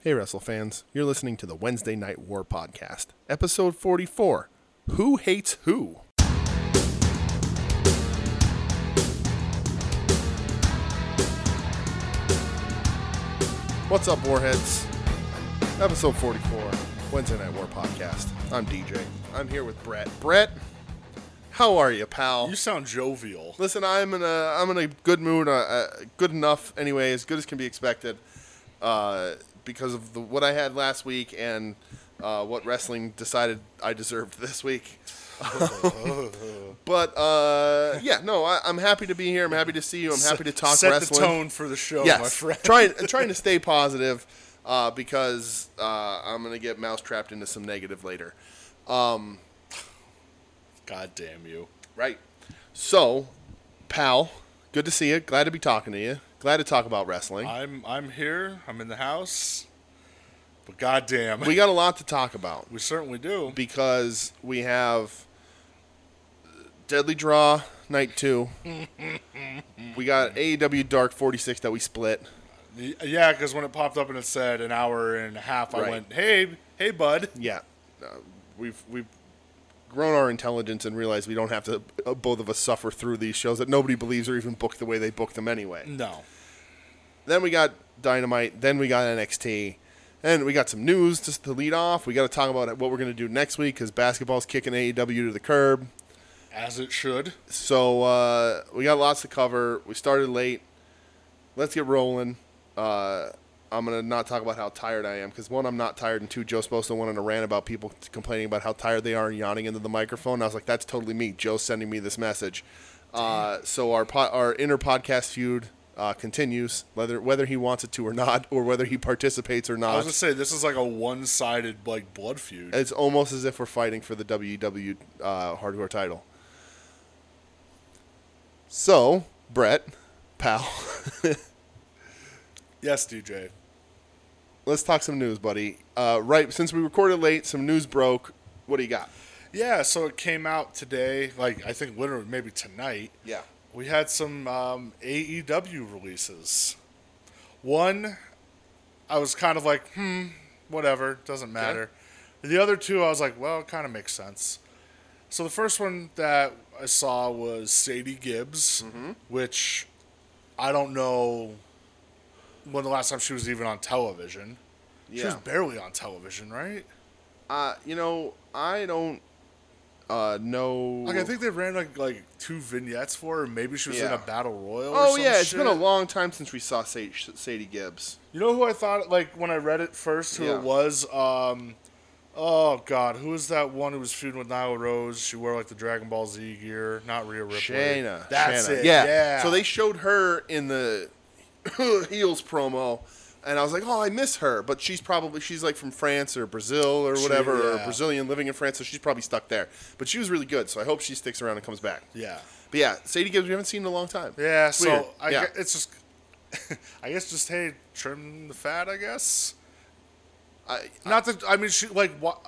Hey, Wrestle fans, you're listening to the Wednesday Night War Podcast, episode 44 Who Hates Who? What's up, Warheads? Episode 44, Wednesday Night War Podcast. I'm DJ. I'm here with Brett. Brett, how are you, pal? You sound jovial. Listen, I'm in a I'm in a good mood, uh, uh, good enough anyway, as good as can be expected, uh, because of the, what I had last week and uh, what wrestling decided I deserved this week. but uh, yeah, no, I, I'm happy to be here. I'm happy to see you. I'm happy to talk Set wrestling. the tone for the show, my friend. Trying trying to stay positive uh, because uh, I'm gonna get mousetrapped into some negative later. God damn you. Right. So, pal, good to see you. Glad to be talking to you. Glad to talk about wrestling. I'm I'm here. I'm in the house. But goddamn, we we, got a lot to talk about we certainly do. because we have Deadly Draw Night 2. we got AEW Dark 46 that we split. Y- yeah, because when it popped up and it said an hour and a half, I Right. went, "Hey, hey, bud." Yeah. Uh, we've we've grown our intelligence and realized we don't have to uh, both of us suffer through these shows that nobody believes are even booked the way they booked them anyway. No, Then we got Dynamite. Then we got NXT. And we got some news just to lead off. We got to talk about what we're going to do next week because basketball's kicking AEW to the curb. as it should. So uh, we got lots to cover. We started late. Let's get rolling. Uh, I'm going to not talk about how tired I am because, one, I'm not tired, and two, Joe Sposto went on a rant about people complaining about how tired they are and yawning into the microphone. I was like, that's totally me. Joe's sending me this message. Uh, so our po- our inner podcast feud uh, continues, whether whether he wants it to or not, or whether he participates or I not. was gonna say this is like a one-sided like blood feud. It's almost as if we're fighting for the WW uh, hardcore title. So, Brett, pal, yes, DJ. let's talk some news, buddy. Uh, right, since we recorded late, some news broke. What do you got? Yeah, so it came out today. Like I think literally maybe tonight. Yeah. we had some um, AEW releases. One, I was kind of like, hmm, whatever, doesn't matter. The other two, I was like, well, it kind of makes sense. So the first one that I saw was Sadie Gibbs, Mm-hmm. which I don't know when the last time she was even on television. She was Yeah. barely on television, right? Uh, you know, I don't uh, know. Like I think they ran like like two vignettes for her. Maybe she was in Yeah. a battle royal. or Oh some yeah, it's been a shit. long time since we saw Sa- Sadie Gibbs. You know who I thought like when I read it first, who Yeah. it was? Um, oh God, who was that one who was feuding with Nyla Rose? She wore like the Dragon Ball Z gear, not Rhea Ripley. Shayna. that's Shayna. it. Yeah. Yeah. So they showed her in the heels promo, and I was like, oh, I miss her, but she's probably she's like from France or Brazil or whatever, or yeah. Brazilian living in France, so she's probably stuck there. But she was really good, so I hope she sticks around and comes back. yeah, But yeah, Sadie Gibbs, we haven't seen in a long time. yeah. So Weird. I yeah. gue- it's just, I guess just hey, trim the fat. I guess I- not that I mean she like what.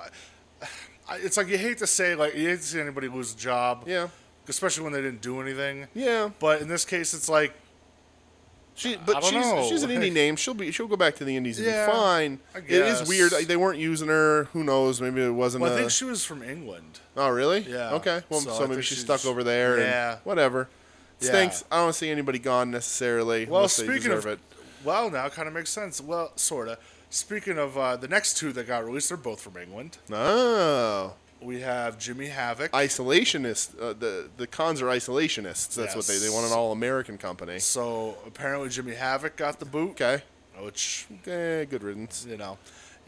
It's like you hate to say like you hate to see anybody lose a job, yeah, especially when they didn't do anything. yeah. But in this case, it's like She, but don't she's know. she's an indie name. She'll be she'll go back to the indies and Yeah, be fine. I It is guess. weird. Like, they weren't using her. Who knows? Maybe it wasn't. well, I a- think she was from England. Oh, really? Yeah. Okay. Well, so, So I think maybe she's she's- stuck over there. Yeah. And whatever. Yeah. Stinks. I don't see anybody gone necessarily. Well, unless they speaking deserve of, it. well, now kind of makes sense. Well, sorta. Speaking of uh, the next two that got released, they're both from England. Oh, We have Jimmy Havoc. isolationists. Uh, the the cons are isolationists. That's what they they want an Yes. all American company. so apparently Jimmy Havoc got the boot, Okay. which Okay. Good riddance. you know,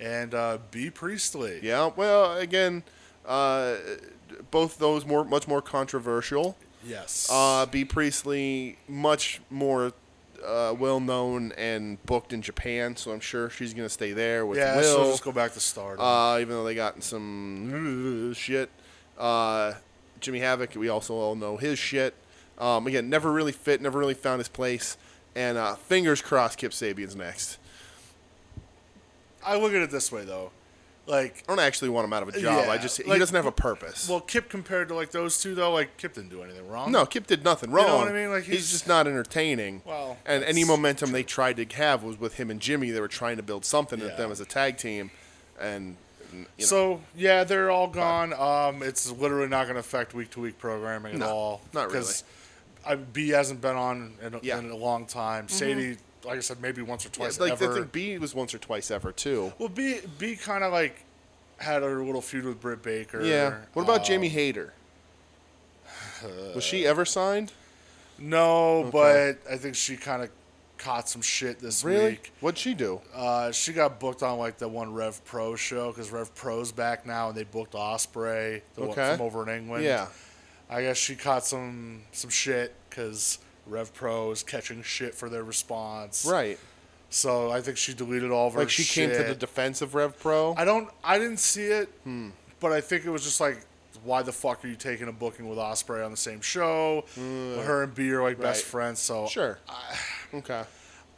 and uh, B Priestley. Yeah. Well, again, uh, both those more much more controversial. Yes. Uh, B Priestley much more. Uh, well known and booked in Japan, so I'm sure she's gonna stay there with yeah. Will. So just go back to stardom. uh, even though they got in some shit. Uh, Jimmy Havoc, we also all know his shit. Um, again, never really fit, never really found his place. And uh, fingers crossed, Kip Sabian's next. I look at it this way though, Like, I don't actually want him out of a job. Yeah, I just he like- doesn't have a purpose. well, Kip compared to like those two though, like Kip didn't do anything wrong. no, Kip did nothing wrong. know what I mean? Like, he's, he's- just not entertaining. Well, and any that's momentum they tried to have was with him and Jimmy. They were trying to build something with Yeah. them as a tag team, and you know, So yeah, they're all gone. Um, it's literally not going to affect week to week programming at No, all. not really. 'cause I, B hasn't been on in a, Yeah. in a long time. Sadie, like I said, maybe once or Yeah, twice like I ever. think B was once or twice ever too. well, B B kind of like had her little feud with Britt Baker. Yeah. What about Uh, Jamie Hayter? Was she ever signed? Um, No, Okay. but I think she kind of caught some shit this Really? week. What'd she do? Uh, she got booked on like the one Rev Pro show because Rev Pro's back now, and they booked Osprey the one Okay. from over in England. Yeah. I guess she caught some some shit because Rev Pro is catching shit for their response. Right. So I think she deleted all of her. Like she came to the shit. defense of Rev Pro. I don't. I didn't see it, Hmm. but I think it was just like, why the fuck are you taking a booking with Osprey on the same show? Her and B are like best Uh, Right. friends. So sure. okay.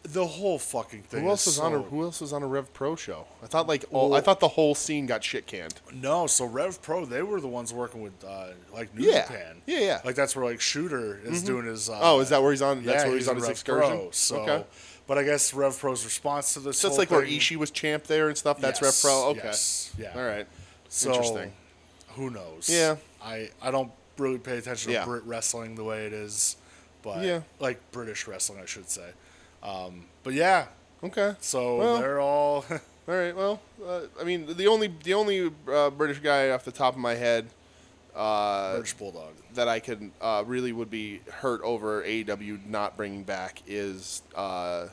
the whole fucking thing. Who else was is on a so- Who else was on a Rev Pro show? I thought like all, I thought the whole scene got shit canned. No, so Rev Pro, they were the ones working with uh, like New Yeah. Japan. Yeah, yeah. Like that's where like Shooter is doing his. Uh, Oh, is that where he's on? That's where he's, on in his Rev excursion. Pro, so, Okay. but I guess Rev Pro's response to this. So it's whole like where thing- Ishii was champ there and stuff. That's Yes, Rev Pro. Okay. yes, yeah. All right. So, Interesting. Who knows? Yeah. I I don't really pay attention Yeah. to Brit wrestling the way it is, but Yeah. like British wrestling, I should say. Um, but yeah, Okay. so Well, they're all All right. Well, uh, I mean, the only the only uh, British guy off the top of my head uh, British Bulldog. that I could uh, really would be hurt over AEW not bringing back is uh,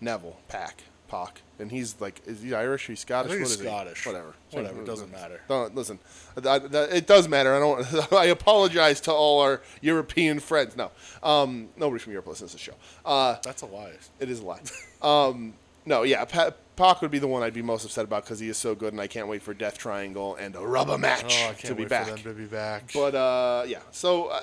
Neville Pack Pac, and he's like, is he Irish? He's Scottish. think What he's is he? Scottish. Whatever. Whatever, it doesn't matter. Don't, listen, I- I- it does matter. I don't. I apologize to all our European friends. No, um, nobody from Europe listens to the show. Uh, That's a lie. it is a lot. Um, no, yeah, pa- Pac would be the one I'd be most upset about because he is so good, and I can't wait for Death Triangle and a rubber Oh, match I can't to be wait back. for them to be back. But uh, yeah, so uh,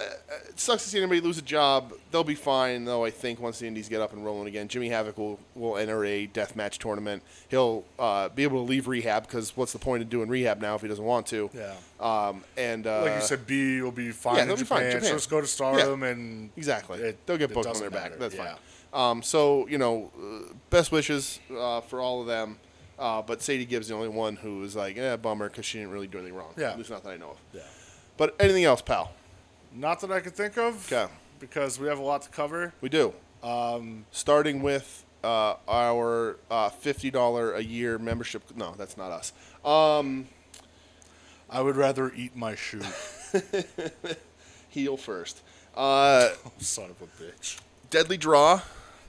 it sucks to see anybody lose a job. They'll be fine though. I think once the Indies get up and rolling again, Jimmy Havoc will will enter a deathmatch tournament. He'll uh, be able to leave rehab because what's the point of doing rehab now if he doesn't want to? Yeah. Um, and uh, like you said, B will be fine. yeah, in they'll be Japan. fine in Japan. So just go to Stardom and Exactly. It- They'll get it booked on doesn't their back. matter. That's Yeah. fine. Um, so you know, uh, best wishes uh, for all of them. Uh, but Sadie Gibbs is the only one who was like, "eh, bummer," because she didn't really do anything wrong. Yeah. At least not that I know of. Yeah. But anything else, pal? Not that I can think of. 'Kay. Because we have a lot to cover. We do. Um, Starting with uh, our uh, fifty dollar a year membership. No, that's not us. Um, I would rather eat my shoe. heel first. Uh, Son of a bitch. Deadly draw.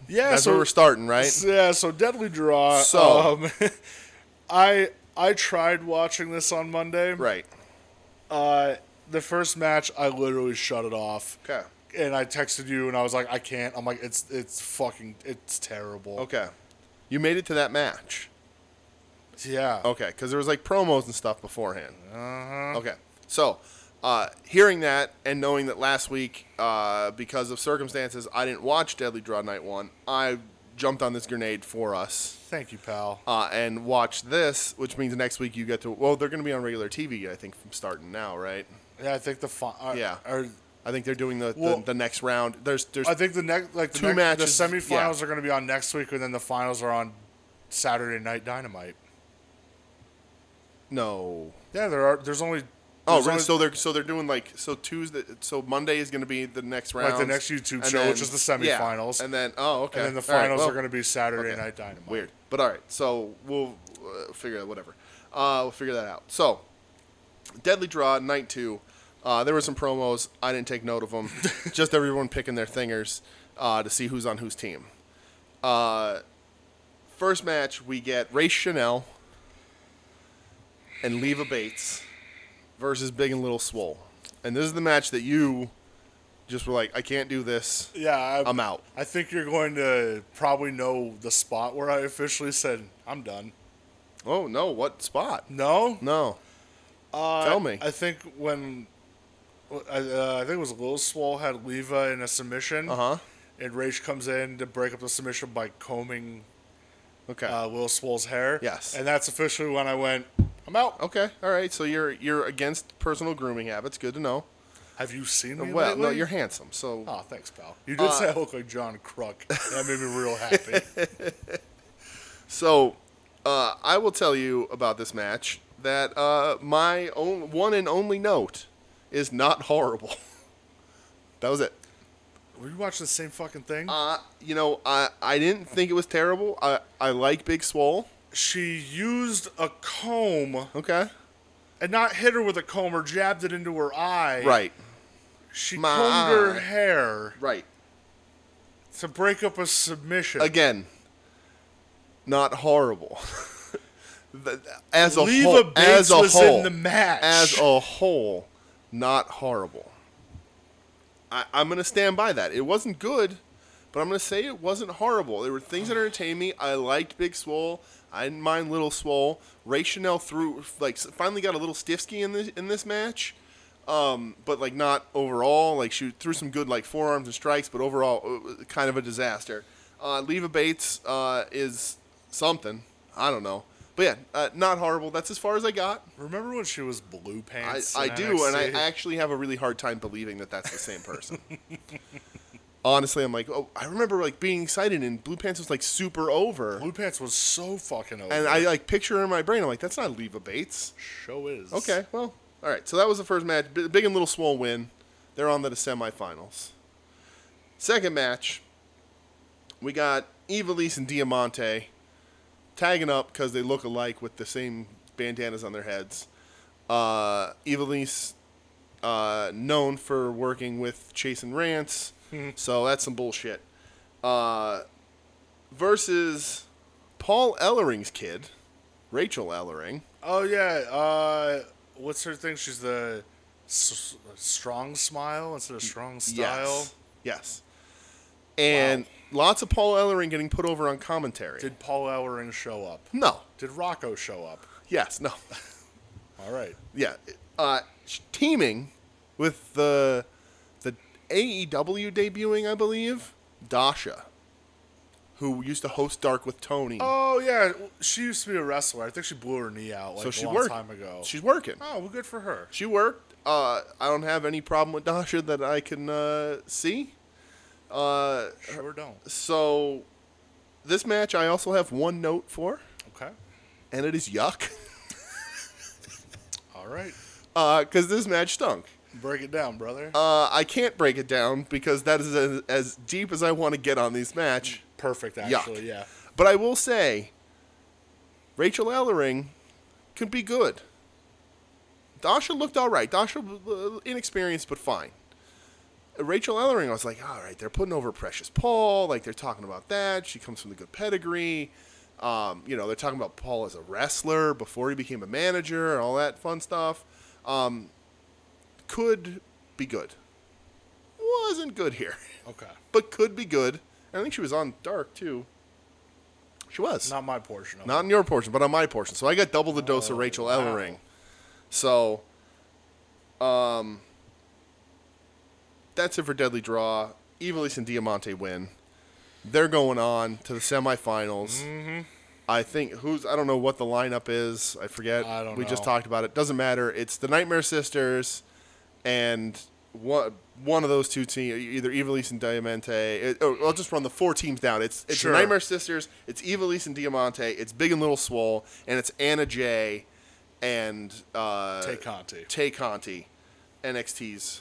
Yeah, That's so where we're starting, right? Yeah, so Deadly Draw. So- um, I I tried watching this on Monday. Right. Uh, the first match, I literally shut it off. 'Kay. And I texted you, and I was like, I can't. I'm like, it's it's fucking it's terrible. Okay. You made it to that match. Yeah. Okay, Oh. because there was like promos and stuff beforehand. Uh-huh. Okay, so uh, hearing that and knowing that last week, uh, because of circumstances, I didn't watch Deadly Draw Night One. I jumped on this grenade for us Thank you, pal. uh, and watched this, which means next week you get to. Well, they're going to be on regular TV, I think, from starting now, right? Yeah, I think the fi- uh, Yeah. Or, I think they're doing the Well- the, the next round. There's there's I think the next like the Two next, matches, The semifinals yeah. are going to be on next week, and then the finals are on Saturday Night Dynamite. no. Yeah, there are. There's only. Oh, there's right, only- so they're so they're doing like so Tuesday, so Monday is going to be the next round, the next YouTube show, which is the semifinals. and then oh okay, and then the All right, finals well- are going to be Saturday Okay. Night Dynamite. Weird, but all right. So we'll uh, figure that whatever. Uh, we'll figure that out. So, Deadly Draw Night Two. Uh, there were some promos. I didn't take note of them. Just everyone picking their thingers uh, to see who's on whose team. Uh, first match, we get Ray Chanel and Leva Bates versus Big and Little Swole. And this is the match that you just were like, I can't do this. Yeah, I, I'm out. I think you're going to probably know the spot where I officially said I'm done. Oh, no. What spot? No, No. uh, tell me. I think when I, uh, I think it was Lil Swole had Leva in a submission, Uh huh. and Rage comes in to break up the submission by combing Okay. uh, Lil Swole's hair. Yes. and that's officially when I went. I'm I'm out. Okay, all right. So you're you're against personal grooming habits. Good to know. Have you seen me well, lately? no, you're Uh, handsome. So Oh, thanks, pal. You did say I look like John Kruk. That made me real happy. so uh, I will tell you about this match that uh, my own one and only note is not horrible. that was it. Were you watching the same fucking thing? Uh, you know, I I didn't think it was terrible. I I like Big Swole. she used a comb Okay. and not hit her with a comb or jabbed it into her eye. Right. She My combed her eye. hair Right. to break up a submission. Again, not horrible. The- as a Leva whole, Bates as a was whole, in the match. as a whole, not horrible. I, I'm gonna stand by that. It wasn't good, but I'm gonna say it wasn't horrible. There were things that entertained me. I liked Big Swole. I didn't mind Little Swole. Ray Chanel threw like s- finally got a little stiffsky in this in this match, um, but like not overall. Like she threw some good like forearms and strikes, but overall it was kind of a disaster. Uh, Leva Bates uh, is something. I don't know, but yeah, uh, not horrible. That's as far as I got. Remember when she was blue I, pants? I in do, and I NXT? actually have a really hard time believing that that's the same person. Honestly, I'm like, oh, I remember like being excited, and Blue Pants was like super over, Blue pants was so fucking over. and I like picture her in my brain. I'm like, that's not Leva Bates. show is Okay, well, all right. So that was the first match. B- Big and Little Swole win. They're on to the semifinals. Second match, we got Eva Lise and Diamante tagging up because they look alike with the same bandanas on their heads. Uh, Eva Lise, uh, known for working with Chase and Rance, so that's some bullshit. Uh, versus Paul Ellering's kid, Rachel Ellering. Oh yeah. Uh, what's her thing? She's the s- strong smile instead of strong style. Yes. Yes. And lots of Paul Ellering getting put over on commentary. Did Paul Ellering show up? no. Did Rocco show up? Yes. No. All right. yeah. Uh, sh- teaming with the the AEW debuting, I believe, Dasha, who used to host Dark with Tony. Oh yeah, she used to be a wrestler. I think she blew her knee out like so a she long worked. time ago. She's working. oh, well, good for her. She worked. Uh, I don't have any problem with Dasha that I can uh, see. Uh, Sure don't. so this match, I also have one note for. Okay. and it is yuck All right. because Uh, this match stunk. Break it down, brother. Uh, I can't break it down because that is as, as deep as I want to get on this match. Perfect, Yuck. actually. Yeah. But I will say, Rachel Ellering could be good. Dasha looked all right. Dasha uh, inexperienced but fine. Rachel Ellering, I was like, all right, they're putting over Precious Paul. Like they're talking about that. She comes from the good pedigree. Um, you know, they're talking about Paul as a wrestler before he became a manager and all that fun stuff. Um, could be good. Wasn't good here, Okay. but could be good. And I think she was on Dark too. She was Not my portion of it. not in your portion, but on my portion. So I got double the dose of Rachel Oh, wow. Ellering. So, um, that's it for Deadly Draw. Evilis and Diamante win. They're going on to the semifinals. Mm-hmm. I think who's I don't know what the lineup is. I forget. I don't we just know. talked about it. Doesn't matter. It's the Nightmare Sisters, and one one of those two teams, either Evilis and Diamante. It, oh, I'll just run the four teams down. It's it's Sure. the Nightmare Sisters, it's Eva Lise and Diamante, it's Big and Little Swole, and it's Anna Jay and uh, Tay Conti. Tay Conti, NXT's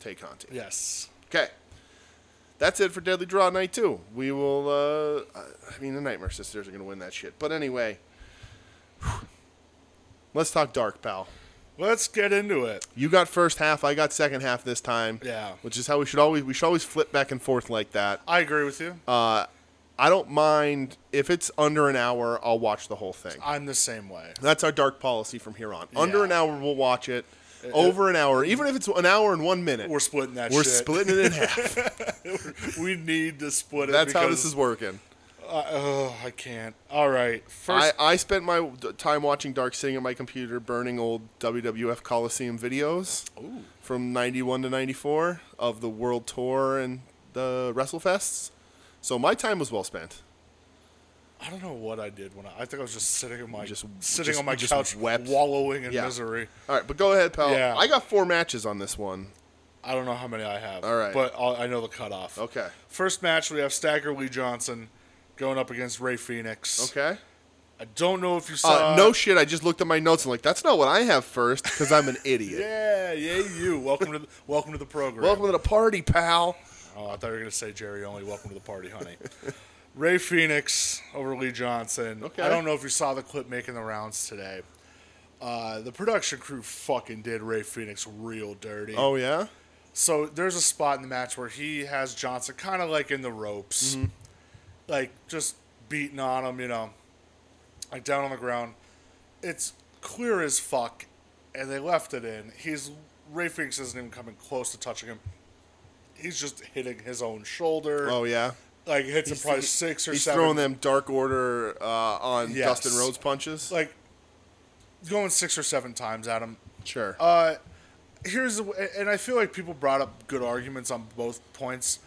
Tay Conti. Yes. Okay, that's it for Deadly Draw Night Two. We will. Uh, I mean, the Nightmare Sisters are gonna win that shit. But anyway, whew. let's talk dark, pal. Let's get into it. You got first half, I got second half this time. Yeah. which is how we should always we should always flip back and forth like that. I agree with you. Uh, I don't mind if it's under an hour. I'll watch the whole thing. I'm the same way. That's our dark policy from here on. Under Yeah. an hour, we'll watch it. Over an hour, even if it's an hour and one minute, We're splitting that we're shit. splitting it in half. we need to split it. That's how this because- is working. Uh, oh, I can't. All right. I, First. I spent my d- time watching Dark sitting at my computer burning old WWF Coliseum videos Ooh. from 91 to 94 of the World Tour and the WrestleFests. So my time was well spent. I don't know what I did when I, I think I was just sitting on my Just- sitting just- on my just couch, wept. wallowing in Yeah. misery. All right, but go ahead, pal. Yeah. I got four matches on this one. I don't know how many I have. All right. but I'll, I know the cutoff. Okay. First match we have Stagger Lee Johnson going up against Ray Phoenix. Okay. I don't know if you saw. Uh, no shit. I just looked at my notes and like, that's not what I have first because I'm an idiot. Yeah, yeah, you. Welcome to the, welcome to the program. Welcome to the party, pal. Oh, I thought you were gonna say Jerry only. Welcome to the party, honey. Ray Phoenix over Lee Johnson. Okay. I don't know if you saw the clip making the rounds today. Uh, the production crew fucking did Ray Phoenix real dirty. Oh yeah. So there's a spot in the match where he has Johnson kind of like in the ropes, Mm-hmm. like just beating on him, you know, like down on the ground. It's clear as fuck, and they left it in. He's Ray Phoenix isn't even coming close to touching him. He's just hitting his own shoulder. Oh yeah. like hits him probably six or He's seven. throwing them Dark Order uh, on Yes. Dustin Rhodes punches. like going six or seven times at him. sure. Uh, here's the, w- and I feel like people brought up good arguments on both points.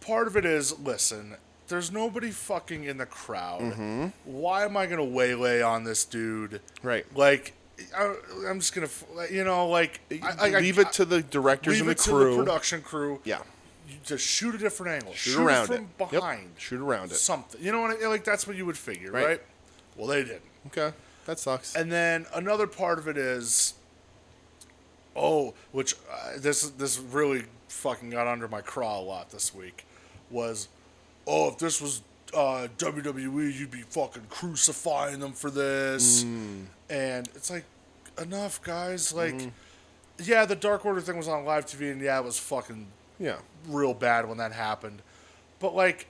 Part of it is listen, there's nobody fucking in the crowd. Why am I gonna waylay on this dude? Mm-hmm. Right. Like, I, I'm just gonna, f- you know, like I, I, leave I, it to the directors leave and the it to crew. production crew. Yeah. You just shoot a different angle. Shoot, around from it. Yep. behind. Shoot around it. Something. You know what? I, like that's what you would figure, Right. right? Well, they didn't. Okay. That sucks. And then another part of it is, oh, which uh, this this really fucking got under my craw a lot this week, was, oh, if this was uh, WWE, you'd be fucking crucifying them for this, and it's like, enough, guys. Like, yeah, the Dark Order thing was on live TV, and yeah, it was fucking yeah. real bad when that happened. But like,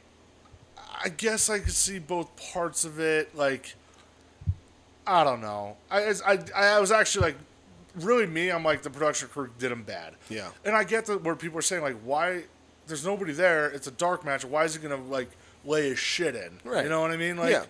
I guess I could see both parts of it. Like, I don't know. I I I was actually like, really me. I'm like the production crew did him bad. Yeah. And I get that where people are saying like, why there's nobody there. It's a dark match. Why is he gonna like lay his shit in? Right. You know what I mean? Like. Yeah.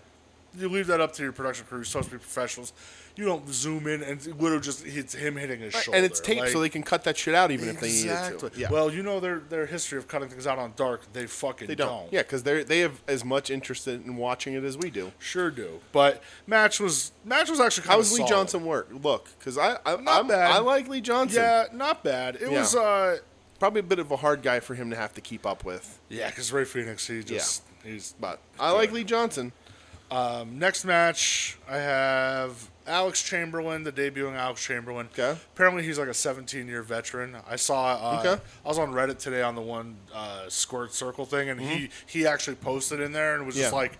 You leave that up to your production crew. You're supposed to be professionals. You don't zoom in and literally just it's him hitting his shoulder. And it's taped so Like- they can cut that shit out even if they Exactly. need to. Yeah. Well, you know their their history of cutting things out on dark. They fucking they don't. don't. Yeah, because they they have as much interest in watching it as we do. sure do. But match was match was actually kind How of does Lee Johnson work? Look, because I I, Not I'm, bad. I like Lee Johnson. Yeah, not bad. It Yeah. was uh Probably a bit of a hard guy for him to have to keep up with, yeah, because Ray Phoenix he just he's but I like Lee Johnson. um, next match I have Alex Chamberlain, the debuting Alex Chamberlain. Okay. Apparently he's like a 17 year veteran. I saw. Uh, Okay. I was on Reddit today on the one uh, squirt circle thing, and he he actually posted in there and was just Mm-hmm. Yeah. like,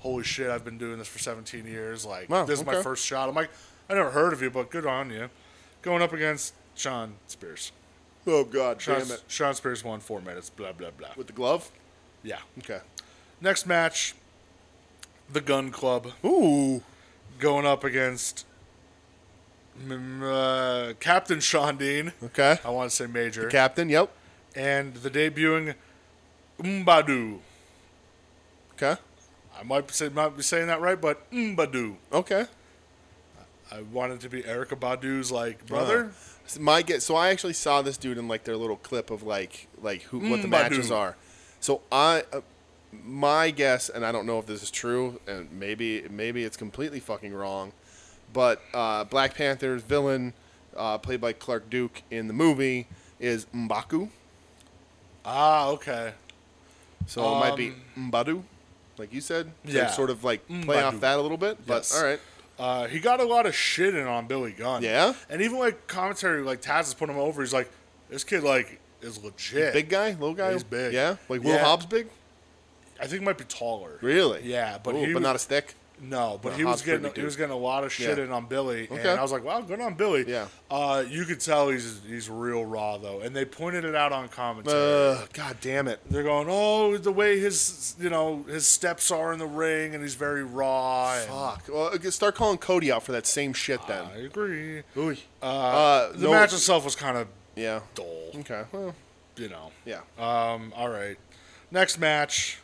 "Holy shit! I've been doing this for 17 years. Like Wow, this is my okay. first shot." I'm like, "I never heard of you, but good on you." Going up against Sean Spears. Oh God, Sean, damn it! Sean Spears won four minutes. Blah blah blah. With the glove. Yeah. Okay. Next match, the Gun Club Ooh. going up against mm, uh, Captain Sean Dean. Okay. I want to say Major. Captain. Yep. and the debuting Mbadu. Okay. I might say, might be saying that right, but Mbadu. Okay. I wanted to be Erica Badu's like brother. So My get. So I actually saw this dude in like their little clip of like like who what the Mm, matches Badu. are. So I, uh, my guess, and I don't know if this is true, and maybe maybe it's completely fucking wrong, but uh, Black Panther's villain, uh, played by Clark Duke in the movie, is Mbaku. Ah, okay. So it might be Mbadu, like you said. So Um, yeah. Sort of like play Mbadu. off that a little bit, but Yes. all right. Uh, he got a lot of shit in on Billy Gunn. Yeah? and even like commentary, like Taz is putting him over. He's like, this kid like is legit. Big guy, little guy. He's big. Yeah. Like Will Yeah. Hobbs big. I think he might be taller. Really? Yeah, but Ooh, he but was- not a stick. No, but No, he was Hobbs pretty getting he dude. was getting a lot of shit Yeah. in on Billy, and Okay. I was like, "Wow, good on Billy." Yeah. uh, you could tell he's he's real raw though, and they pointed it out on commentary. Uh, God damn it. They're going, "Oh, the way his you know his steps are in the ring, and he's very raw." and- Fuck. Well, okay, start calling Cody out for that same shit then. I agree. Ooh. Uh, The no- match itself was kind of Yeah. dull, Okay. Well, you know. yeah. Um, all right, next match,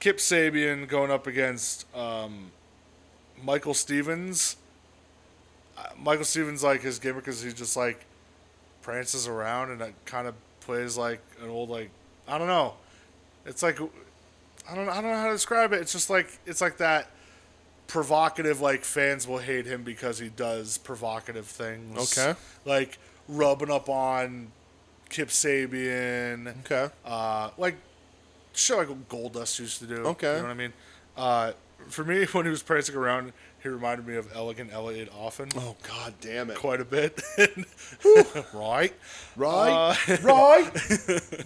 Kip Sabian going up against um, Michael Stevens. Uh, Michael Stevens, like his gimmick is he just like prances around and it kind of plays like an old like I don't know. It's like I don't I don't know how to describe it. It's just like it's like that provocative like fans will hate him because he does provocative things. Okay. Like rubbing up on Kip Sabian. Okay. Uh, like shit like Goldust used to do. Okay. You know what I mean? Uh, for me, when he was prancing around, he reminded me of Elegant Elliot often. Oh god damn it! Quite a bit. right? Right, right,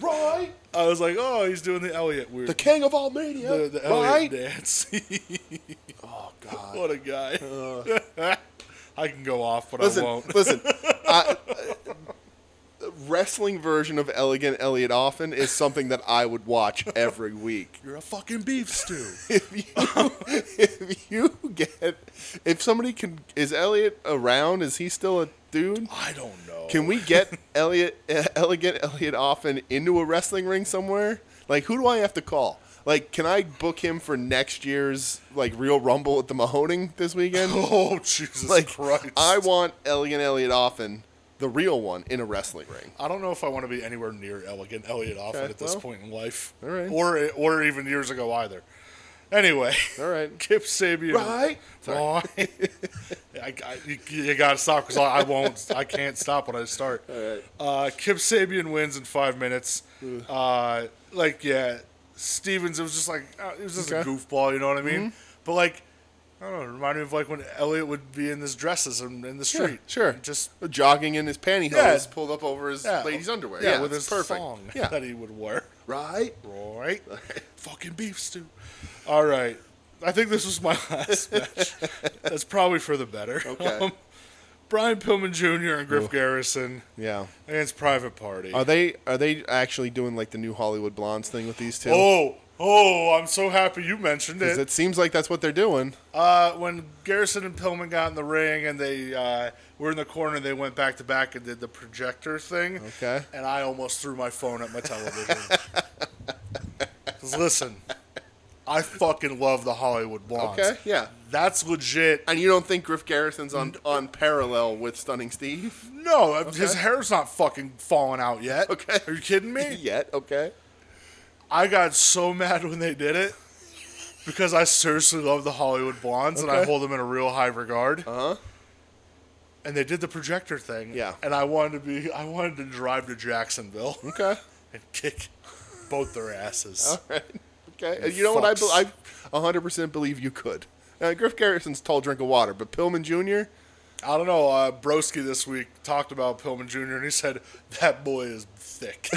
right. I was like, oh, he's doing the Elliot weird. The king of all media. the, the Elliot right. dance. Oh god. what a guy. I can go off, but I uh. Listen, won't. listen. I, uh, wrestling version of Elegant Elliot Often is something that I would watch every week. You're a fucking beef stew. If you, if you get, if somebody can, is Elliot around? Is he still a dude? I don't know. Can we get Elliot, uh, Elegant Elliot Often into a wrestling ring somewhere? Like, who do I have to call? Like, can I book him for next year's like Real Rumble at the Mahoning this weekend? Oh Jesus like Christ! I want Elegant Elliot Often, the real one, in a wrestling ring. I don't know if I want to be anywhere near elegant Elliot Often Okay, at this well, point in life, all right. or or even years ago either. Anyway, All right. Kip Sabian, Right? Sorry. I, I- you, you gotta stop because I, I won't. I can't stop when I start. right. Uh, Kip Sabian wins in five minutes. Uh, like yeah, Stevens. It was just like uh, it was just Okay. Mm-hmm. a goofball. You know what I mean? But like. I don't know. It reminded me of like when Elliot would be in his dresses and in the street. sure. Just Jogging in his pantyhose Yeah. pulled up over his yeah, lady's underwear. Yeah, Yeah, with that's his perfect. thong Yeah. that he would wear. Right? Right? Fucking beef stew. All right. I think this was my last match. That's probably for the better. Um, Okay. Brian Pillman Jr. and Griff Garrison Yeah. against Private Party. Are they are they actually doing like the new Hollywood Blondes thing with these two? oh, oh, I'm so happy you mentioned it. Because it seems like that's what they're doing. Uh, when Garrison and Pillman got in the ring and they uh, were in the corner, they went back to back and did the projector thing. Okay. And I almost threw my phone at my television. 'Cause Listen, I fucking love the Hollywood Blondes. Okay, yeah. That's legit. And you don't think Griff Garrison's on on parallel with Stunning Steve No, his hair's not fucking falling out yet. Okay. Are you kidding me? yet? Okay. I got so mad when they did it because I seriously love the Hollywood Blondes and I Okay. hold them in a real high regard. Uh huh. and they did the projector thing. Yeah. And I wanted to be I wanted to drive to Jacksonville Okay. and kick both their asses. Right. Okay. And you know what? I, fucks. be- I 100% believe you could. Now, Griff Garrison's tall drink of water, but Pillman Jr., I don't know, uh, Broski this week talked about Pillman Jr. and he said that boy is thick.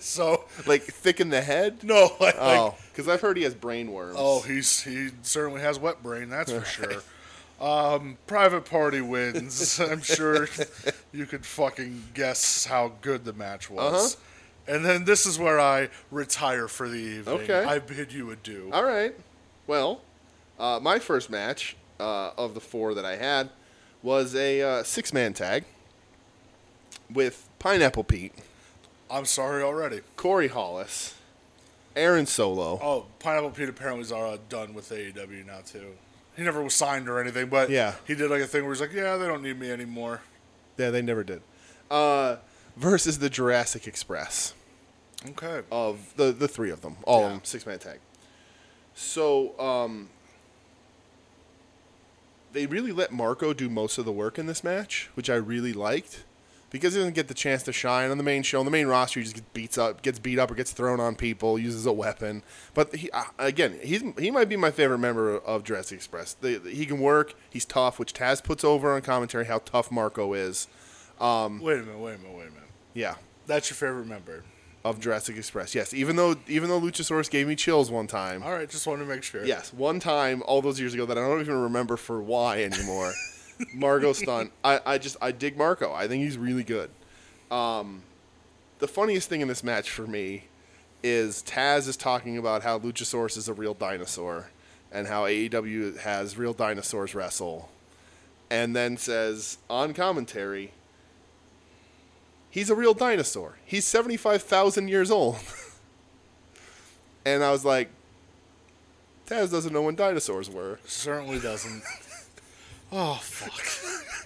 so like thick in the head? no, like, like Oh, because I've heard he has brain worms. oh he's he certainly has wet brain, that's for sure. Um, private party wins. I'm sure you could fucking guess how good the match was. And then this is where I retire for the evening. Uh-huh. Okay. I bid you adieu. All right. Well, uh, my first match uh, of the four that I had was a uh, six man tag with Pineapple Pete, I'm sorry already. Corey Hollis, Aaron Solo. Oh, Pineapple Pete apparently is uh, done with AEW now too. He never was signed or anything, but Yeah. he did like a thing where he's like, "Yeah, they don't need me anymore." Yeah, they never did. Uh, versus the Jurassic Express. Okay. of the the three of them, all of Yeah. them, six man tag. So um, they really let Marco do most of the work in this match, which I really liked because he doesn't get the chance to shine on the main show. On the main roster, he just gets beats up, gets beat up, or gets thrown on people, uses a weapon. But he, uh, again, he's he might be my favorite member of Jurassic Express. The, the- he can work. He's tough, which Taz puts over on commentary how tough Marco is. Um, wait a minute. Wait a minute. Wait a minute. Yeah, That's your favorite member. of Jurassic Express. Yes, even though even though Luchasaurus gave me chills one time. All right, just wanted to make sure. Yes, one time all those years ago that I don't even remember for why anymore. Margo stunt. I, I just I dig Marco. I think he's really good. Um, the funniest thing in this match for me is Taz is talking about how Luchasaurus is a real dinosaur and how AEW has real dinosaurs wrestle, and then says on commentary, he's a real dinosaur. He's seventy five thousand years old. and I was like, Taz doesn't know when dinosaurs were. Certainly doesn't. oh fuck.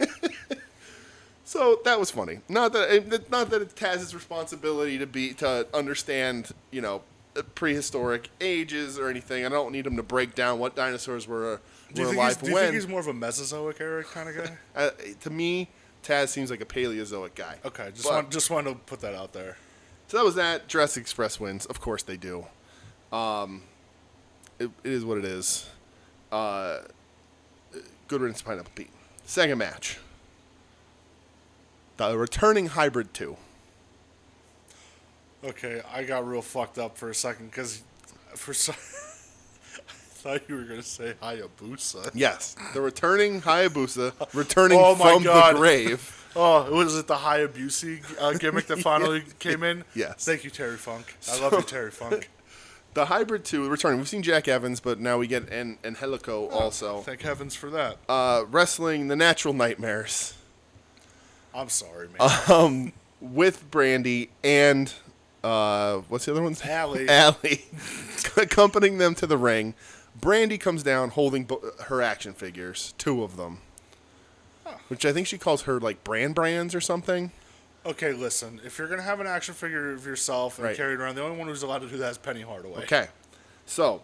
So that was funny. Not that it, not that it's Taz's responsibility to be to understand, you know, prehistoric ages or anything. I don't need him to break down what dinosaurs were uh, Do you, were think he's, alive do you when. think he's more of a Mesozoic era kind of guy? uh, to me, Taz seems like a Paleozoic guy. Okay, just But- want just wanted to put that out there. So that was that. Jurassic Express wins. Of course they do. Um, it, it is what it is. Uh, good riddance, Pineapple Pete. Second match. The returning Hybrid 2. Okay, I got real fucked up for a second because for so- I thought you were gonna say Hayabusa. Yes. The returning Hayabusa, returning Oh my from God. the grave. Oh, was it the Hayabusa uh, gimmick that finally came in? Yes. Thank you, Terry Funk. I love you, Terry Funk. The Hybrid 2, returning. We've seen Jack Evans, but now we get an, an Helico also. Oh, Thank heavens for that. Oh. Uh, wrestling the natural nightmares I'm sorry, man. uh. Um, with Brandy and. Uh, what's the other one's name? Allie. Allie accompanying them to the ring. Brandy comes down holding bo- her action figures, two of them, which I think she calls her like brand brands or something. okay, listen. If you're gonna have an action figure of yourself and Right. carry it around, the only one who's allowed to do that is Penny Hardaway. Okay, so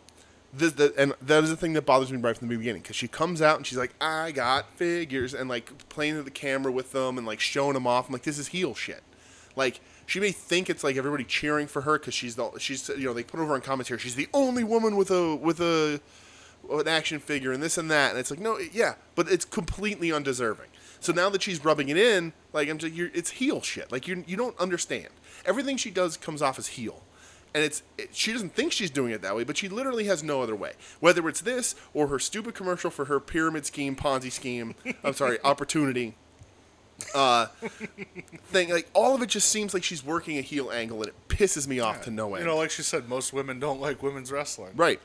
this the, and that is the thing that bothers me right from the beginning because she comes out and she's like, "I got figures," and like playing to the camera with them and like showing them off. I'm like, this is heel shit. Like she may think it's like everybody cheering for her because she's the she's you know they put over on commentary she's the only woman with a with a an action figure and this and that and it's like no yeah but it's completely undeserving so now that she's rubbing it in like i'm just you're, it's heel shit like you you don't understand everything she does comes off as heel and it's it, she doesn't think she's doing it that way but she literally has no other way whether it's this or her stupid commercial for her pyramid scheme ponzi scheme i'm sorry opportunity uh thing like all of it just seems like she's working a heel angle and it pisses me off to no end You know, like she said, most women don't like women's wrestling. right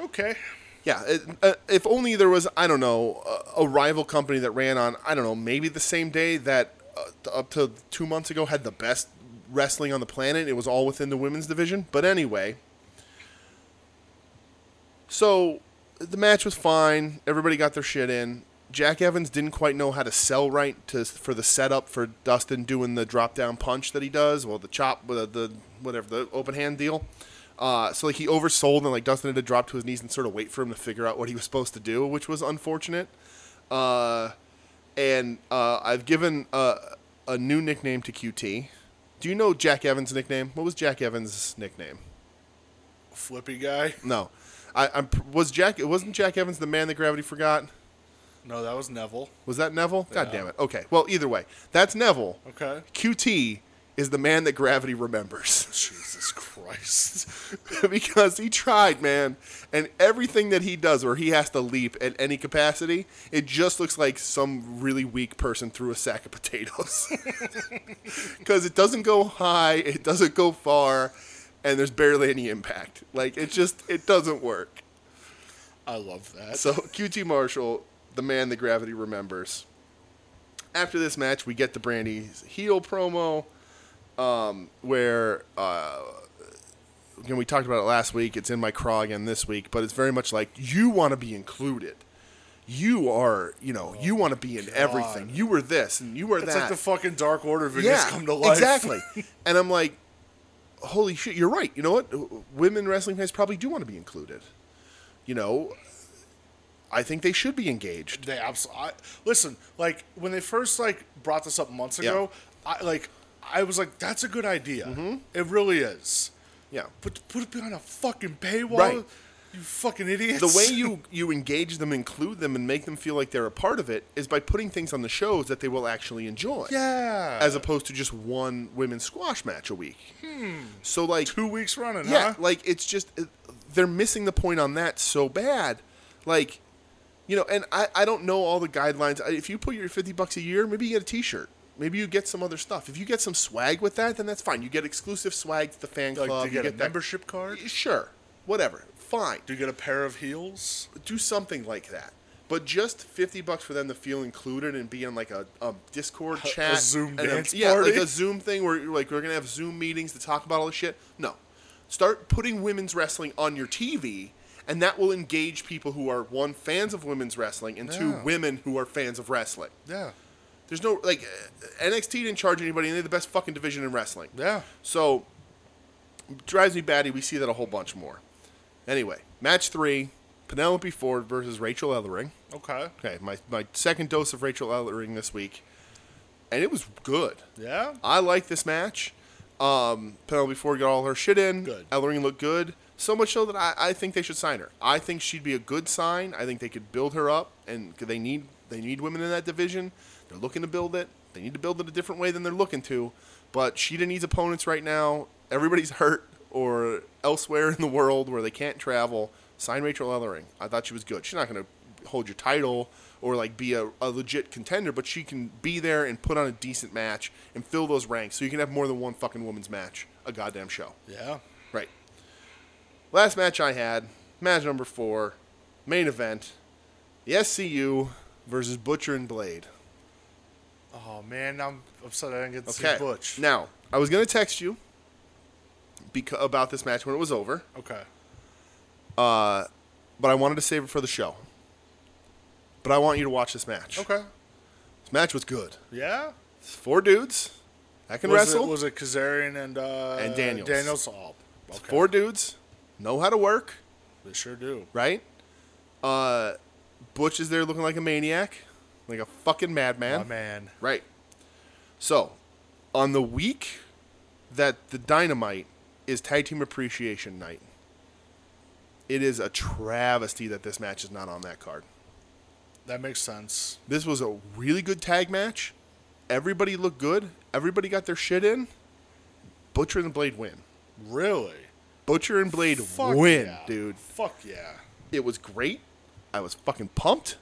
Okay. Yeah, it, uh, if only there was I don't know a, a rival company that ran on I don't know maybe the same day that uh, up to two months ago had the best wrestling on the planet. It was all within the women's division. But anyway, so the match was fine. Everybody got their shit in. Jack Evans didn't quite know how to sell right to for the setup for Dustin doing the drop down punch that he does, well the chop, the, the whatever the open hand deal. Uh, so like he oversold and like Dustin had to drop to his knees and sort of wait for him to figure out what he was supposed to do, which was unfortunate. Uh, and uh, I've given uh, a new nickname to QT. Do you know Jack Evans' nickname? What was Jack Evans' nickname? Flippy guy. No, I I'm, pr- was Jack. It wasn't Jack Evans the man that gravity forgot. No, that was Neville. Was that Neville? God Yeah. damn it. Okay. Well, either way, that's Neville. Okay. QT is the man that gravity remembers Jesus Christ. because he tried, man, and everything that he does, where he has to leap at any capacity, it just looks like some really weak person threw a sack of potatoes because it doesn't go high, it doesn't go far, and there's barely any impact. Like it just it doesn't work. I love that. So QT Marshall, the man that gravity remembers. After this match, we get the Brandy's heel promo, um, where uh, again we talked about it last week. It's in my craw again this week, but it's very much like you want to be included. You are, you know, you want to be in everything. You were this, and you were it's that like the fucking Dark Order vignettes come to life. exactly. and I'm like, holy shit, you're right. You know what? W- Women wrestling fans probably do want to be included. You know, I think they should be engaged. They absolutely listen. Like when they first like brought this up months ago, I like I was like, that's a good idea. Mm-hmm. It really is. Yeah. But to put it behind a fucking paywall, Right. you fucking idiots. The way you, you engage them, include them, and make them feel like they're a part of it is by putting things on the shows that they will actually enjoy. yeah, As opposed to just one women's squash match a week. Hmm. So, like, two weeks running, Yeah, huh? like it's just it- they're missing the point on that so bad. Like, you know, and I, I don't know all the guidelines. I- If you put your 50 bucks a year, maybe you get a t-shirt. Maybe you get some other stuff. If you get some swag with that, then that's fine. You get exclusive swag to the fan Like, club. do you get a that- membership card? Sure. Whatever. Fine. Do you get a pair of heels? Do something like that. But just 50 bucks for them to feel included and be on like a, a Discord chat. Zoom and dance Yeah, like party? a Zoom thing where you're like we're gonna have Zoom meetings to talk about all this shit. No, start putting women's wrestling on your TV, and that will engage people who are one fans of women's wrestling and two Yeah. women who are fans of wrestling. Yeah, There's no like uh, NXT didn't charge anybody, and they're the best fucking division in wrestling. yeah. So drives me batty. We see that a whole bunch more. Anyway, match three: Penelope Ford versus Rachel Ellering. Okay. Okay, my my second dose of Rachel Ellering this week, and it was good. Yeah. I like this match. Um, Penelope Ford got all her shit in. Good. Ellering looked good. So much so that I, I think they should sign her. I think she'd be a good sign. I think they could build her up, and 'cause they need they need women in that division. They're looking to build it. They need to build it a different way than they're looking to. But Sheeta needs opponents right now. Everybody's hurt or elsewhere in the world where they can't travel. Sign Rachel Ellering. I thought she was good. She's not going to hold your title or like be a, a legit contender, but she can be there and put on a decent match and fill those ranks so you can have more than one fucking women's match a goddamn show. Yeah. Right. Last match I had, match number four, main event, the SCU versus Butcher and Blade. Oh man, I'm upset I didn't get to Okay. see Butch. Now, I was gonna text you because about this match when it was over, okay. but I wanted to save it for the show. But I want you to watch this match. Okay. This match was good. Yeah. It's four dudes that can was wrestle. It, was it Kazarian and uh, And Daniels. Daniels all. Okay. Four dudes know how to work, They sure do. right? Uh, Butch is there looking like a maniac, like a fucking madman. My man. Right. So, on the week that the Dynamite is Tag Team Appreciation Night, it is a travesty that this match is not on that card. That makes sense. This was a really good tag match. Everybody looked good. Everybody got their shit in. Butcher and Blade win. Really? Butcher and Blade Fuck win, yeah. dude. Fuck yeah. it was great. I was fucking pumped.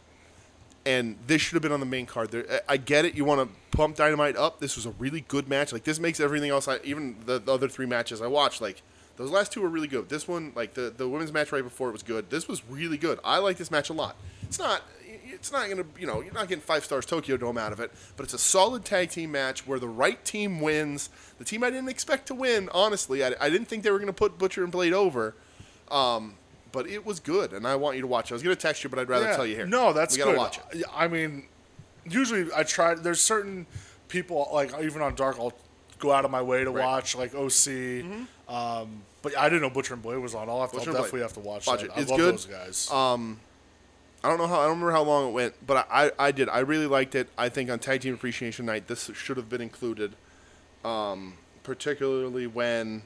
And this should have been on the main card. There, I I get it. You want to pump Dynamite up. This was a really good match. Like this makes everything else. I even the, the other three matches I watched. Like those last two were really good. This one, like the, the women's match right before it was good. This was really good. I like this match a lot. It's not. It's not gonna. You know, you're not getting five stars Tokyo Dome out of it. But it's a solid tag team match where the right team wins. The team I didn't expect to win. Honestly, I, I didn't think they were gonna put Butcher and Blade over. Um, but it was good, and I want you to watch. it. I was gonna text you, but I'd rather Yeah. tell you here. No, that's we gotta good. watch it. I mean, usually I try. There's certain people like even on Dark, I'll go out of my way to Right. Mm-hmm. watch like OC. Um, but I didn't know Butcher and Blade was on. I'll, have to, I'll Butcher and Blade. definitely have to watch, Watch that. it. I It's love good. those guys. I don't know how I don't remember how long it went, but I, I, I did. I really liked it. I think on Tag Team Appreciation Night, this should have been included, um, particularly when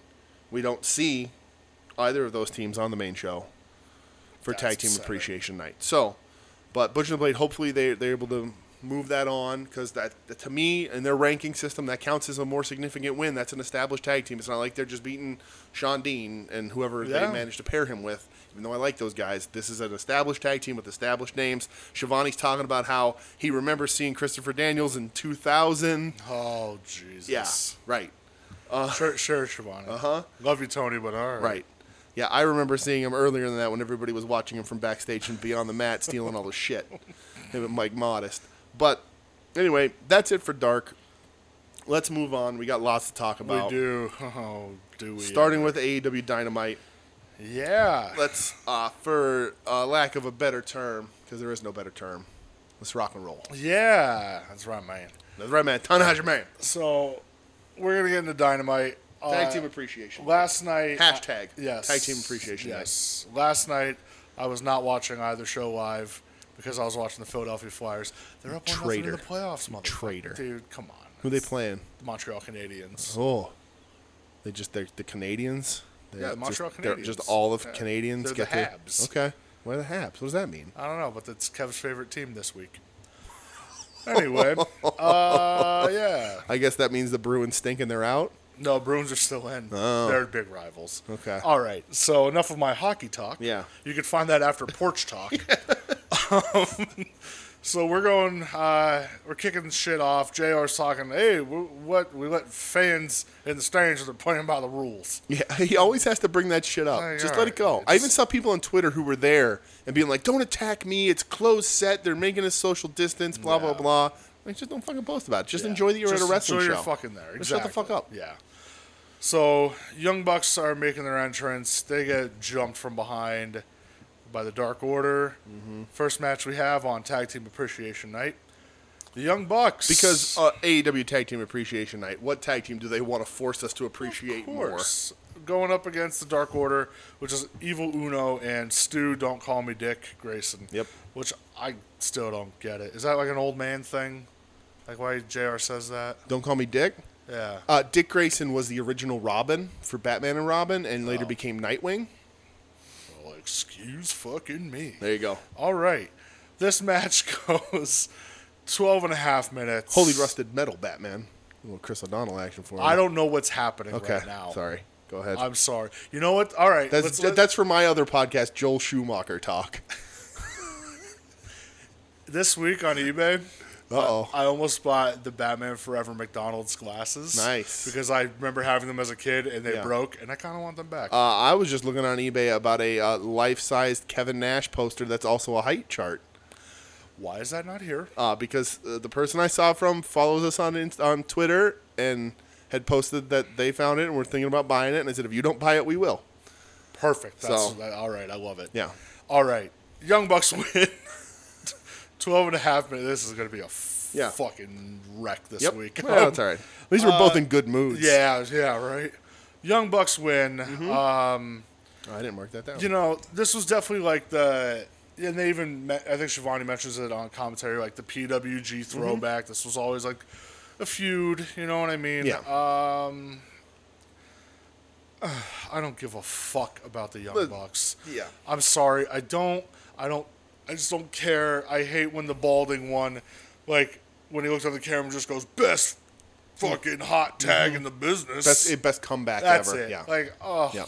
we don't see either of those teams on the main show for That's Tag Team exciting. Appreciation Night. So, but Butcher and Blade, hopefully they they're able to move that on because that, that to me in their ranking system that counts as a more significant win. That's an established tag team. It's not like they're just beating Sean Dean and whoever Yeah. they managed to pair him with. Even though I like those guys, this is an established tag team with established names. Shivani's talking about how he remembers seeing Christopher Daniels in 2000. oh Jesus. Yeah, right. Sure, sure, Shivani. Uh Uh-huh. Love you, Tony, but all right. Right. Yeah, I remember seeing him earlier than that when everybody was watching him from backstage and beyond the mat stealing all the shit. Him and Mike Modest. But anyway, that's it for Dark. Let's move on. We got lots to talk We about. do. Oh, do we? Starting with AEW Dynamite. Yeah. Let's, uh, for uh, lack of a better term, because there is no better term, let's rock and roll. Yeah. That's right, man. That's right, man. Tanahashi man. So we're gonna get into dynamite. Tag Uh, team appreciation. Last night. Hashtag. yes. Tag team appreciation. Yes. Last night, I was not watching either show live because I was watching the Philadelphia Flyers. They're up one nothing in traitor. the playoffs, motherfucker. traitor. Dude, come on. Who they playing? The Montreal Canadiens. Oh, they just they're the Canadians. They're Yeah, the Montreal just, they're Canadiens. Just all of Yeah. Canadians They're get the their- Habs. Okay, where are the Habs? What does that mean? I don't know, but that's Kev's favorite team this week. Anyway, uh, yeah. I guess that means the Bruins stink and they're out. No, Bruins are still in. Oh. They're big rivals. Okay. All right. So enough of my hockey talk. Yeah. You can find that after porch talk. Um, so we're going. Uh, we're kicking shit off. Jr's talking. Hey, w- what? We let fans in the stands. They're playing by the rules. Yeah, he always has to bring that shit up. Like, just all let it go. right, I it's- even saw people on Twitter who were there and being like, "Don't attack me. It's closed set. They're making us social distance. Blah blah Yeah. blah." Like, just don't fucking post about it. Just Yeah. enjoy that you're Just at a wrestling enjoy show. You're fucking there. Just shut the Exactly. fuck up. Yeah. So Young Bucks are making their entrance. They get jumped from behind Mm-hmm. by the Dark Order. First match we have on Tag Team Appreciation Night. The Young Bucks. Because uh, AEW Tag Team Appreciation Night, what tag team do they want to force us to appreciate more? course. Going up against the Dark Order, which is Evil Uno and Stu, don't call me Dick Grayson. Yep. Which I still don't get it. Is that like an old man thing? Like why JR says that? Don't call me Dick. Yeah. Uh, Dick Grayson was the original Robin for Batman and Robin, and Oh. later became Nightwing. Well, excuse fucking me. There you go. All right. This match goes 12 and a half minutes. Holy rusted metal, Batman. A little Chris O'Donnell action for you. I don't know what's happening Okay, right now. sorry. Go ahead. I'm sorry. You know what? All right. that's let's- let- that's for my other podcast, Joel Schumacher talk. this week on eBay. Uh oh. I almost bought the Batman Forever McDonald's glasses. Nice. Because I remember having them as a kid and they Yeah. broke, and I kind of want them back. Uh, I was just looking on eBay about a uh, life-sized Kevin Nash poster that's also a height chart. Why is that not here? uh, because uh, the person I saw from follows us on Inst- on Twitter and had posted that they found it and were thinking about buying it. And I said, if you don't buy it, we will. Perfect. That's, so- that- all right. I love it. Yeah. All right. Young Bucks win. 12 and a half minutes. This is going to be a f- Yeah. fucking wreck this Yep. week. Well, that's all right. At least we're both Uh, in good moods. Yeah, yeah, right. Young Bucks win. Mm-hmm. Um, Oh, I didn't mark that down. you know, this was definitely like the, and they even, me- I think Shivani mentions it on commentary, like the PWG Mm-hmm. throwback. This was always like a feud, you know what I mean? Yeah. Um, I don't give a fuck about the Young But- Bucks. yeah. I'm sorry. I don't, I don't, I just don't care. I hate when the balding one, like, when he looks at the camera and just goes, best fucking hot tag in the business. Mm-hmm. best eh, best comeback That's ever. it. Yeah. Like, oh, yeah.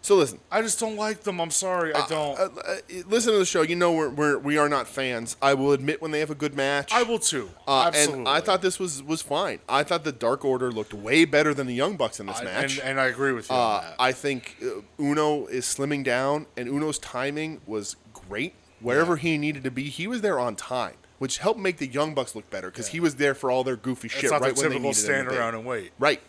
So listen, I just don't like them. I'm sorry. I don't. uh, uh, listen to the show. You know we're, we're we are not fans. I will admit when they have a good match. I will too. Uh, Absolutely. and I thought this was was fine. I thought the Dark Order looked way better than the Young Bucks in this I- match. and, and I agree with you. on Uh, that. I think uh, Uno is slimming down, and Uno's timing was great. Wherever he needed to be, he was there on time, which helped make the Young Bucks look better because he was there for all their goofy it's shit not right the when they typical needed him stand to be. around and wait. Right,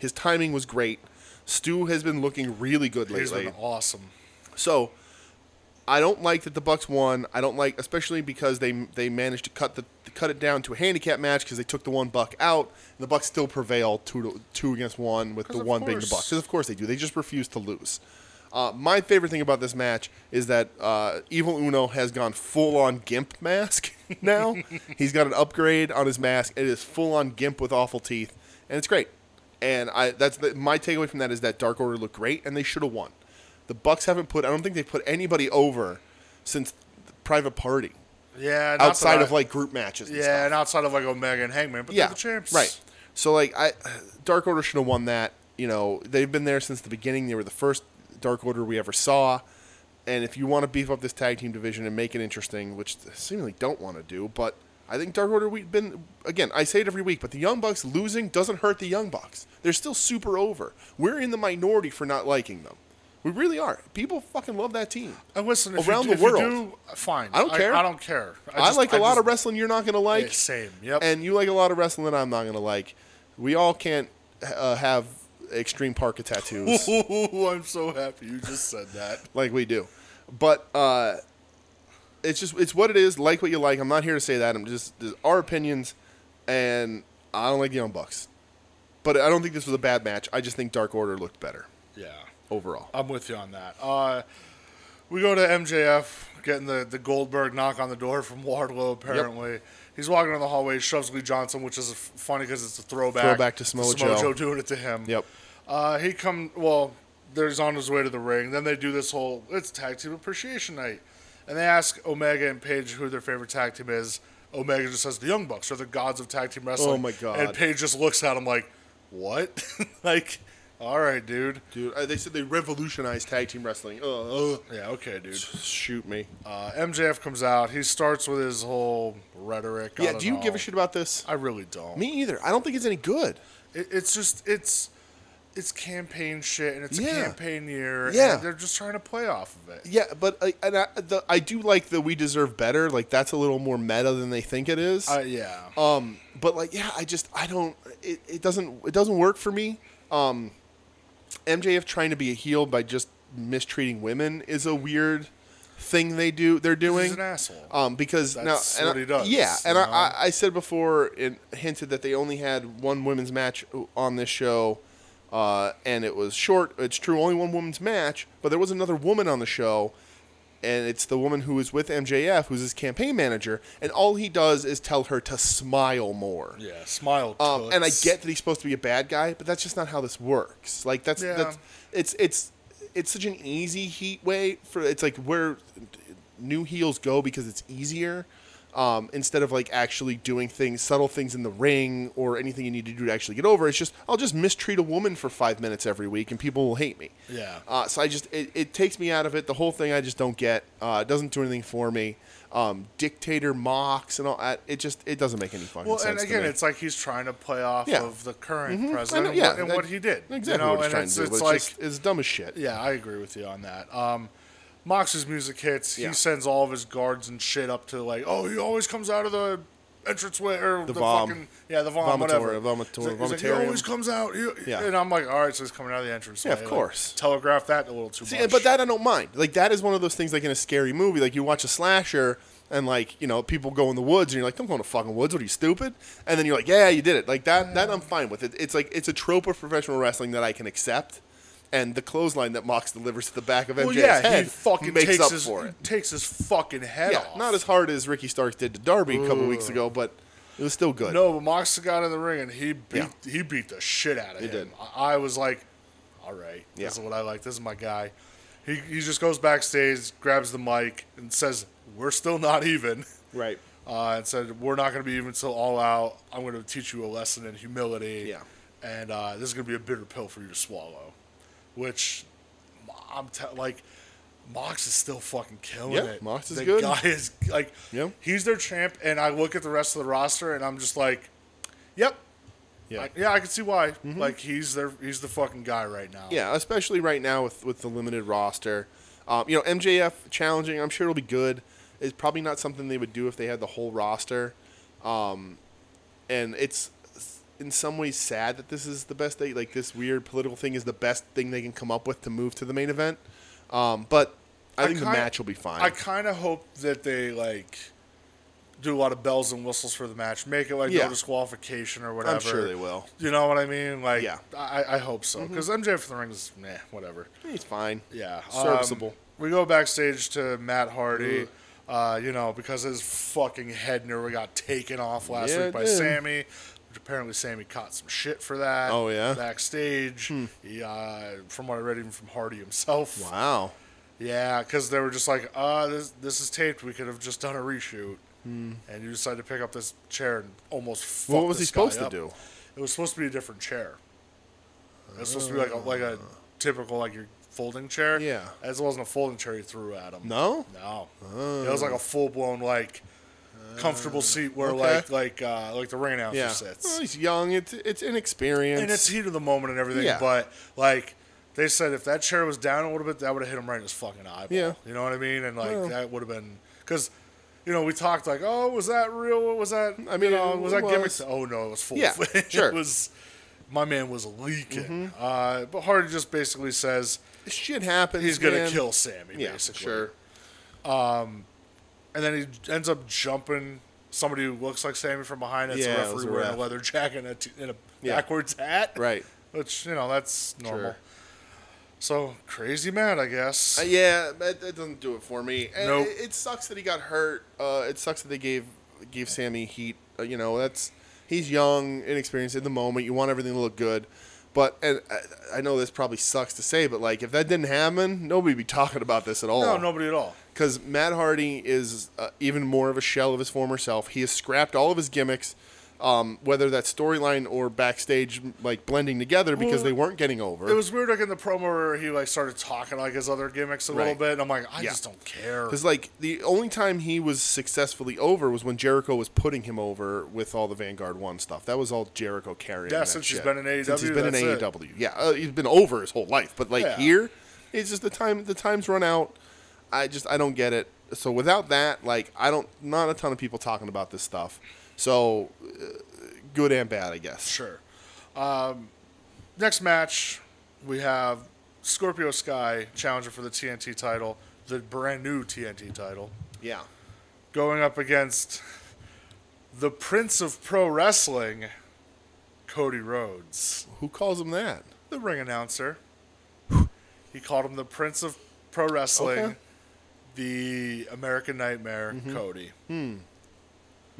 his timing was great. Stu has been looking really good He's lately. been awesome. So I don't like that the Bucks won. I don't like, especially because they they managed to cut the cut it down to a handicap match because they took the one Buck out. And the Bucks still prevail two to, two against one with 'Cause the of one being the course. Bucks. Because of course they do. They just refuse to lose. Uh, my favorite thing about this match is that uh, Evil Uno has gone full on gimp mask now. He's got an upgrade on his mask. It is full on gimp with awful teeth, and it's great. And I that's the, my takeaway from that is that Dark Order looked great, and they should have won. The Bucks haven't put. I don't think they've put anybody over since the Private Party Yeah. not that outside I- of like group matches. And Yeah, stuff. and outside of like Omega and Hangman, but yeah, they're the champs. right. So like I, Dark Order should have won that. You know they've been there since the beginning. They were the first Dark Order we ever saw. And if you want to beef up this tag team division and make it interesting, which they seemingly don't want to do, but I think Dark Order we've been again. I say it every week, but the Young Bucks losing doesn't hurt the Young Bucks. They're still super over. We're in the minority for not liking them. We really are. People fucking love that team. And listen, if Around you, the if you world. do, fine. I don't care. I, don't care. I, just- like a lot just- of wrestling you're not going to like. Yeah, same. Yep. And you like a lot of wrestling that I'm not going to like. We all can't uh, have extreme parka tattoos Ooh, I'm so happy you just said that. like we do. But uh, it's just it's what it is. Like what you like. I'm not here to say that. I'm just there's our opinions, and I don't like the Young Bucks. But I don't think this was a bad match. I just think Dark Order looked better Yeah. overall. I'm with you on that. Uh, we go to MJF getting the, the Goldberg knock on the door from Wardlow. Apparently, he's walking down the hallway, shoves Lee Johnson, which is f- funny because it's a throwback. Throwback to Samoa Joe. doing it to him. Yep. Uh, he come well. There's on his way to the ring. Then they do this whole it's tag team appreciation night, and they ask Omega and Paige who their favorite tag team is. Omega just says the Young Bucks are the gods of tag team wrestling. Oh my God. And Paige just looks at him like, "What? like, all right, dude. Dude, uh, they said they revolutionized tag team wrestling. Uh, uh, Yeah, okay, dude." shoot me. Uh, MJF comes out. He starts with his whole rhetoric. I Yeah, don't do you give know. a shit about this? I really don't. Me either. I don't think it's any good. It, it's just it's it's campaign shit, and it's Yeah. a campaign year. and Yeah. they're just trying to play off of it. Yeah, but I, and I, the, I do like that we deserve better. Like that's a little more meta than they think it is. Uh, yeah. um, but like yeah, I just I don't. It, it doesn't it doesn't work for me. Um, MJF trying to be a heel by just mistreating women is a weird thing they do they're doing. an asshole. Um, because That's now, and what I- he does, Yeah, and you I, know? I, I said before and hinted that they only had one women's match on this show, uh, and it was short. It's true, only one women's match, but there was another woman on the show, and it's the woman who is with MJF, who's his campaign manager, and all he does is tell her to smile more. Yeah, smile. Um, and I toots. get that he's supposed to be a bad guy, but that's just not how this works. Like that's Yeah. that's it's it's it's such an easy heat way for it's like where new heels go because it's easier um, instead of like actually doing things subtle things in the ring or anything you need to do to actually get over. It's just I'll just mistreat a woman for five minutes every week and people will hate me. Yeah. Uh, so I just it, it takes me out of it. The whole thing I just don't get. Uh, it doesn't do anything for me. Um, dictator mocks and all that. It just it doesn't make any fucking Well, sense. and to again, me. it's like he's trying to play off Yeah. of the current I president know, and what- and, that- what he did. you Exactly know, what he's and trying it's, to do. but It's It's, like, just, it's dumb as shit. yeah, I agree with you on that. Um, Mox's music hits. Yeah. He sends all of his guards and shit up to like, oh, he always comes out of the entranceway or the, vom. fucking yeah, the Vomitorium, vom, whatever. vomitor- He's like- he's like, he vomitorium. always comes out. He, Yeah. and I'm like, all right, so he's coming out of the entrance. Yeah, of course. telegraph that a little too See, much. but that I don't mind. Like that is one of those things. Like in a scary movie, like you watch a slasher and like you know people go in the woods and you're like, don't go in the fucking woods. What are you stupid? And then you're like, yeah, you did it. Like that. That I'm fine with it. It's like it's a trope of professional wrestling that I can accept. And the clothesline that Mox delivers to the back of MJF's well, yeah, head he fucking makes takes up his for it. takes his fucking head Yeah, off. not as hard as Ricky Starks did to Darby a couple weeks ago, but it was still good. No, but Mox got in the ring and he beat Yeah. he beat the shit out of him. did. I I was like, all right, Yeah. this is what I like. This is my guy. He he just goes backstage, grabs the mic, and says, "We're still not even." right. Uh, and said, "We're not going to be even till all out. I'm going to teach you a lesson in humility. Yeah. and uh, this is going to be a bitter pill for you to swallow." Which I'm te- like, Mox is still fucking killing Yeah, it. Mox is the good. guy is like, Yeah. he's their champ. And I look at the rest of the roster, and I'm just like, "Yep, Yeah. Mm-hmm. I, yeah, I can see why. Like he's their he's the fucking guy right now. Yeah, especially right now with with the limited roster. Um, you know, MJF challenging, I'm sure it'll be good. It's probably not something they would do if they had the whole roster. Um, and it's in some ways sad that this is the best they like this weird political thing is the best thing they can come up with to move to the main event. Um, but I, I think kinda- the match will be fine. I kind of hope that they like do a lot of bells and whistles for the match, make it like Yeah. no disqualification or whatever. sure they will. You know what I mean? Like, Yeah. Mm-hmm. I, I hope so because MJF in the ring is meh, whatever. it's fine. Yeah, um, Serviceable. we go backstage to Matt Hardy. Uh, you know, because his fucking head nearly got taken off last Yeah, it week by did. Sammy. Which apparently Sammy caught some shit for that. Oh, yeah? Hmm. Backstage. He, uh, from what I read, even from Hardy himself. Wow. Yeah, because they were just like, uh, this, this is taped. We could have just done a reshoot. And you decided to pick up this chair and almost fuck Hmm. What was this he guy supposed to up. do? It was supposed to be a different chair. It was supposed to be like a, like a typical like your folding chair. Yeah. as wasn't a folding chair he threw at him. No? Oh. no, it was like a full blown like comfortable seat where okay. like like uh, like the ring announcer Yeah. Oh, sits Well, he's young. It's it's inexperienced. and it's heat of the moment and everything. Yeah. But like they said, if that chair was down a little bit, that would have hit him right in his fucking eyeball. Yeah. you know what I mean. And like Well. that would have been because you know we talked like, oh, was that real? What was that? I mean, you know, it was that gimmick? was. Oh no, it was full. Yeah, sure. Mm-hmm. it was. My man was leaking. Uh, but Hardy just basically says shit happens. he's gonna man. kill Sammy. Yeah, basically. sure. and then he ends up jumping somebody who looks like Sammy from behind. That's Yeah, it a was referee a wearing ref. a leather jacket and a, t- and a Yeah. backwards hat. Right. Which you know that's normal. Sure. So crazy mad, I guess. Uh, yeah, that, that doesn't do it for me. And Nope. it, it sucks that he got hurt. Uh, it sucks that they gave gave Sammy heat. Uh, you know, that's he's young, inexperienced in the moment. You want everything to look good, but and uh, I, I know this probably sucks to say, but like if that didn't happen, nobody'd be talking about this at all no, nobody at all. because Matt Hardy is uh, even more of a shell of his former self. He has scrapped all of his gimmicks, um, whether that's storyline or backstage, like blending together because Well, they weren't getting over. It was weird, like in the promo where he like started talking like his other gimmicks a little Right. bit. And I'm like, I Yeah. just don't care. Because like the only time he was successfully over was when Jericho was putting him over with all the Vanguard One stuff. That was all Jericho carrying. Yeah, that since he's shit. been in Since he's AEW, been in that's it. AEW. Yeah, uh, he's been over his whole life. But like Yeah. here, it's just the time. The time's run out. I just I don't get it. So without that, like I don't not a ton of people talking about this stuff. So uh, good and bad, I guess. Sure. Um, next match, we have Scorpio Sky challenger for the TNT title. the brand new TNT title, Yeah. going up against the Prince of Pro Wrestling, Cody Rhodes, Who calls him that? the ring announcer. He called him the Prince of Pro Wrestling, Okay. Mm-hmm. the American Nightmare, Cody.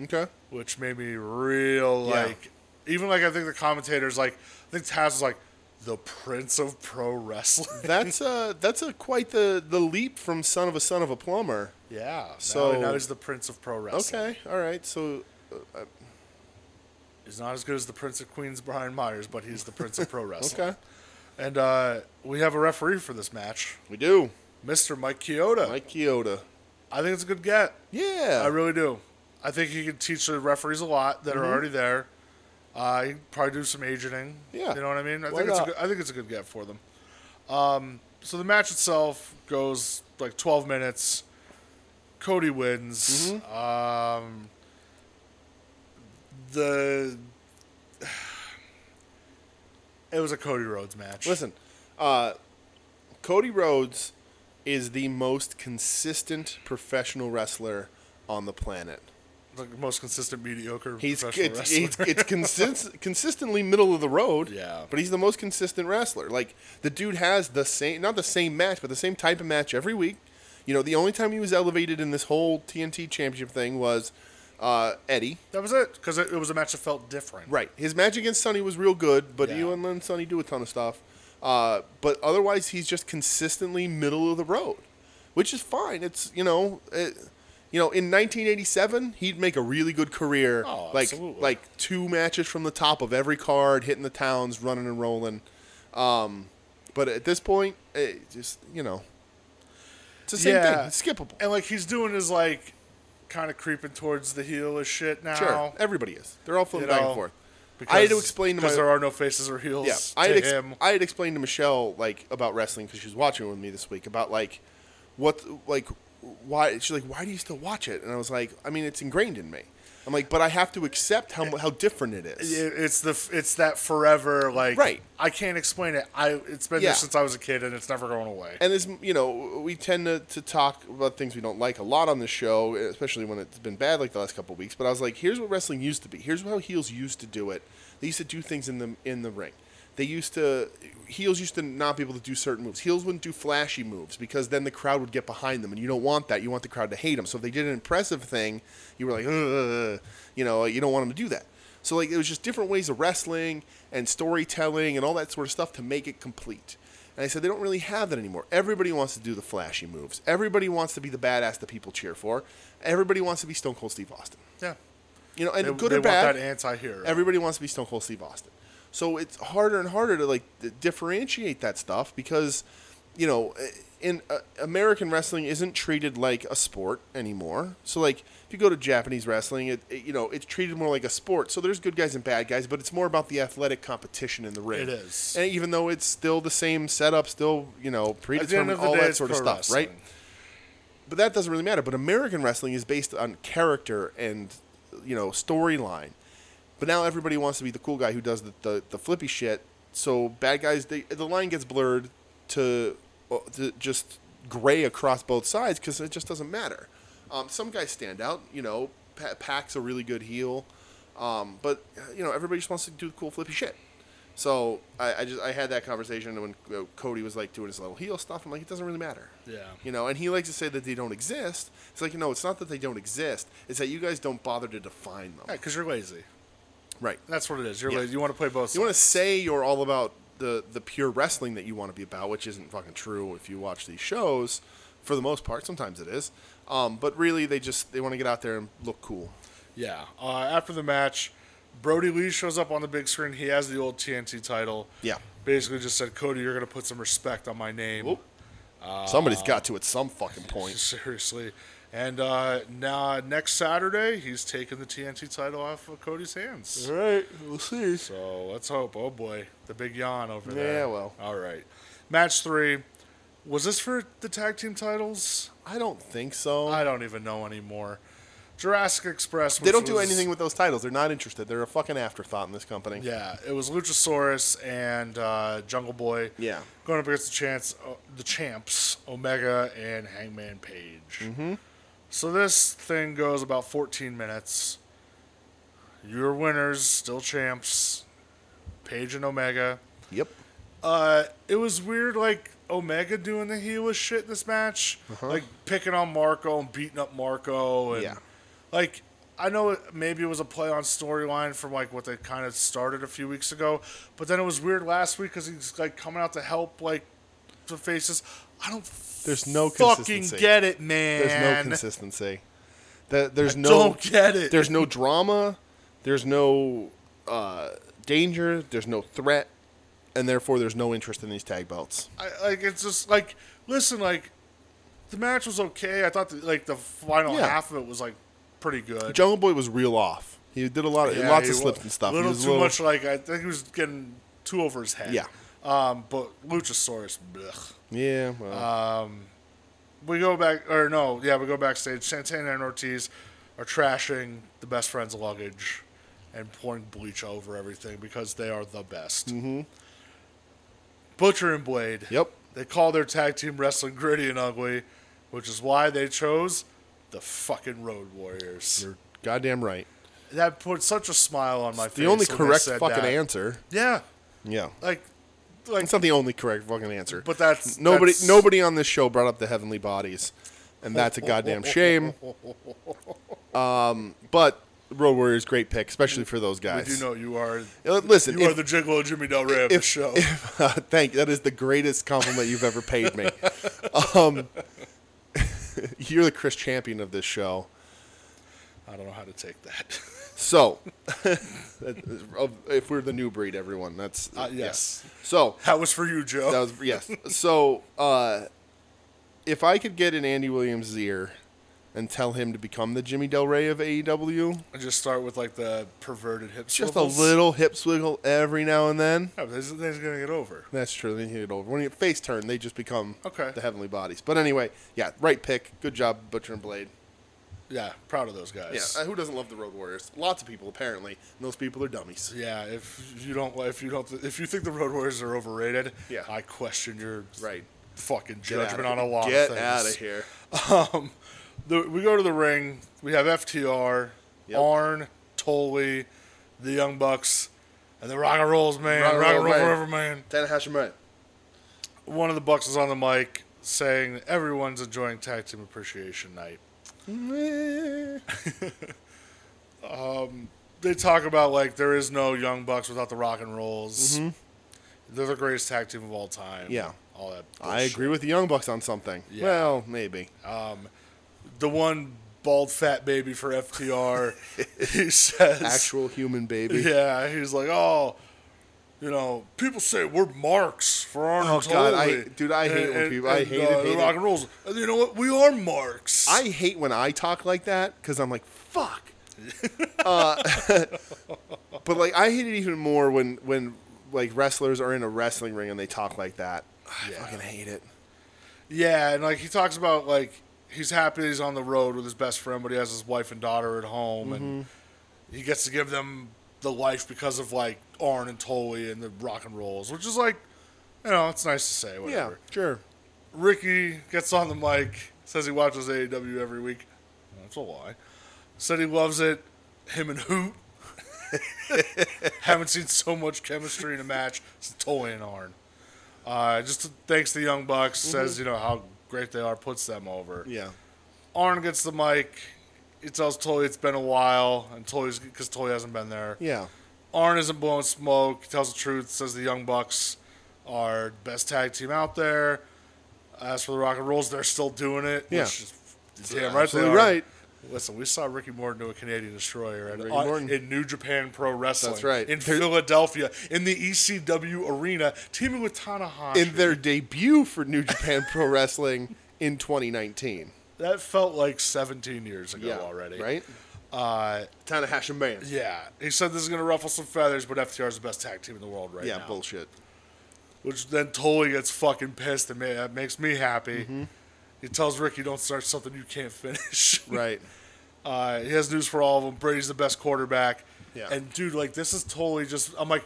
Okay. which made me real Yeah. like even like I think the commentators like I think Taz was like the Prince of Pro Wrestling. That's uh that's a quite the the leap from son of a son of a plumber. yeah. now- So- now, he's the Prince of Pro Wrestling. Okay. All right. So He's not as good as the Prince of Queens Brian Myers, but he's the Prince of Pro Wrestling. okay. And uh, we have a referee for this match, We do. Mr. Mike Chioda. Mike Kyoto. I think it's a good get. Yeah. I really do. I think he can teach the referees a lot Mm-hmm. that are already there. I probably do some agenting. Yeah. you know what I mean. I Why think it's a not? good, I think it's a good get for them. Um, so the match itself goes like 12 minutes. Cody wins. Mm-hmm. Um, the it was a Cody Rhodes match. Listen, uh, Cody Rhodes is the most consistent professional wrestler on the planet. the most consistent mediocre. He's professional it's, wrestler. he's, it's consist- consistently middle of the road. Yeah. But he's the most consistent wrestler. Like the dude has the same not the same match, but the same type of match every week. You know, the only time he was elevated in this whole TNT championship thing was uh, Eddie. that was it because it, it was a match that felt different. Right. His match against Sonny was real good, but Yeah. you and Lynn Sonny do a ton of stuff. Uh, but otherwise, he's just consistently middle of the road, which is fine. It's you know, it, you know, in 1987, he'd make a really good career, Oh, like absolutely. like two matches from the top of every card, hitting the towns, running and rolling. Um, but at this point, it just you know, it's the same Yeah. thing. It's skippable. And like he's doing his like kind of creeping towards the heel of shit now. Sure, everybody is. They're all flipping You back know, and forth. I had to explain to my because there are no faces or heels Yeah, to I had, ex- him. I had explained to Michelle like about wrestling because she was watching it with me this week about like what like why she's like why do you still watch it and I was like I mean it's ingrained in me I'm like but I have to accept how mu- how different it is It- it's the f- it's that forever like Right. I can't explain it. I it's been Yeah. there since I was a kid and it's never going away. and this you know we tend to, to talk about things we don't like a lot on this show especially when it's been bad like the last couple of weeks but i was like here's what wrestling used to be here's how heels used to do it they used to do things in the in the ring they used to heels used to not be able to do certain moves heels wouldn't do flashy moves because then the crowd would get behind them and you don't want that you want the crowd to hate them so if they did an impressive thing you were like Ugh, you know you don't want them to do that so like it was just different ways of wrestling and storytelling and all that sort of stuff to make it complete. And I said they don't really have that anymore. Everybody wants to do the flashy moves. Everybody wants to be the badass that people cheer for. Everybody wants to be Stone Cold Steve Austin. yeah, You know, and they, good they or bad, want that anti-hero. everybody wants to be Stone Cold Steve Austin. So it's harder and harder to like d- differentiate that stuff because, you know, uh, in uh, American wrestling isn't treated like a sport anymore. So like if you go to Japanese wrestling, it, it- you know it's treated more like a sport. So there's good guys and bad guys, but it's more about the athletic competition in the ring. It is. and even though it's still the same setup, still you know At the end predetermined, of the all day, that it's sort of pro stuff, right? wrestling. but that doesn't really matter. But American wrestling is based on character and you know storyline. But now everybody wants to be the cool guy who does the the, the flippy shit. So bad guys, they, the line gets blurred to, uh, to just gray across both sides because it just doesn't matter. Um, some guys stand out. You know, pa- Pac's a really good heel, um, but you know everybody just wants to do the cool flippy shit. So I, I just I had that conversation when uh, Cody was like doing his little heel stuff. I'm like, it doesn't really matter. Yeah. You know, and he likes to say that they don't exist. It's like, no, it's not that they don't exist. It's that you guys don't bother to define them. because you're lazy. Right. That's what it is. You're Yeah. lazy. You want to play both. You want to say you're all about the, the pure wrestling that you want to be about, which isn't fucking true if you watch these shows. For the most part, sometimes it is. Um, but really, they just they want to get out there and look cool. Yeah. Uh, after the match, Brody Lee shows up on the big screen. He has the old TNT title. Yeah. Basically just said, Cody, you're going to put some respect on my name. Whoop. Somebody's got to at some fucking point. Seriously. And uh, now next Saturday, he's taking the TNT title off of Cody's hands. All right, we'll see. So let's hope. Oh boy, the big yawn over Yeah, there. well. All right. Match three. Was this for the tag team titles? I don't think so. I don't even know anymore. Jurassic Express. They which don't do was- anything with those titles. They're not interested. They're a fucking afterthought in this company. Yeah, it was Luchasaurus and uh, Jungle Boy. Yeah. going up against the chance, uh, the champs Omega and Hangman Page. Mm-hmm. So this thing goes about 14 minutes. Your winners still champs, Page and Omega. Yep. Uh, it was weird, like Omega doing the heelish shit this match, like picking on Marco and beating up Marco, and Uh-huh. Yeah. like I know it- maybe it was a play on storyline from like what they kind of started a few weeks ago, but then it was weird last week because he's like coming out to help like the faces. I don't There's no fucking consistency. get it, man. There's no consistency. There- There's no. Don't get it. There's no drama. There's no uh, danger. There's no threat, and therefore there's no interest in these tag belts. I, like it's just like listen, like the match was okay. I thought the, like the final Yeah. half of it was like pretty good. Jungle Boy was real off. He did a lot of Yeah, lots of he wa- slips and stuff. Little he was too much. Like I think he was getting too over his head. Yeah. Um, but Luchasaurus. Blech. Yeah. Well, Uh, We go back, or no, yeah, we go backstage. Santana and Ortiz are trashing the best friend's luggage and pouring bleach over everything because they are the best. Mm-hmm. Butcher and Blade. Yep. They call their tag team wrestling gritty and ugly, which is why they chose the fucking Road Warriors. you're goddamn right. That put such a smile on my face. The only when they correct said fucking that. answer. Yeah, Yeah. like, like It's not the only correct fucking answer. But that's- nobody. that's- Nobody on this show brought up the heavenly bodies, and that's a goddamn shame. Um, but Road Warriors, great pick, especially for those guys. you know you are. Uh, Listen, You if- are the Gigolo Jimmy Del Rey of the if, show. if- thank you. That is the greatest compliment you've ever paid me. Um, you're the Chris Champion of this show. I don't know how to take that. So, of- if we're the new breed, everyone, that's Uh, yes. yeah. So That was for you, Joe. that was yes. So, uh, if I could get in Andy Williams' ear and tell him to become the Jimmy Del Rey of E AEW, I just start with like the perverted hip just a swivels. little hip swiggle every now and then. Yeah, but this is- this is gonna get over. That's true. They hit it over. When you face turn, they just become Okay. the heavenly bodies. But anyway, yeah, right pick. Good job, Butcher and Blade. Yeah, proud of those Yeah, guys. uh, who doesn't love the Road Warriors? Lots of people apparently. And those people are dummies. Yeah, If you don't, if you don't, if you think the Road Warriors are overrated, Yeah. I question your Right. fucking Get outta judgment here. on a lot Get of things. out of here. Um, the, we go to the ring. We have FTR, Yep. Arn, Tully, the Young Bucks, and the Rock and Rolls man. Rock Rock and and Roll Roll Man. Forever man. Tanahashi Murray. One of the Bucks is on the mic saying that everyone's enjoying Tag Team Appreciation Night. They talk about like there is no Young Bucks without the Rock and Rolls. They're the greatest tag team of all time. Mm-hmm. Yeah. all that. I bullshit. agree with the Young Bucks on something. Yeah. Well, maybe. The one bald fat baby for FTR, he says Actual human baby. Yeah, he's like, oh, you know, people say we're marks for our Oh, God, I- dude, I hate when people- I hate it, uh, the hate it. rock and rolls. And you know what? We are marks. I hate when I talk like that because I'm like, fuck. uh, but like, I hate it even more when when like wrestlers are in a wrestling ring and they talk like that. I Yeah. fucking hate it. yeah, and like he talks about like he's happy he's on the road with his best friend, but he has his wife and daughter at home, and Mm-hmm. he gets to give them the life because of like Arn and Tully and the rock and rolls, which is like, you know, it's nice to say. Whatever. sure. Ricky gets on the mic, says he watches AEW every week. That's a lie. Said he loves it. Him and Hoot. Haven't seen so much chemistry in a match since Toy and Arn. Uh, just thanks to the Young Bucks. Says you know how great they are. Puts them over. Yeah. Arn gets the mic. He tells Tully it's been a while, and Tully's because Tully hasn't been there. Yeah. Arn isn't blowing smoke. He tells the truth. Says the Young Bucks are the best tag team out there. As for the Rock and Rolls, they're still doing it. Yeah. Which is damn right. They absolutely are. right. Listen, we saw Ricky Morton do a Canadian Destroyer at, Ricky on- Morton. in New Japan Pro Wrestling. That's right. In Philadelphia, in the ECW arena, teaming with Tanahashi. In their debut for New Japan Pro Wrestling in 2019. that felt like 17 years ago already. Right? Uh, Tanahashi Man. yeah. He said this is going to ruffle some feathers, but FTR is the best tag team in the world right Yeah, now. bullshit. which then Tully gets fucking pissed at me. Mm-hmm. That makes me happy. He tells Ricky, "Don't start something you can't finish." Right. Uh, he has news for all of them. Brady's the best quarterback. Yeah. And dude, like this is totally just. I'm like,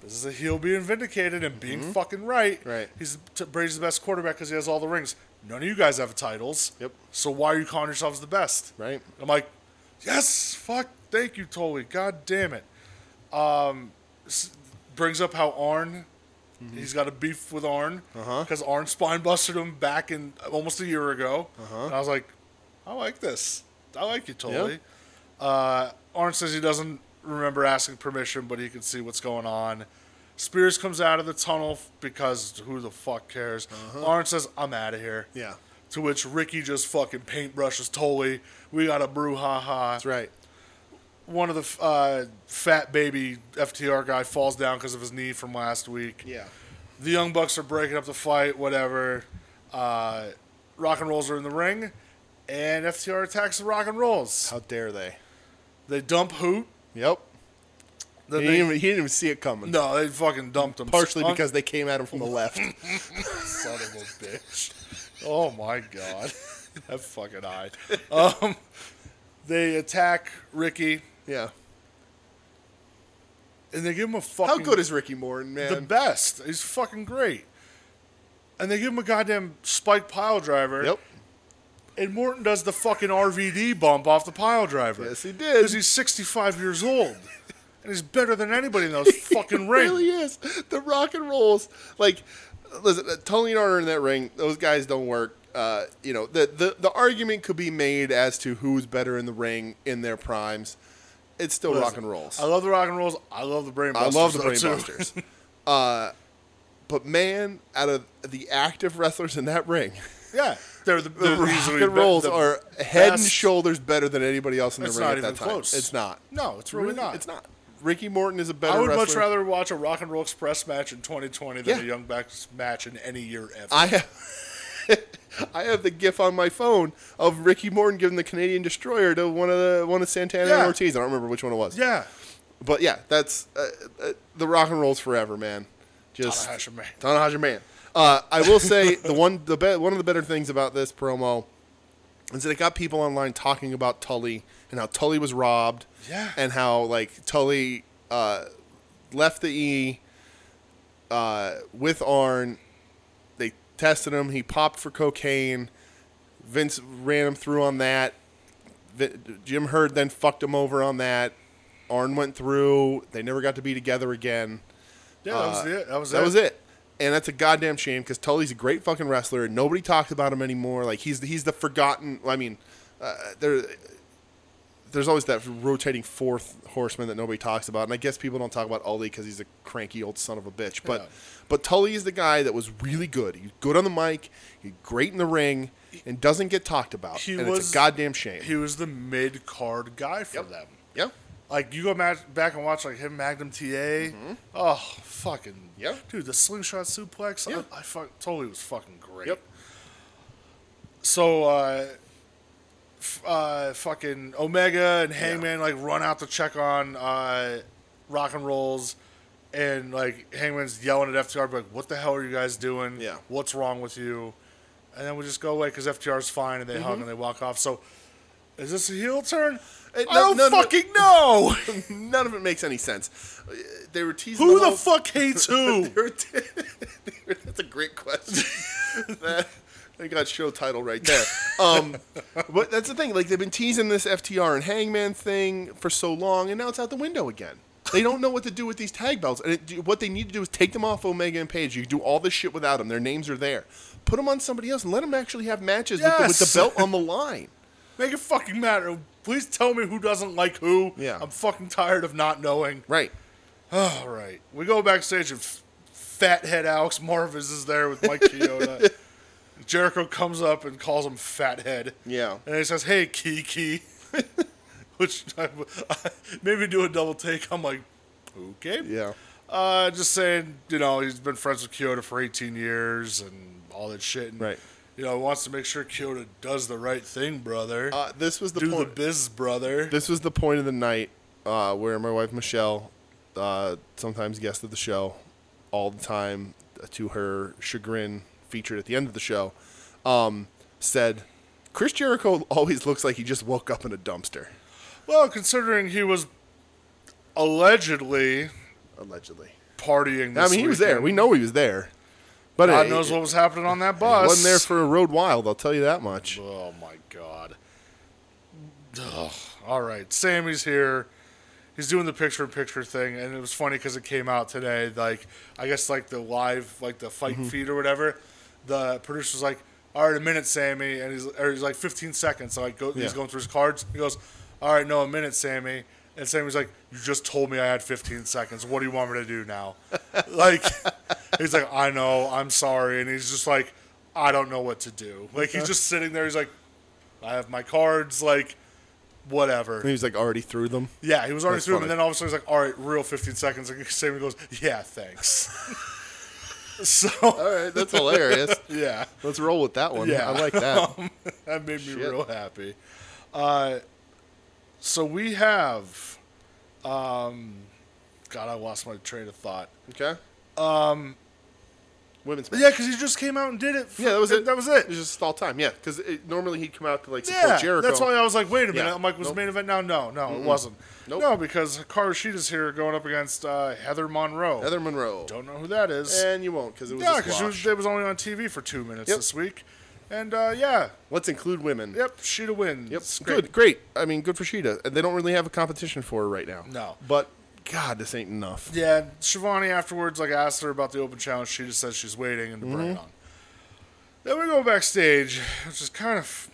this is a heel being vindicated and being fucking right. Mm-hmm. Right. He's t- Brady's the best quarterback because he has all the rings. None of you guys have titles. Yep. So why are you calling yourselves the best? Right. I'm like, yes, fuck, thank you, Tully. God damn it. Um, s- brings up how Arn, he's got a beef with Arn because uh-huh. Arn spine busted him back in almost a year ago. Uh-huh. And I was like, I like this. I like you, Tully. Uh, Arn says he doesn't remember asking permission, but he can see what's going on. Spears comes out of the tunnel f- because who the fuck cares? Arn says, I'm out of here. Yeah. To which Ricky just fucking paintbrushes Tully. We got a brouhaha. That's right. One of the f- uh, fat baby FTR guy falls down because of his knee from last week. Yeah. The Young Bucks are breaking up the fight, whatever. Uh, rock and Rolls are in the ring, and FTR attacks the Rock and Rolls. How dare they? They dump Hoot. Yep. Then He they- didn't, even, he didn't even see it coming. no, they fucking dumped him. Partially Un- because they came at him from the left. son of a bitch. Oh my god, that fucking eye. Um, they attack Ricky yeah. and they give him a fucking. How good is Ricky Morton, man? the best? He's fucking great. And they give him a goddamn spike pile driver. Yep. And Morton does the fucking RVD bump off the pile driver. Yes, he did. Because he's 65 years old. And he's better than anybody in those fucking rings. really is. The rock and rolls, like, listen, uh, Tully and Arn are in that ring. Those guys don't work. Uh, you know, the, the the argument could be made as to who's better in the ring in their primes. It's still rock and rolls. I love the rock and rolls. I love the brain I busters. love the though, too. brainbusters. uh, but man, out of the active wrestlers in that ring, yeah. They're the, the they're rock easily and be- rolls the are head and best. shoulders better than anybody else in the It's ring not at even that time. close. It's not. No, it's really not. It's not. Ricky Morton is a better. I would much wrestler. rather watch a Rock and Roll Express match in 2020 than Yeah. a Young Bucks match in any year ever. I have I have the gif on my phone of Ricky Morton giving the Canadian Destroyer to one of the one of Santana and Yeah. Ortiz. I don't remember which one it was. yeah. but yeah, that's uh, uh, the rock and rolls forever, man. Just Tanahashi, man. Tanahashi man. Uh, I will say the one the be- one of the better things about this promo is that it got people online talking about Tully and how Tully was robbed. Yeah. And how like Tully uh, left the E uh, with Arn. They tested him. He popped for cocaine. Vince ran him through on that. Vi- Jim Hurd then fucked him over on that. Arn went through. They never got to be together again. Yeah, that was it. That was Uh, That it. was it. And that's a goddamn shame because Tully's a great fucking wrestler. and Nobody talks about him anymore. Like he's he's the forgotten. I mean, uh, there there's always that rotating fourth horseman that nobody talks about. And I guess people don't talk about Ully because he's a cranky old son of a bitch. But Yeah. but Tully is the guy that was really good. He's good on the mic. He's great in the ring, and doesn't get talked about. He and it's was- a goddamn shame. He was the mid card guy for them. yeah. Like you go ma- back and watch like him, Magnum TA. Oh, fucking Yeah. dude! The slingshot suplex. Yeah. I, I fuck, totally was fucking great. Yep. So, uh, f- uh, fucking Omega and Hangman like run out to check on uh, Rock and Rolls, and like Hangman's yelling at FTR, like, "What the hell are you guys doing? Yeah. what's wrong with you?" And then we just go away because FTR's fine, and they Mm-hmm. hug and they walk off. So, is this a heel turn? It- I no- don't Uh, no, no. fucking know. None of it makes any sense. Uh, They were teasing. Who the, the whole- fuck hates who? They were t- they were- That's a great question. that, they got show title right there. Um, but that's the thing. Like they've been teasing this FTR and Hangman thing for so long, and now it's out the window again. They don't know what to do with these tag belts, and it, what they need to do is take them off Omega and Page. You can do all this shit without them. Their names are there. Put them on somebody else and let them actually have matches with, the, with Yes. the belt on the line. Make it fucking matter. Please tell me who doesn't like who. Yeah. I'm fucking tired of not knowing. Right. All right. We go backstage and f- Fathead Alex Marvis is there with Mike Chioda. Jericho comes up and calls him Fathead. Yeah. And he says, hey, Kiki. Which I, I maybe do a double take. I'm like, okay. Yeah. Uh, just saying, you know, he's been friends with Kyoto for 18 years and all that shit. And, Right. You know, wants to make sure Kyoto does the right thing, brother. Uh, this was the do point. the biz, brother. this was the point of the night uh, where my wife Michelle, uh, sometimes guest of the show, all the time, uh, to her chagrin, featured at the end of the show, um, said, Chris Jericho always looks like he just woke up in a dumpster, Well, considering he was allegedly allegedly. partying. This I mean, he was there. weekend. We know he was there. But God it, knows it- what was happening on that it bus. wasn't there for a road wild, I'll tell you that much. Oh my god. Ugh. All right, Sammy's here. He's doing the picture in picture thing, and it was funny because it came out today. Like I guess like the live like the fight feed or whatever. The producer's like, "All right, a minute, Sammy," and he's or he's like 15 seconds. So like go, Yeah. he's going through his cards. He goes, "All right, no, a minute, Sammy." And Sammy's like, "You just told me I had 15 seconds. What do you want me to do now?" like he's like, "I know, I'm sorry," and he's just like, "I don't know what to do." Like he's just sitting there. He's like, I have my cards, like, And whatever. he was like already through them. Yeah, he was already That's through them, funny. and then all of a sudden he's like, all right, real 15 seconds. And Sammy goes, yeah, thanks. so, All right, that's hilarious. yeah, Let's roll with that one. Yeah. I like that. that made me Shit. real happy. Uh, so we have, um, God, I lost my train of thought. Okay. Um, women's. But match. yeah, because he just came out and did it. for- Yeah, that was it. That was it. It's just all time. Yeah, because normally he'd come out to like support Yeah, Jericho. that's why I was like, wait a Yeah. minute. I'm like, was Nope. the main event now? No, no, it wasn't. Nope. No, because Karashita's here going up against uh, Heather Monroe. Heather Eh, Monroe. Don't know who that is. And you won't because it was yeah, a because squash. it was only on TV for two minutes Yep. this week. And uh, yeah, Let's include women. yep, Sheeta wins. Yep. Great. Good. Great. I mean, good for Sheeta. And They don't really have a competition for her right now. No. But God, this ain't enough. Yeah, Shivani afterwards, like, asked her about the open challenge. She just says she's waiting and to bring Mm-hmm. it on. Then we go backstage, which is kind of.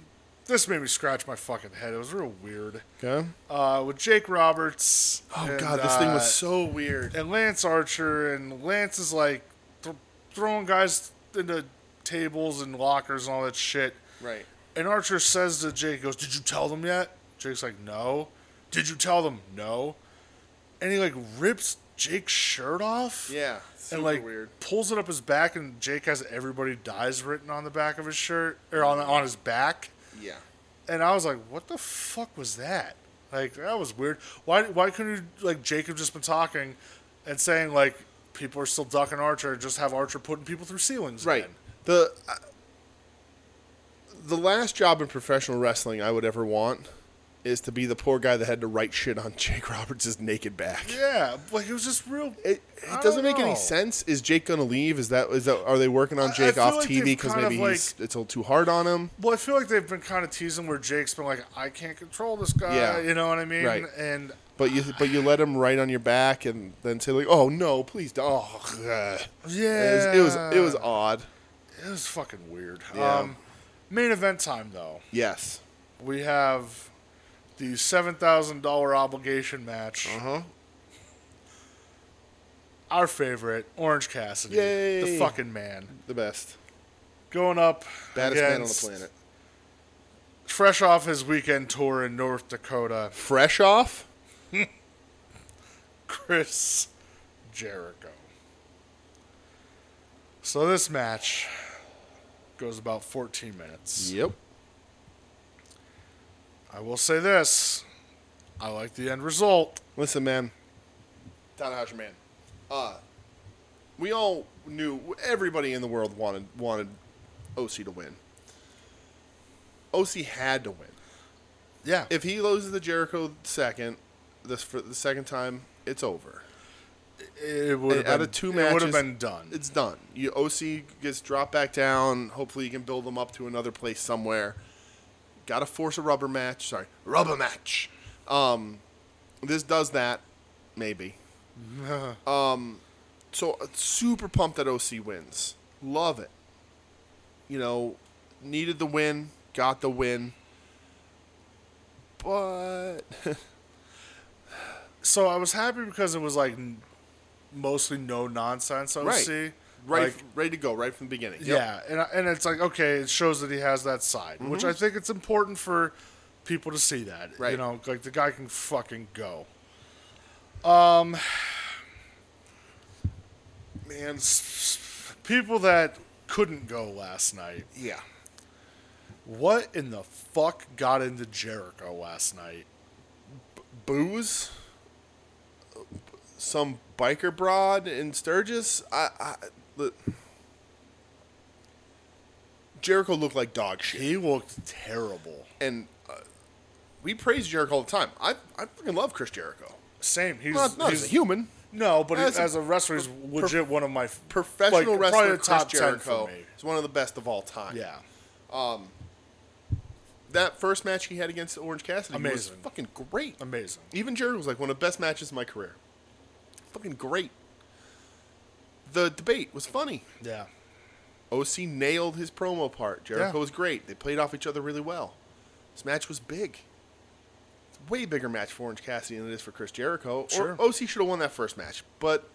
This made me scratch my fucking head. It was real weird. Okay. Uh, with Jake Roberts. Oh and, God, this thing uh, was so weird. and Lance Archer, and Lance is like th- throwing guys into tables and lockers and all that shit. Right. And Archer says to Jake, he "Goes, did you tell them yet?" Jake's like, "No." Did you tell them? No. And he like rips Jake's shirt off. Yeah. Super and like weird. pulls it up his back, and Jake has "Everybody dies" written on the back of his shirt or on on his back. Yeah. And I was like, "What the fuck was that?" Like that was weird. Why why couldn't you like Jake have just been talking and saying like people are still ducking Archer, just have Archer putting people through ceilings? Right. again? The uh, the last job in professional wrestling I would ever want is to be the poor guy that had to write shit on Jake Roberts' naked back. Yeah, like it was just real. It, I it doesn't don't make any know. sense. Is Jake gonna leave? Is that is that are they working on I Jake feel off like TV they've because kind maybe of, he's it's a little too hard on him? Well, I feel like they've been kind of teasing where Jake's been like, I can't control this guy. Yeah. You know what I mean? Right. And But you but you let him right on your back and then say like, oh no, please don't. Oh, ugh. yeah, It, was, it was it was odd. it was fucking weird. Yeah. Um, main event time though, Yes. we have the seven thousand dollar obligation match. huh. Our favorite, Orange Cassidy, the Yay. fucking man, The best, going up baddest man on the against- planet. fresh off his weekend tour in North Dakota, Fresh off. Chris Jericho. So this match goes about 14 minutes. Yep. I will say this. I like the end result. Listen, man. Tanahashi man. Uh, we all knew everybody in the world wanted wanted OC to win. OC had to win. Yeah. If he loses the Jericho second, this for the second time, it's over. it would have out been, of two it would matches, have been done. It's done. You OC gets dropped back down. Hopefully, you can build them up to another place somewhere. Got to force a rubber match. Sorry, rubber match. Um, this does that, maybe. um, so uh, super pumped that OC wins. Love it. You know, needed the win, got the win. But So I was happy because it was like n- mostly no nonsense OC. right, right, Like, ready to go right from the beginning. Yep. Mm-hmm. Yeah, and I- and it's like okay, it shows that he has that side, which I think it's important for people to see that. You Right. know, like the guy can fucking go. Um, man, s- s- people that couldn't go last night. yeah. What in the fuck got into Jericho last night? booze, some biker broad in Sturgis. I, I the, Jericho looked like dog shit, He looked terrible. and uh, we praise Jericho all the time. I I fucking love Chris Jericho. Same. He's Not, not he's, as a human, No, but As he, a as a wrestler, he's legit one of my f- like, professional probably wrestler the Chris top 10 for Jericho me. is one of the best of all time. Yeah, that first match he had against Orange Cassidy Amazing. was fucking great. amazing. Even Jericho was like one of the best matches in my career. Fucking great. The debate was funny. Yeah, OC nailed his promo part. Jericho Yeah. was great. They played off each other really well. This match was big. It's a way bigger match for Orange Cassidy than it is for Chris Jericho. Sure. Or OC should have won that first match, but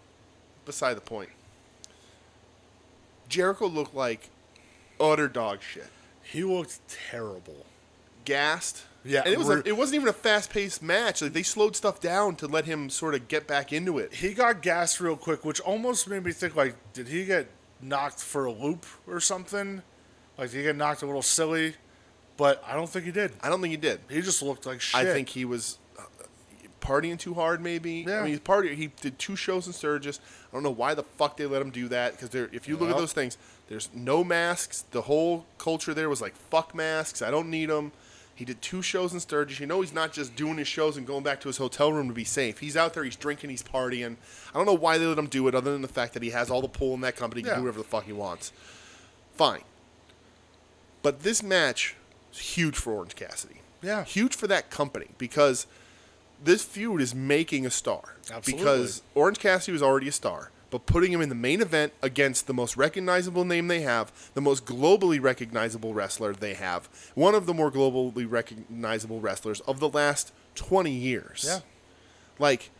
beside the point. Jericho looked like utter dog shit. he looked terrible. Gassed. Yeah, And it was a, we're- it wasn't even a fast paced match. Like they slowed stuff down to let him sort of get back into it. He got gassed real quick, which almost made me think like, did he get knocked for a loop or something? Like, did he get knocked a little silly? But I don't think he did. I don't think he did. He just looked like shit. I think he was uh, partying too hard. Maybe. I Yeah. mean, he's party. He did two shows in Sturgis. I don't know why the fuck they let him do that. Because if you look at Yep. those things, there's no masks. The whole culture there was like fuck masks. I don't need them. He did two shows in Sturgis. You know he's not just doing his shows and going back to his hotel room to be safe. He's out there. He's drinking. He's partying. I don't know why they let him do it, other than the fact that he has all the pull in that company. He can Yeah. do whatever the fuck he wants. Fine. But this match is huge for Orange Cassidy. Yeah. Huge for that company because this feud is making a star. Absolutely. Because Orange Cassidy was already a star, but putting him in the main event against the most recognizable name they have, the most globally recognizable wrestler they have, one of the more globally recognizable wrestlers of the last 20 years. Yeah. Like,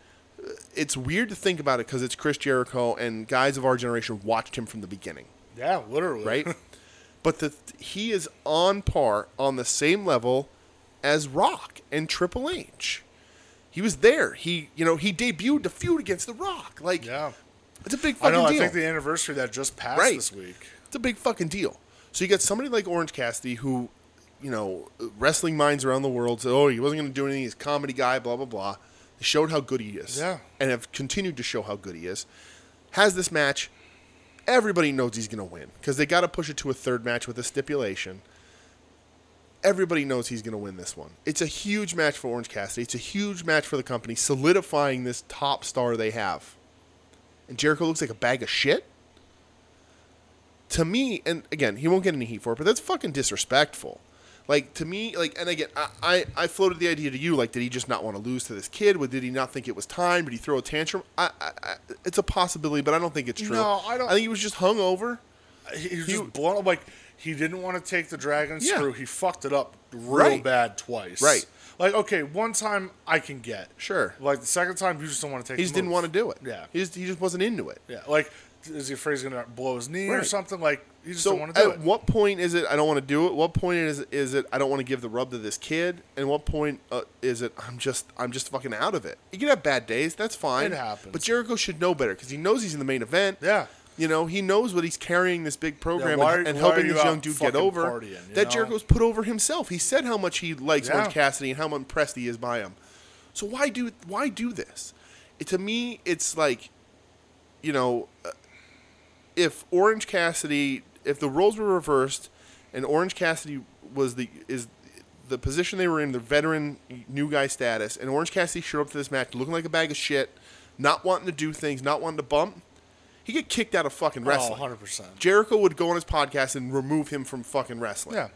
it's weird to think about it because it's Chris Jericho and guys of our generation watched him from the beginning Yeah, literally. right? but the, he is on par, on the same level as Rock and Triple H. He was there. He, you know, he debuted the feud against The Rock. Like, Yeah. it's a big I fucking know. deal. I think the anniversary that just passed Right. this week. It's a big fucking deal. So you got somebody like Orange Cassidy who, you know, wrestling minds around the world said, oh, he wasn't going to do anything. He's a comedy guy, blah, blah, blah. They showed how good he is. Yeah. And have continued to show how good he is. Has this match. Everybody knows he's going to win because they got to push it to a third match with a stipulation. Everybody knows he's going to win this one. It's a huge match for Orange Cassidy. It's a huge match for the company, solidifying this top star they have. And Jericho looks like a bag of shit to me, and again, he won't get any heat for it, but that's fucking disrespectful. Like to me, like, and again, I, I, I floated the idea to you, like, did he just not want to lose to this kid? Or did he not think it was time? Did he throw a tantrum? I, I, I it's a possibility, but I don't think it's true. No, I don't- I think he was just hungover. He, he was just blown. Like he didn't want to take the dragon Yeah. screw. He fucked it up real Right. bad twice. Right. Like okay, one time I can get Sure. Like the second time, you just don't want to take. He just didn't want to do it. Yeah. he just, he just wasn't into it. Yeah. Like is he afraid he's gonna blow his knee or Right. something? Like you just So don't want to do at it. what point is it I don't want to do it? What point is is it I don't want to give the rub to this kid? And what point uh, is it I'm just I'm just fucking out of it? You can have bad days, that's fine. It happens. But Jericho should know better because he knows he's in the main event. Yeah. You know he knows what he's carrying this big program why and, are- and why helping are you this young out dude get fucking over. partying, you that know? Jericho's put over himself. He said how much he likes Yeah. Orange Cassidy and how impressed he is by him. So why do why do this? It, to me, it's like, you know, if Orange Cassidy, if the roles were reversed, and Orange Cassidy was the is the position they were in, the veteran new guy status, and Orange Cassidy showed up to this match looking like a bag of shit, not wanting to do things, not wanting to bump, he get kicked out of fucking Oh, wrestling. 100 percent. Jericho would go on his podcast and remove him from fucking wrestling. Yeah.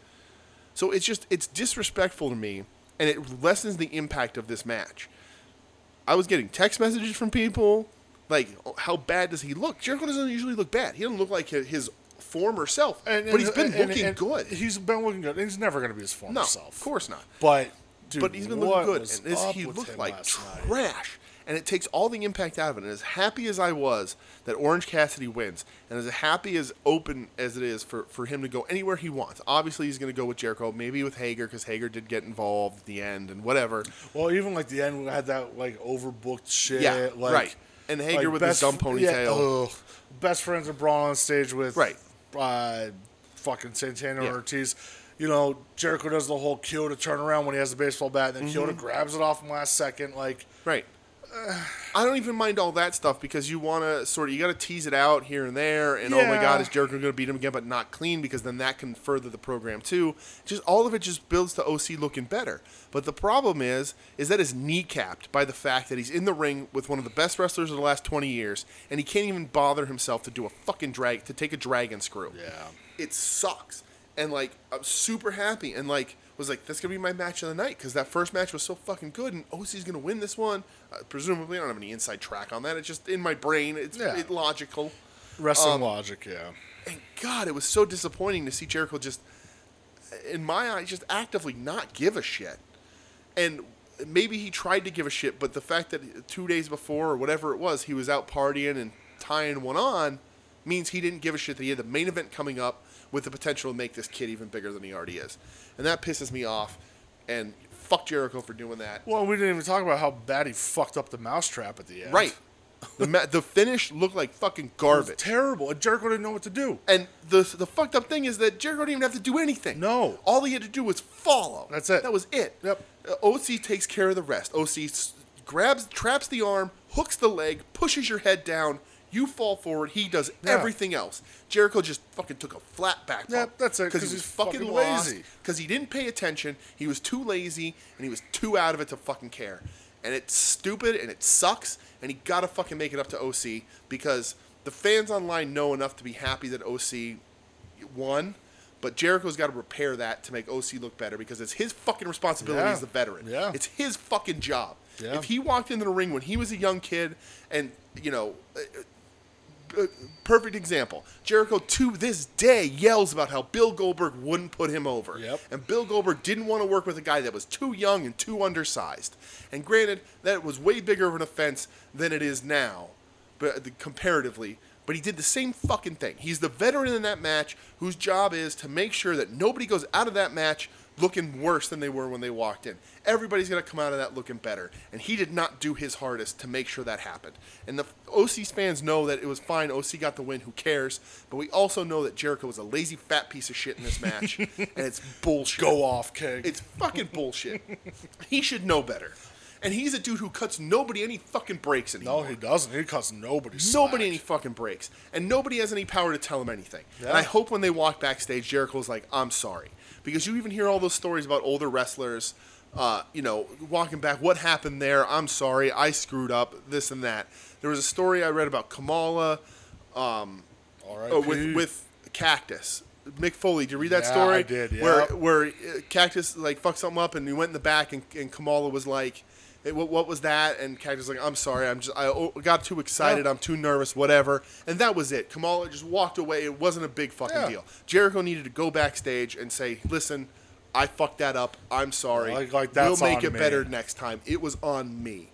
So it's just it's disrespectful to me, and it lessens the impact of this match. I was getting text messages from people like, oh, "How bad does he look?" Jericho doesn't usually look bad. He doesn't look like hi- his former self, And- but and- he's been and- looking and- good. He's been looking good. He's never gonna be his former no, self. of course not. But dude, but he's been what looking good, was and this, up he with looked him like last night? trash. And it takes all the impact out of it. And as happy as I was that Orange Cassidy wins, and as happy as open as it is for, for him to go anywhere he wants, obviously he's going to go with Jericho, maybe with Hager, because Hager did get involved at the end and whatever. Well, even like the end we had that like overbooked shit. Yeah, like, right. And Hager with his best dumb fr- ponytail. ugh. best friends of Braun on stage with Right. uh, fucking Santana Yeah. and Ortiz. You know, Jericho Mm-hmm. does the whole Kyoto turn around when he has the baseball bat, and then Kyoto grabs it off him last second. Like, Right. Uh, I don't even mind all that stuff because you want to sort of you got to tease it out here and there, and oh my Yeah. God, is Jericho going to beat him again? But not clean because then that can further the program too. Just all of it just builds to OC looking better. But the problem is, is that is kneecapped by the fact that he's in the ring with one of the best wrestlers of the last twenty years, and he can't even bother himself to do a fucking drag to take a dragon screw Yeah. it sucks. And like I'm super happy and like was like that's gonna be my match of the night because that first match was so fucking good and OC's gonna win this one. Uh, presumably, I don't have any inside track on that. It's just in my brain. It's Yeah. it's logical. Wrestling logic, yeah. And God, it was so disappointing to see Jericho just, in my eyes, just actively not give a shit. And maybe he tried to give a shit, but the fact that two days before or whatever it was, he was out partying and tying one on means he didn't give a shit that he had the main event coming up with the potential to make this kid even bigger than he already is. And that pisses me off. And fuck Jericho for doing that. Well, we didn't even talk about how bad he fucked up the mousetrap at the end. Right. The, ma- the finish looked like fucking It was garbage. terrible. And Jericho didn't know what to do. And the the fucked up thing is that Jericho didn't even have to do anything. No. all he had to do was follow. That's it. That was it. Yep. Uh, OC takes care of the rest. OC s- grabs, traps the arm, hooks the leg, pushes your head down. You fall forward. He does Yeah. everything else. Jericho just fucking took a flat back. Yep, that's it, Because he was fucking, lazy. Because he didn't pay attention. He was too lazy, and he was too out of it to fucking care. And it's stupid, and it sucks. And he gotta fucking make it up to OC because the fans online know enough to be happy that OC won. But Jericho's got to repair that to make OC look better because it's his fucking responsibility Yeah. as the veteran. Yeah. It's his fucking job. Yeah. If he walked into the ring when he was a young kid and, you know, uh, uh, perfect example. Jericho to this day yells about how Bill Goldberg wouldn't put him over. Yep. And Bill Goldberg didn't want to work with a guy that was too young and too undersized. And granted, that was way bigger of an offense than it is now, but uh, comparatively. But he did the same fucking thing. He's the veteran in that match whose job is to make sure that nobody goes out of that match looking worse than they were when they walked in. Everybody's going to come out of that looking better. And he did not do his hardest to make sure that happened. And the OC's fans know that it was fine. OC got the win. Who cares? But we also know that Jericho was a lazy, fat piece of shit in this match. and it's bullshit. Go off, keg. It's fucking bullshit. he should know better. And he's a dude who cuts nobody any fucking breaks anymore. no, he doesn't. He cuts nobody. Nobody slack. any fucking breaks, and nobody has any power to tell him anything. Yeah. And I hope when they walk backstage, Jericho's like, "I'm sorry," because you even hear all those stories about older wrestlers, uh, you know, walking back. What happened there? I'm sorry, I screwed up. This and that. There was a story I read about Kamala All right. uh, with with Cactus. Mick Foley, did you read that Yeah, story? I did, yeah. Where where uh, Cactus like fucked something up, and he went in the back, and, and Kamala was like, "Hey, "What what was that?" And Cactus was like, "I'm sorry, I'm just I oh, got too excited, Yeah. I'm too nervous, whatever." And that was it. Kamala just walked away. It wasn't a big fucking Yeah. deal. Jericho needed to go backstage and say, "Listen, I fucked that up. I'm sorry. Like- like, that's we'll make on it me." better next time. It was on me.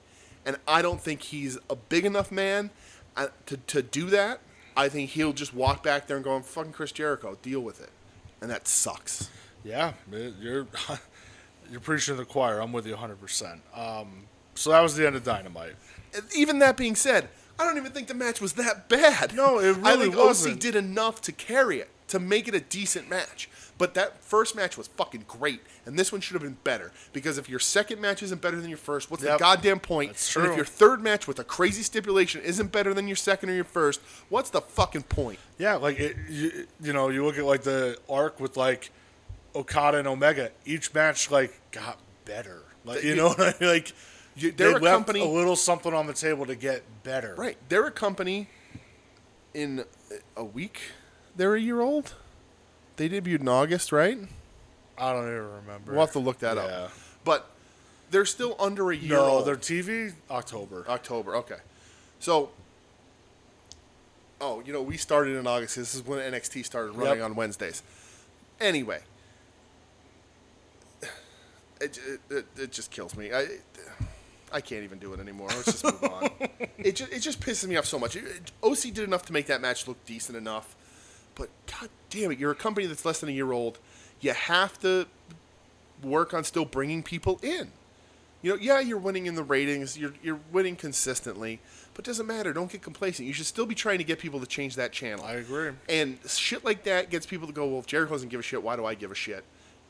And I don't think he's a big enough man uh, to, to do that. I think he'll just walk back there and go, I'm fucking Chris Jericho. Deal with it. And that sucks. Yeah, man, you're you're preaching to the choir. I'm with you 100. percent Um, so that was the end of Dynamite. And Even that being said, I don't even think the match was that bad. No, it I really think wasn't. OC did enough to carry it, to make it a decent match. But that first match was fucking great, and this one should have been better. Because if your second match isn't better than your first, what's Yep. the goddamn point? That's And if true. your third match with a crazy stipulation isn't better than your second or your first, what's the fucking point? Yeah, like it, you, you know, you look at like the arc with like Okada and Omega. Each match like got better. Like you know, what I mean? like You- they they're a left company- a little something on the table to get better. Right. They're a company in a week, they're a year old. They debuted in August, right? I don't even remember. We'll have to look that up. Yeah. But they're still under a year No, old. their TV October. October. Okay. So, oh, you know, we started in August. This is when NXT started running Yep. on Wednesdays. Anyway, it, it, it, it just kills me. I I can't even do it anymore. Let's just move on. It just, it just pisses me off so much. It- it- OC did enough to make that match look decent enough, but god damn it, you're a company that's less than a year old. You have to work on still bringing people in. You know, yeah, you're winning in the ratings. You're you're winning consistently, but it doesn't matter. Don't get complacent. You should still be trying to get people to change that channel. I agree. And shit like that gets people to go, well, if Jericho doesn't give a shit, why do I give a shit?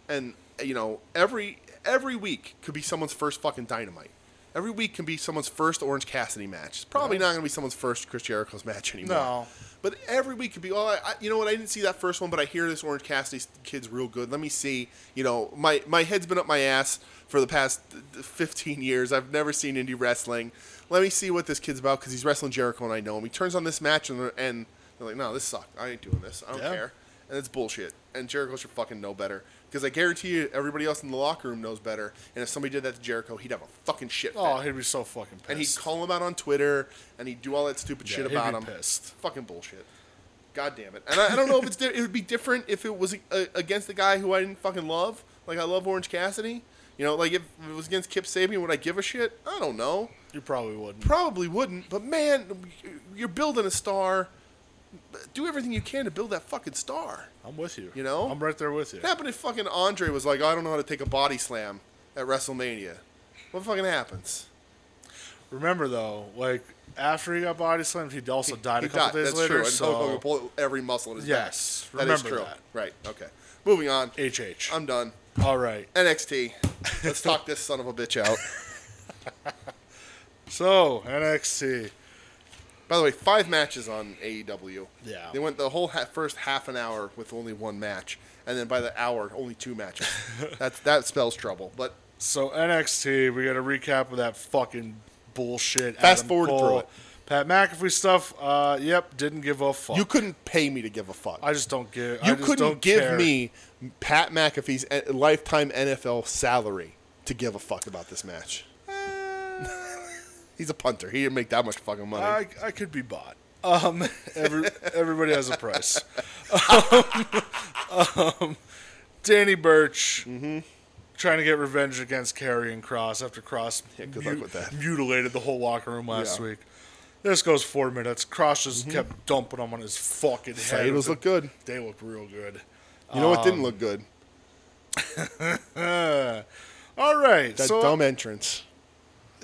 And you know, every every week could be someone's first fucking dynamite. Every week can be someone's first Orange Cassidy match. It's probably not going to be someone's first Chris Jericho's match anymore. No. But every week could be, oh, I, I- you know what? I didn't see that first one, but I hear this Orange Cassidy kid's real good. Let me see. You know, my, my head's been up my ass for the past th- th- 15 years. I've never seen indie wrestling. Let me see what this kid's about because he's wrestling Jericho and I know him. He turns on this match and they're, and they're like, no, this sucked. I ain't doing this. I don't Yeah. care. And it's bullshit. And Jericho should fucking know better. Because I guarantee you, everybody else in the locker room knows better. And if somebody did that to Jericho, he'd have a fucking shit fit. Oh, he'd be so fucking pissed. and he'd call him out on Twitter, and he'd do all that stupid Yeah, shit he'd about be him. pissed. Fucking bullshit. God damn it. And I, I don't know if it's di- it would be different if it was uh, against the guy who I didn't fucking love. Like I love Orange Cassidy. You know, like if it was against Kip Sabian, would I give a shit? I don't know. You probably wouldn't. Probably wouldn't. But man, you're building a star. Do everything you can to build that fucking star. I'm with you. You know? I'm right there with you. What happened if fucking Andre was like, "Oh, I don't know how to take a body slam at WrestleMania? What fucking happens? Remember though, like after he got body slammed, he also died He a couple died. days That's later. true. And So Hulk Hogan pulled every muscle in his back. Yes, that is remember true. that. Right. Okay. Moving on. HH. I'm done. All right. NXT. Let's talk this son of a bitch out. So NXT. By the way, five matches on AEW. Yeah. They went the whole ha- first half an hour with only one match, and then by the hour, only two matches. That's that spells trouble. But So NXT, we got a recap of that fucking bullshit. Fast Adam forward Cole, through it. Pat McAfee stuff. Uh, yep, didn't give a fuck. you couldn't pay me to give a fuck. I just don't give. I you just couldn't don't give care. me Pat McAfee's eh, lifetime NFL salary to give a fuck about this match. He's a punter. He didn't make that much fucking money. I, I could be bought. Um, every, everybody has a price. Um, um, Danny Birch Mm-hmm. trying to get revenge against Kerry and Cross after Cross good luck with that. mutilated the whole locker room last Yeah. Mm-hmm. week. This goes four minutes. Cross just kept dumping him on his fucking head. Saedos with look the- good. They look real good. You know what didn't look good? Uh, all right. That so, dumb entrance.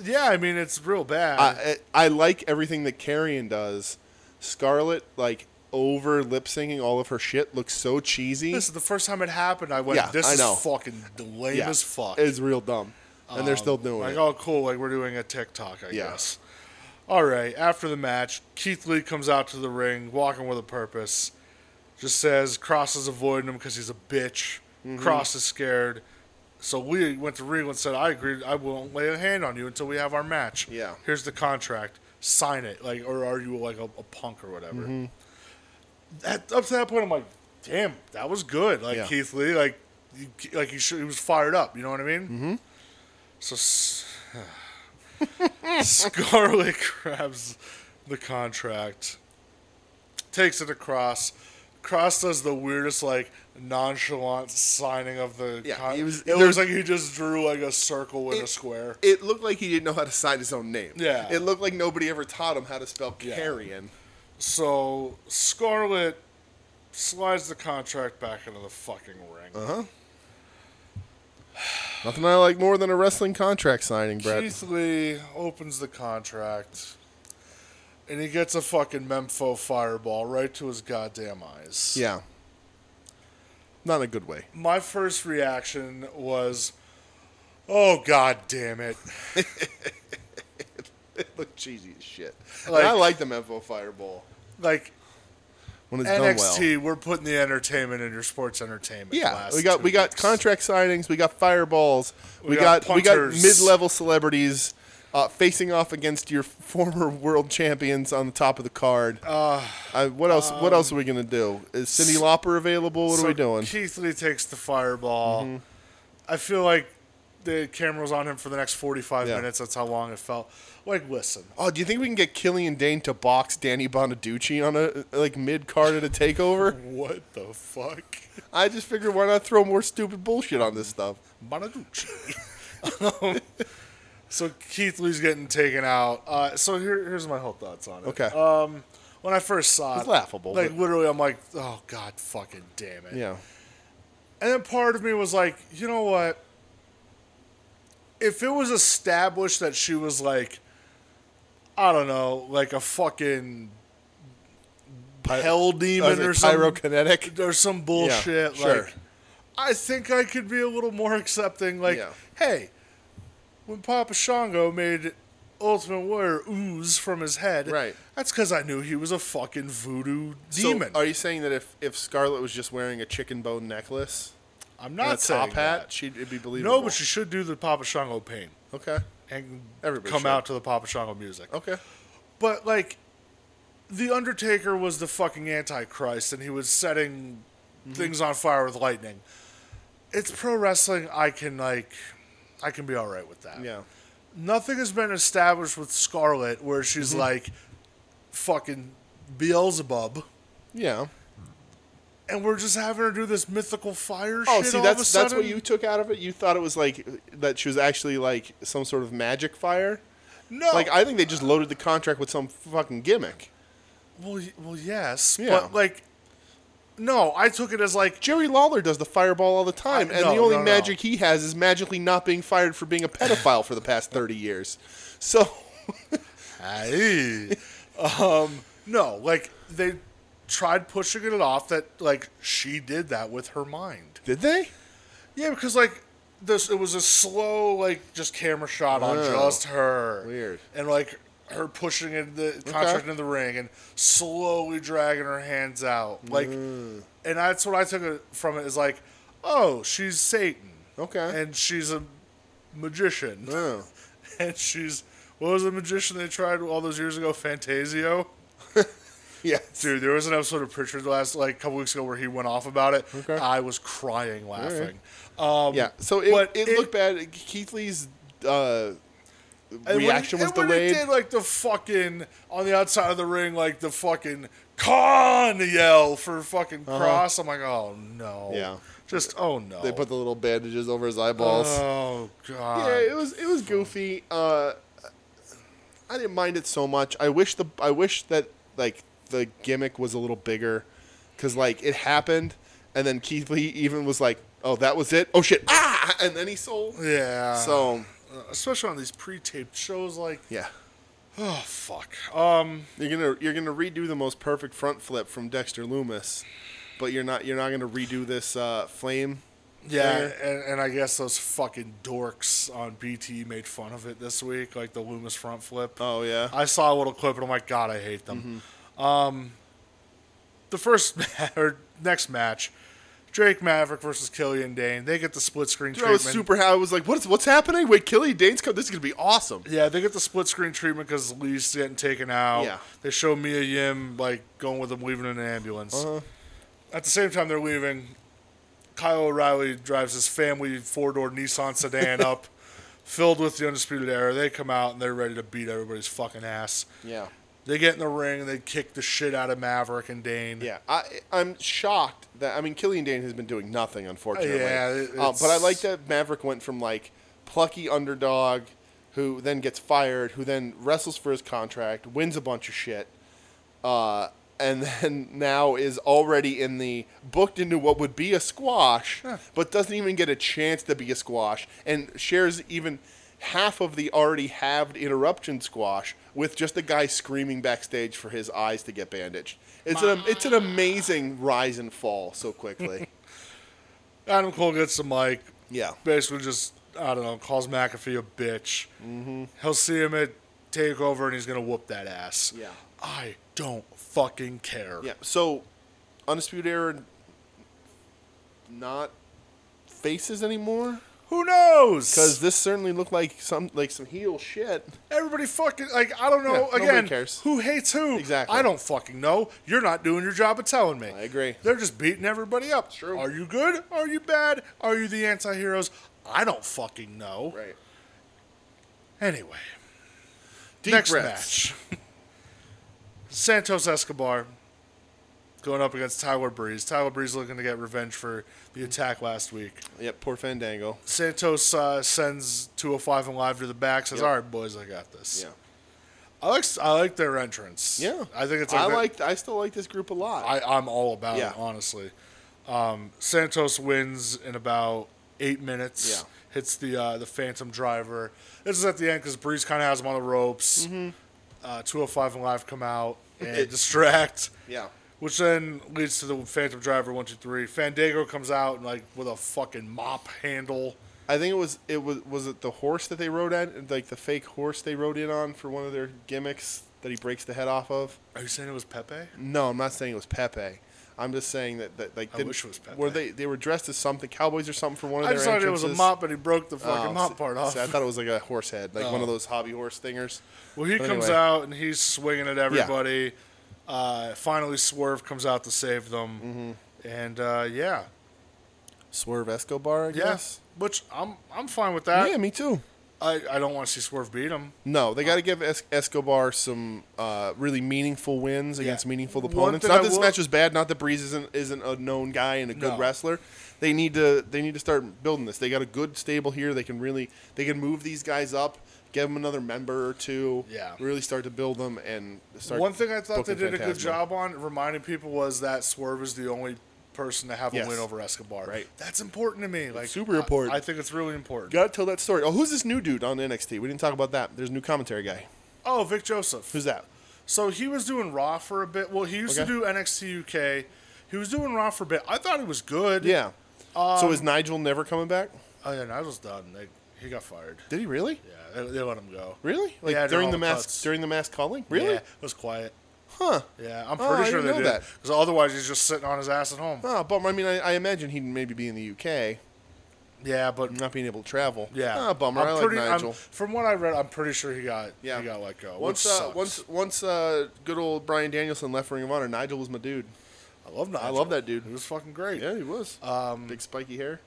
yeah, I mean, it's real bad. I, I I like everything that Carrion does. Scarlet like over lip syncing all of her shit looks so cheesy. this is the first time it happened. I went, Yeah, this I know. is fucking lame yeah, as fuck. It's real dumb, and they're still doing like, it. oh, cool. Like, we're doing a TikTok, I Yeah. guess. All right. After the match, Keith Lee comes out to the ring, walking with a purpose. Just says Cross is avoiding him because he's a bitch. Mm-hmm. Cross is scared. So Lee went to Regal and said, I agree. I won't lay a hand on you until we have our match. Yeah. Here's the contract. Sign it. Like, or are you like a, a punk or whatever? Mm-hmm. That, up to that point, I'm like, damn, that was good. Like, Yeah. Keith Lee, like, you, like he, should, he was fired up. You know what I mean? Mm-hmm. So S- Scarlet grabs the contract, takes it across. Cross does the weirdest, like nonchalant signing of the. Yeah, con- it was- It there looks was- like he just drew like a circle with a It- square. it looked like he didn't know how to sign his own name. Yeah. It looked like nobody ever taught him how to spell Yeah. Carrion. So Scarlet slides the contract back into the fucking ring. Uh, Nothing I like more than a wrestling contract signing, Brett. Keith Lee opens the contract, and he gets a fucking Memfo fireball right to his goddamn eyes. Yeah. Not in a good way. My first reaction was, "Oh god damn it!" It looked cheesy as shit. And Like- I like the Memphis Fireball Like when it's done well. NXT, we're putting the entertainment in your sports entertainment. the Yeah, last we got two we got weeks. contract signings, we got fireballs, we, got got, we got punters. mid-level celebrities uh, facing off against your former world champions on the top of the card. Uh, what else? what else are we gonna do? Is Cindy Lauper available? What um, So are we doing? Mm-hmm. Keith Lee takes the fireball. I feel like the camera was on him for the next forty-five Yeah. minutes. That's how long it felt. Like, listen, oh, do you think we can get Killian Dane to box Danny Bonaducci on a like mid-card at a takeover? what the fuck, I just figured why not throw more stupid bullshit on this stuff? Bonaducci? um, so Keith Lee's getting taken out. Uh, so here, here's my whole thoughts on it. Okay. Um, when I first saw it, It's laughable, Like but- literally, I'm like, oh god, fucking damn it. Yeah, And then part of me was like, you know what? If it was established that she was like, I don't know, like a fucking hell demon or some, pyrokinetic. or some bullshit, sure. like, I think I could be a little more accepting. Like, Yeah. hey, when Papa Shango made Ultimate Warrior ooze from his head, Right. That's because I knew he was a fucking voodoo So, demon. are you saying that if if Scarlet was just wearing a chicken bone necklace I'm and a not saying top hat, that. she'd it'd be believable? No, but you should do the Papa Shango pain okay, and Everybody come should. out to the Papa Shango music. okay, But like, the Undertaker was the fucking Antichrist, and he was setting Mm-hmm. things on fire with lightning. It's pro wrestling. I can like, I can be all right with that. yeah, Nothing has been established with Scarlet where she's Mm-hmm. like, fucking Beelzebub, yeah. and we're just having her do this mythical fire. Oh, shit see, all of a that's sudden. that's what you took out of it. You thought it was like that she was actually like some sort of magic fire. no. Like I think they just loaded the contract with some fucking gimmick. well, y- well, yes, Yeah. but like, no, I took it as like Jerry Lawler does the fireball all the time, I- and no, the only no, no. magic he has is magically not being fired for being a pedophile for the past thirty years. So Aye. um, no, like they tried pushing it off that like she did that with her mind. did they? Yeah, because like this, it was a slow like just camera shot on Oh. just her. Weird. And like her pushing in the contract in the ring and slowly dragging her hands out, like, and that's what I took it from it is like, oh, she's Satan. Okay. And she's a magician Oh. and she's what was the magician they tried all those years ago? Fantasio. Yeah. Dude, there was an episode of Pritchard last like a couple weeks ago where he went off about it. Okay. I was crying laughing. Um, yeah. So it, but it, it- looked bad. Keith Lee's uh, And when it- reaction was and when delayed. It did like the fucking on the outside of the ring, like the fucking con yell for fucking cross. I'm like, oh no. Uh-huh. Yeah. Just oh no. they put the little bandages over his eyeballs. oh god. Uh, Yeah, it was it was goofy. Uh, I didn't mind it so much. I wish the I wish that like the gimmick was a little bigger, because like it happened, and then Keith Lee even was like, "Oh, that was it. Oh shit! Ah!" And then he sold. yeah. So especially on these pre-taped shows, like yeah, oh fuck. Um. you're gonna you're gonna redo the most perfect front flip from Dexter Loomis, but you're not you're not gonna redo this uh, flame. Yeah, there. and, and I guess those fucking dorks on BT made fun of it this week, like the Loomis front flip. Oh yeah. I saw a little clip, and I'm like, God, I hate them. Um, the first ma- or next match, Drake Maverick versus Killian Dane. They get the split screen Dude, I was treatment. super. I was like, "What's what's happening? Wait, Killy Dane's coming. This is gonna be awesome." yeah, they get the split screen treatment because Lee's getting taken out. Yeah. They show Mia Yim like going with them, leaving in an ambulance. Uh-huh. At the same time, they're leaving. Kyle O'Reilly drives his family four door Nissan sedan up, filled with the Undisputed Era. They come out and they're ready to beat everybody's fucking ass. Yeah. They get in the ring and they kick the shit out of Maverick and Dane. Yeah, I I'm shocked that I mean Killian Dane has been doing nothing unfortunately. Yeah, it- Uh, but I it's- like that Maverick went from like plucky underdog who then gets fired, who then wrestles for his contract, wins a bunch of shit, uh, and then now is already in the booked into what would be a squash, but doesn't even get a chance to be a squash, and shares even half of the already halved interruption squash with just a guy screaming backstage for his eyes to get bandaged. It's an it's an amazing rise and fall so quickly. Adam Cole gets the mic. yeah. Basically, just, I don't know, calls McAfee a bitch. Mm-hmm. He'll see him at TakeOver and he's going to whoop that ass. Yeah. I don't fucking care. Yeah. So, Undisputed Era not faces anymore Who knows? because this certainly looked like some like some heel shit. Everybody fucking like I don't know Yeah, nobody again cares. who hates who. Exactly. I don't fucking know. You're not doing your job of telling me. I agree. They're just beating everybody up. True. Are you good? Are you bad? Are you the anti-heroes? I don't fucking know. Right. Anyway, Deep next breaths. match. Santos Escobar going up against Tyler Breeze. Tyler Breeze looking to get revenge for the attack last week. Yep. Poor Fandango. Santos uh, sends 205 and live to the back. Says, Yep. "All right, boys, I got this." Yeah. I like I like their entrance. Yeah. I think it's. I that- liked. I still like this group a lot. I, I'm all about Yeah. it, honestly. Um, Santos wins in about eight minutes. Yeah. Hits the uh, the Phantom driver. This is at the end because Breeze kind of has him on the ropes. Mm-hmm. Uh, 205 and Live come out and distract. yeah. Which then leads to the Phantom Driver one two three. Fandango comes out and like with a fucking mop handle, I think it was it was was it the horse that they rode at like the fake horse they rode in on for one of their gimmicks that he breaks the head off of. Are you saying it was Pepe? No, I'm not saying it was Pepe. I'm just saying that, that like I didn't- wish it was Pepe. were they they were dressed as something cowboys or something for one of I their just thought it was entrances. a mop, but he broke the fucking Oh, mop see- part off. see, I thought it was like a horse head, like one Oh. of those hobby horse thingers. Well, he But comes anyway. out and he's swinging at everybody. Uh, finally, Swerve comes out to save them, Mm-hmm. and uh, yeah, Swerve Escobar, I yes, guess. which I'm I'm fine with that. yeah, me too. I, I don't want to see Swerve beat him. No, they got to give es- Escobar some uh, really meaningful wins against meaningful One opponents. thing Not I this will- match is bad. Not that Breeze isn't isn't a known guy and a good No. wrestler. They need to they need to start building this. They got a good stable here. They can really they can move these guys up. Give them another member or two. Yeah. really start to build them and start. One thing I thought they booking did a good Phantasmo. job on reminding people was that Swerve is the only person to have Yes. a win over Escobar. Right. That's important to me. Like super I- important. I, think it's really important. Got to tell that story. Oh, who's this new dude on NXT? We didn't talk about that. There's a new commentary guy. Oh, Vic Joseph. Who's that? So he was doing Raw for a bit. Well, he used Okay. to do NXT UK. He was doing Raw for a bit. I thought it was good. Yeah. um, so is Nigel never coming back? Oh yeah, Nigel's done. They, he got fired. Did he really? Yeah, they, they let him go. Really? Like Yeah, they're during all the mask cuts. during the mask calling? Really? Yeah, it was quiet. Huh. Yeah, I'm Oh, I pretty sure didn't they know did. that. Because otherwise, he's just sitting on his ass at home. Oh, bummer. I mean, I, I imagine he'd maybe be in the UK, Yeah, but not being able to travel. yeah, Ah, bummer. i I'm like pretty, I'm- Nigel. from what I read, I'm pretty sure he got Yeah. he got let go. once, which uh, sucks. once, once, uh, good old Brian Danielson left Ring of Honor. Nigel was my dude. I love Nigel. I love that dude. He was fucking great. Yeah, he was. Um, Big spiky hair.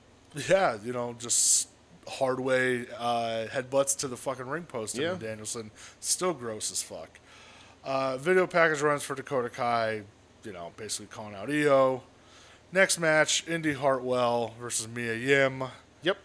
Yeah, you know, just hard way uh, headbutts to the fucking ring post. Yeah. Yeah. Danielson still gross as fuck. Uh, video package runs for Dakota Kai. You know, basically calling out Io. Next match: Indy Hartwell versus Mia Yim. Yep.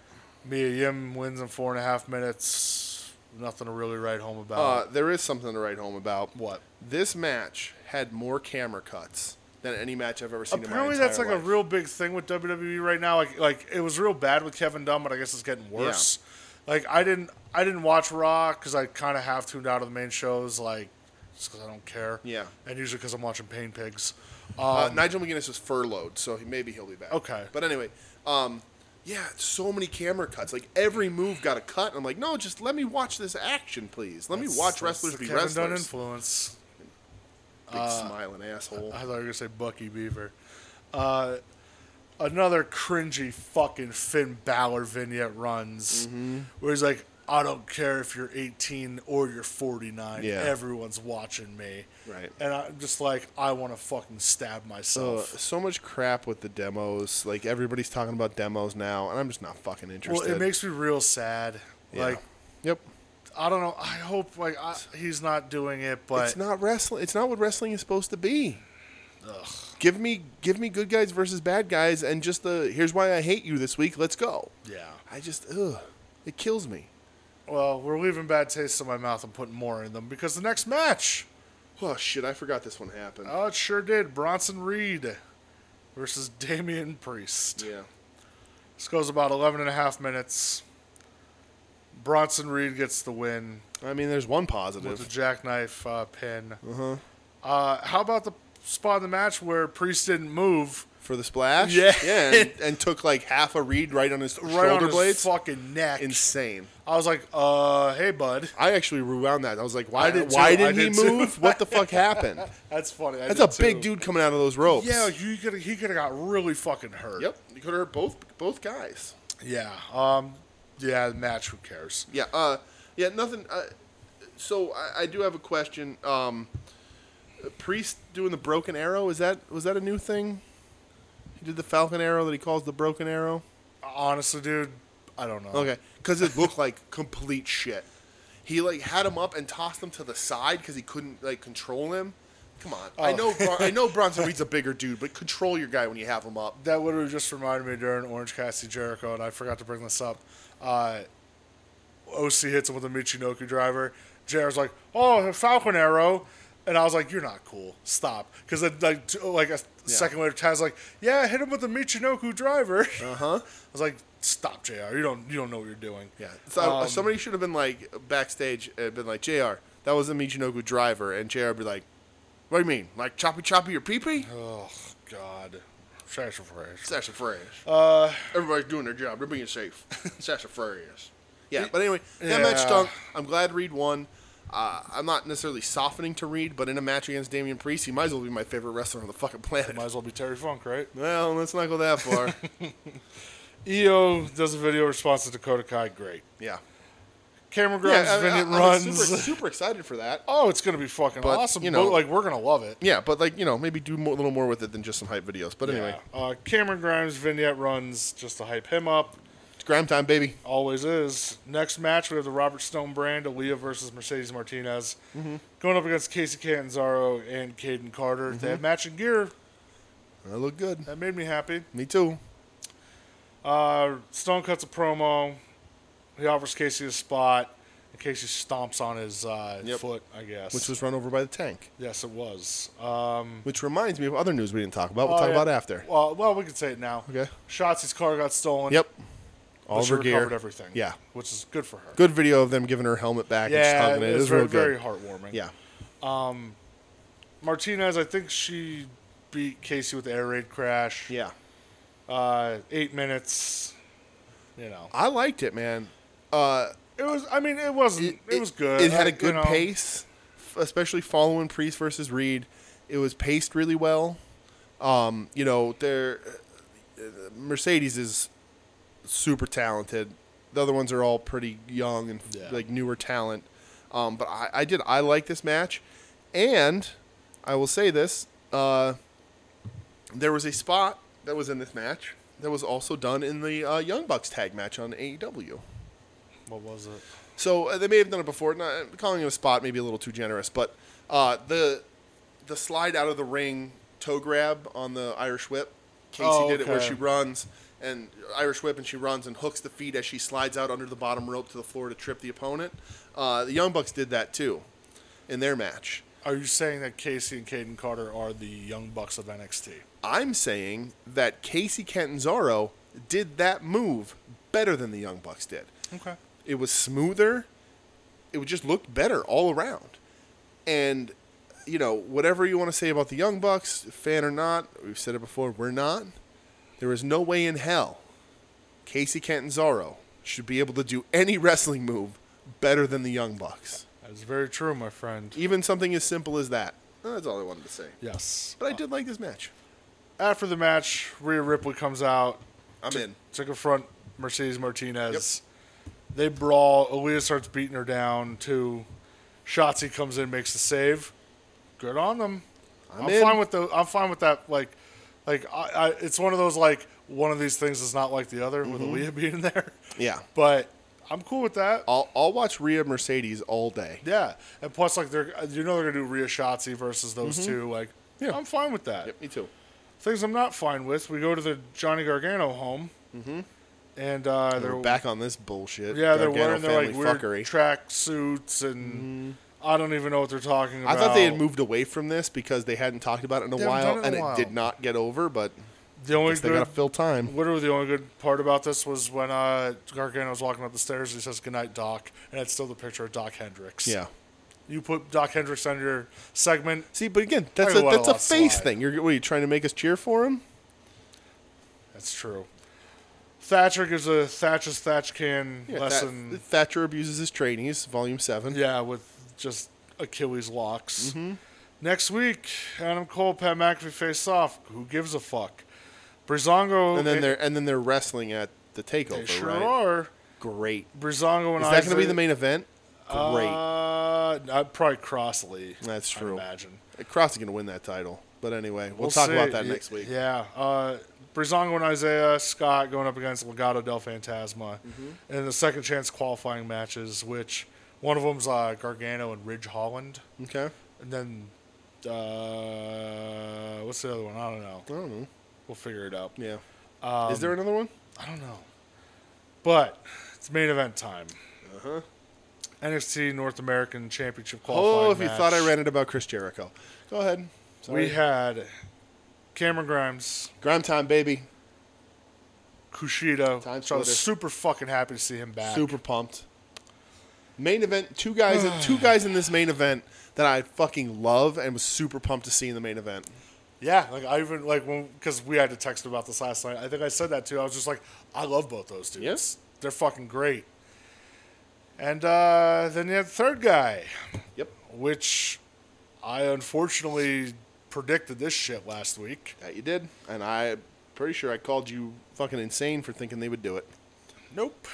Mia Yim wins in four and a half minutes. Nothing to really write home Uh, about. there is something to write home about. what? This match had more camera cuts than any match I've ever seen. Apparently, in my that's like entire a life. real big thing with WWE right now. Like, like it was real bad with Kevin Dunn, but I guess it's getting worse. Like, I didn't, I didn't watch Raw because I kind of half tuned out of the main shows, like, just because I don't care. Yeah. and usually because I'm watching Pain Pigs. Uh, Nigel McGuinness was furloughed, so he, maybe he'll be back. um, Okay. But anyway, um, yeah, so many camera cuts. Like every move got a cut. and I'm like, no, just let me watch this action, please. Let me watch That's wrestlers the be Kevin Dunn Uh, wrestlers. influence. Big smiling asshole. I thought you were gonna say Bucky Beaver. Uh, another cringy fucking Finn Balor vignette runs Mm-hmm. where he's like, "I don't care if you're 18 or you're 49. Yeah. Everyone's watching me." Right. And I'm just like, I want to fucking stab Uh, myself. so much crap with the demos. Like everybody's talking about demos now, and I'm just not fucking well, interested. it makes me real sad. Yeah. Like, yep. I don't know. I hope like I, he's not doing it, but It's not wrestling. It's not what wrestling is supposed to be. Give me, give me good guys versus bad guys, and just the here's why I hate you this week. Let's go. yeah. I just, ugh, it kills me. Well, we're leaving bad taste in my mouth and putting more in them because the next match. Oh shit! I forgot this one happened. Oh, it sure did. Bronson Reed versus Damian Priest. yeah. This goes about 11 and a half minutes. Bronson Reed gets the win I mean, there's one with the positive. jackknife uh, pin. Uh-huh. how about the spot in the match where Priest didn't move For the splash? Yeah. Yeah, and, and took like half a read right on his right shoulder on his blades. fucking neck? Insane. I was like, uh, hey, bud. I actually rewound that. I was like, why, I did did why too. I didn't he did too. move? what the fuck happened? That's funny. I That's did a big too. dude coming out of those ropes. Yeah, you could he could have got really fucking hurt. Yep. You could have hurt both both guys. Yeah. Um. Yeah. the Match. Who cares? Yeah. Uh, yeah. Nothing. Uh, so I, I do have a question. Um, Priest doing the broken arrow is that was that a new thing? He did the Falcon arrow that he calls the broken arrow. Honestly, dude, I don't know. Okay, because it looked like complete shit. He like had him up and tossed him to the side because he couldn't like control him. Come on, I know Bron- I know Bronson Reed's a bigger dude, but control your guy when you have him up. That would have just reminded me during Orange Cassidy Jericho, and I forgot to bring this up. Uh, OC hits him with a Michinoku driver. Jr's like, "Oh, a Falcon Arrow," and I was like, "You're not cool. Stop." Because like, t- like a second later, Taz like, "Yeah, hit him with a Michinoku driver." Uh Uh-huh. huh. I was like, "Stop, Jr. You don't you don't know what you're doing." Yeah, so uh, Um, somebody should have been like backstage and been like Jr. That was a Michinoku driver, and Jr. would be like, "What do you mean? Like choppy choppy or pee pee?" Oh God. Sassafras. Sassafras. Uh, Everybody's doing their job. They're being safe. Sassafras. Yeah, but anyway, that Yeah. match stunk. I'm glad Reed won. Uh, I'm not necessarily softening to Reed, but in a match against Damian Priest, he might as well be my favorite wrestler on the fucking planet. might as well be Terry Funk, right? Well, let's not go that far. EO does a video response to Dakota Kai. Great. yeah. Cameron grabs I- his I- vignette I'm runs. super, super excited for that. oh, it's gonna be fucking But, awesome. you You know- like we're gonna love it. Yeah, but like you know, maybe do more, a little more with it than just some hype videos. But anyway, Yeah. Uh, Cameron Grimes vignette runs just to hype him up. it's grime time, baby. Always is. Next match, we have the Robert Stone brand, Aaliyah versus Mercedes Martinez. Mm-hmm. Going up against Casey Catanzaro and Caden Carter. Mm-hmm. They have matching gear. I look good. That made me happy. Me too. Uh, Stone cuts a promo. He offers Casey a spot. And Casey stomps on his uh, Yep. foot, I guess. Which was run over by the tank. yes, it was. Um, Which reminds me of other news we didn't talk about. We'll oh, talk yeah. about after. Well, well, we can say it now. Okay. Shotzi's car got stolen. Yep. but All of she her gear. recovered everything. Yeah. Which is good for her. Good video of them giving her helmet back Yeah, and just hugging it. It it's was very, real good. very heartwarming. yeah. Martinez, I think she beat Casey with the air raid crash. Yeah. Uh, eight minutes. You know, I liked it, man. Uh, it was. I mean, it wasn't. It, was good. It had I- a good you know, pace, f- especially following Priest versus Reed. It was paced really well. Um, you know, they're, uh, Mercedes is super talented. The other ones are all pretty young and Yeah. like newer talent. Um, but I, I did I like this match, and I will say this: uh, there was a spot that was in this match that was also done in the uh, Young Bucks tag match on E AEW. What was it? So uh, they may have done it before. Not, calling it a spot may be a little too generous, but uh, the the slide out of the ring toe grab on the Irish whip. Casey Oh, did it where okay. she runs and uh, Irish whip, and she runs and hooks the feet as she slides out under the bottom rope to the floor to trip the opponent. Uh, the Young Bucks did that too in their match. Are you saying that Casey and Caden Carter are the young bucks of NXT? I'm saying that Casey Catanzaro did that move better than the Young Bucks did. Okay. It was smoother. It would just looked better all around. And you know, whatever you want to say about the Young Bucks, fan or not, we've said it before, we're not. There is no way in hell Casey Catanzaro should be able to do any wrestling move better than the Young Bucks. That is very true, my friend. Even something as simple as that. That's all I wanted to say. Yes. But I did like this match. After the match, Rhea Ripley comes out I'm to, in. to confront Mercedes Martinez. They brawl. Aaliyah starts beating her down. Too. Shotzi comes in, makes the save. Good on them. I'm I'm, in. fine with the. I'm fine with that. Like, like I, I, it's one of those like one of these things is not like the other with Aaliyah being there. Mm-hmm. Yeah. But I'm cool with that. I'll, I'll watch Rhea Mercedes all day. Yeah, and plus, like they're you know they're gonna do Rhea Shotzi versus those two. Like, Mm-hmm. Yeah. I'm fine with that. Yep, me too. Things I'm not fine with. We go to the Johnny Gargano home, Mm-hmm. and uh, they're We're back on this bullshit. yeah they're Gargano wearing their like family weird fuckery. track suits, and I don't even know what they're talking I about. thought they had moved away from this because they hadn't talked about it in a They haven't while, done it in a and while. it did not get over. But The only guess they got good, to fill time. literally the only good part about this was when uh, Gargano was walking up the stairs. and He says, "Good night, Doc," and it's still the picture of Doc Hendricks. Yeah. you put Doc Hendricks on your segment. See, but again, that's I a let a that's a lot face slide. thing. You're what are you trying to make us cheer for him? That's true. Thatcher gives a Thatcher's Thatch can Yeah, lesson. That- Thatcher abuses his trainees. Volume seven. Yeah, with just Achilles locks. Mm-hmm. Next week, Adam Cole, Pat McAfee face off. Who gives a fuck? Brizongo And then they're and then they're wrestling at the takeover. they sure right? are. Great. Brizongo and Is Isaac, that going to be the main event? Great. Uh, not- probably Crossley. That's I true. imagine. Cross is going to win that title. But anyway, we'll, We'll talk see. about that Y- next week. Yeah. Uh, Brizongo and Isaiah Scott going up against Legado del Fantasma Mm-hmm. in the second chance qualifying matches, which one of them's uh, Gargano and Ridge Holland. Okay. And then, uh, what's the other one? I don't know. I don't know. We'll figure it out. Yeah. Is Um, there another one? I don't know. But it's main event time. Uh-huh. NXT North American Championship qualifying Oh, if you match. thought I ranted about Chris Jericho, go ahead. We had Cameron Grimes, Grime time, baby. Kushida. Time which I was splitter. super fucking happy to see him back. Super pumped. Main event. Two guys. two guys in this main event that I fucking love and was super pumped to see in the main event. Yeah, like I even like when because we had to text about this last night. I think I said that too. I was just like, I love both those dudes. Yes. they're fucking great. And uh, then you had the third guy, Yep. which I unfortunately predicted this shit last week. That you did, and I'm pretty sure I called you fucking insane for thinking they would do it. Nope,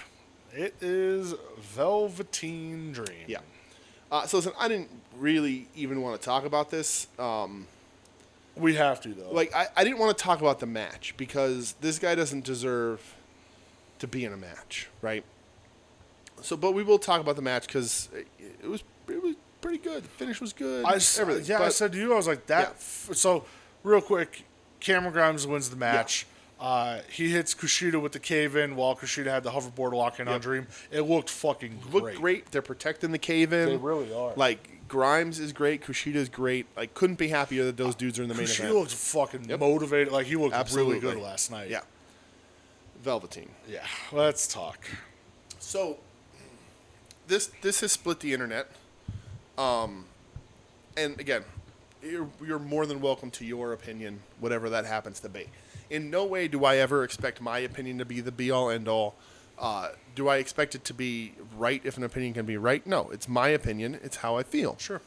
it is Velveteen Dream. Yeah. Uh, so listen, I didn't really even want to talk about this. Um, we have to though. like I, I didn't want to talk about the match because this guy doesn't deserve to be in a match, right? So, but we will talk about the match because it, it was it was pretty good. The finish was good. I s- everything. Yeah, I But- said to you, I was like that. Yeah. F- so, real quick, Cameron Grimes wins the match. Uh, he hits Kushida with the cave in while Kushida had the hoverboard lock in on Dream. It looked fucking look great. great. They're protecting the cave in. They really are. Like Grimes is great. Kushida is great. Like couldn't be happier that those dudes are in the main Kushida event. looked fucking motivated. Like he looked Absolutely really good last night. Yeah. Velveteen. yeah. Let's talk. So this this has split the internet. Um, and again, you're, you're more than welcome to your opinion, whatever that happens to be. In no way do I ever expect my opinion to be the be all end all. Uh, do I expect it to be right if an opinion can be right? No, it's my opinion. It's how I feel. Sure.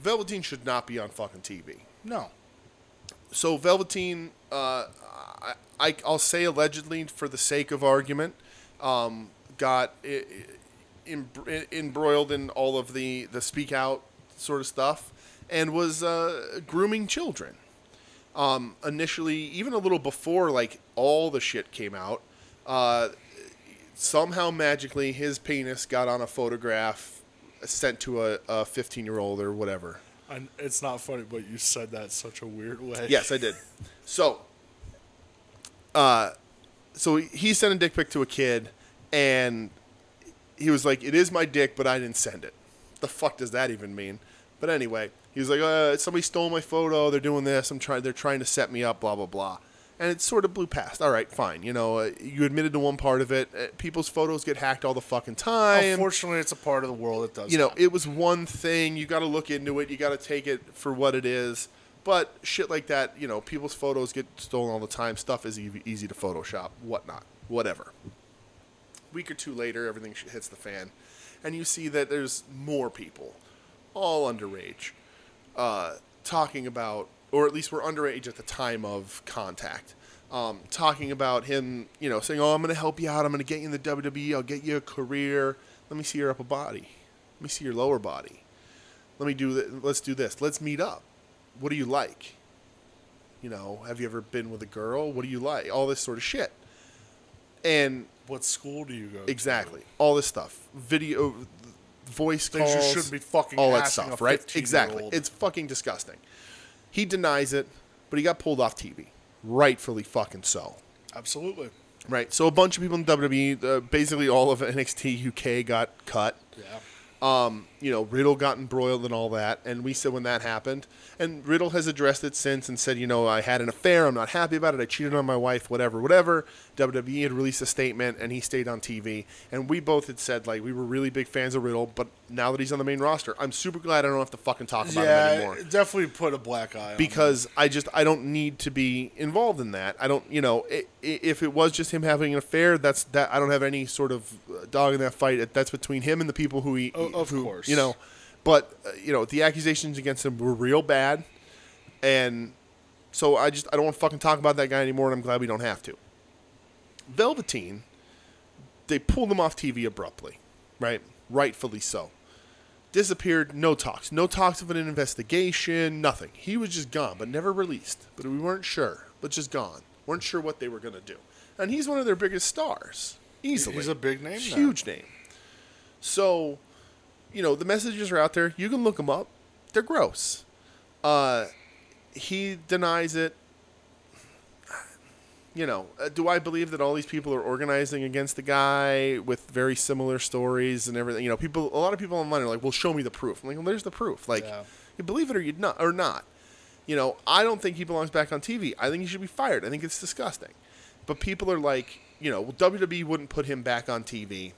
Velveteen should not be on fucking TV. No. So Velveteen, uh, I, I, I'll say allegedly for the sake of argument, um, got i- i- em- embroiled in all of the, the speak out sort of stuff and was uh, grooming children. Um, initially, even a little before like all the shit came out, uh, somehow magically his penis got on a photograph sent to a, a 15 year old or whatever. And it's not funny, but you said that such a weird way. Yes, I did. So, uh, so he- he sent a dick pic to a kid, and he was like, "It is my dick, but I didn't send it." The fuck does that even mean? But anyway, he was like, uh, "Somebody stole my photo. They're doing this. I'm trying. They're trying to set me up. Blah blah blah." And it sort of blew past. All right, fine. You know, uh, you admitted to one part of it. Uh, people's photos get hacked all the fucking time Unfortunately, it's a part of the world that does. you know, happen. it was one thing. You got to look into it. You got to take it for what it is. But shit like that, you know, people's photos get stolen all the time. Stuff is e- easy to Photoshop, whatnot, whatever. Week or two later, everything sh- hits the fan, and you see that there's more people, all underage, uh, talking about, or at least were underage at the time of contact. Um, talking about him, you know, saying, "Oh, I'm going to help you out. I'm going to get you in the WWE. I'll get you a career. Let me see your upper body. Let me see your lower body. Let me do. Th- let's do this. Let's meet up. What do you like? You know, have you ever been with a girl? What do you like? All this sort of shit. And what school do you go? to? Exactly. All this stuff. Video, voice Things you calls. shouldn't be fucking All that asking stuff, a right? 15-year-old. Exactly. It's fucking disgusting. He denies it, but he got pulled off TV. Rightfully fucking so. Absolutely. Right. So a bunch of people in WWE, uh, basically all of NXT UK got cut. Yeah. Um, you know, Riddle got embroiled and all that, and we said when that happened, and Riddle has addressed it since and said, you know, I had an affair, I'm not happy about it, I cheated on my wife, whatever, whatever. WWE had released a statement, and he stayed on TV, and we both had said like we were really big fans of Riddle, but now that he's on the main roster, I'm super glad I don't have to fucking talk about him Yeah. anymore it Definitely put a black eye on it. because I just I don't need to be involved in that. I don't, you know, i i if it was just him having an affair, that's that I don't have any sort of uh, dog in that fight. That's between him and the people who he, O- of who, course. you know. But uh, you know, the accusations against him were real bad, and so I just I don't want to fucking talk about that guy anymore. And I'm glad we don't have to. Velveteen, they pulled him off TV abruptly, right? Rightfully so disappeared, no talks. No talks of an investigation, nothing. He was just gone, but never released. But we weren't sure, but just gone. Weren't sure what they were going to do. And he's one of their biggest stars, easily. He's a big name now. Huge name. So, you know, the messages are out there. You can look them up. They're gross. Uh, he denies it. You know, uh, do I believe that all these people are organizing against the guy with very similar stories and everything? You know, people, a lot of people online are like, "Well, show me the proof." I'm like, "Well, there's the proof. Like, Yeah. you believe it or you not, or not." You know, I don't think he belongs back on TV. I think he should be fired. I think it's disgusting. But people are like, you know, well, WWE wouldn't put him back on TV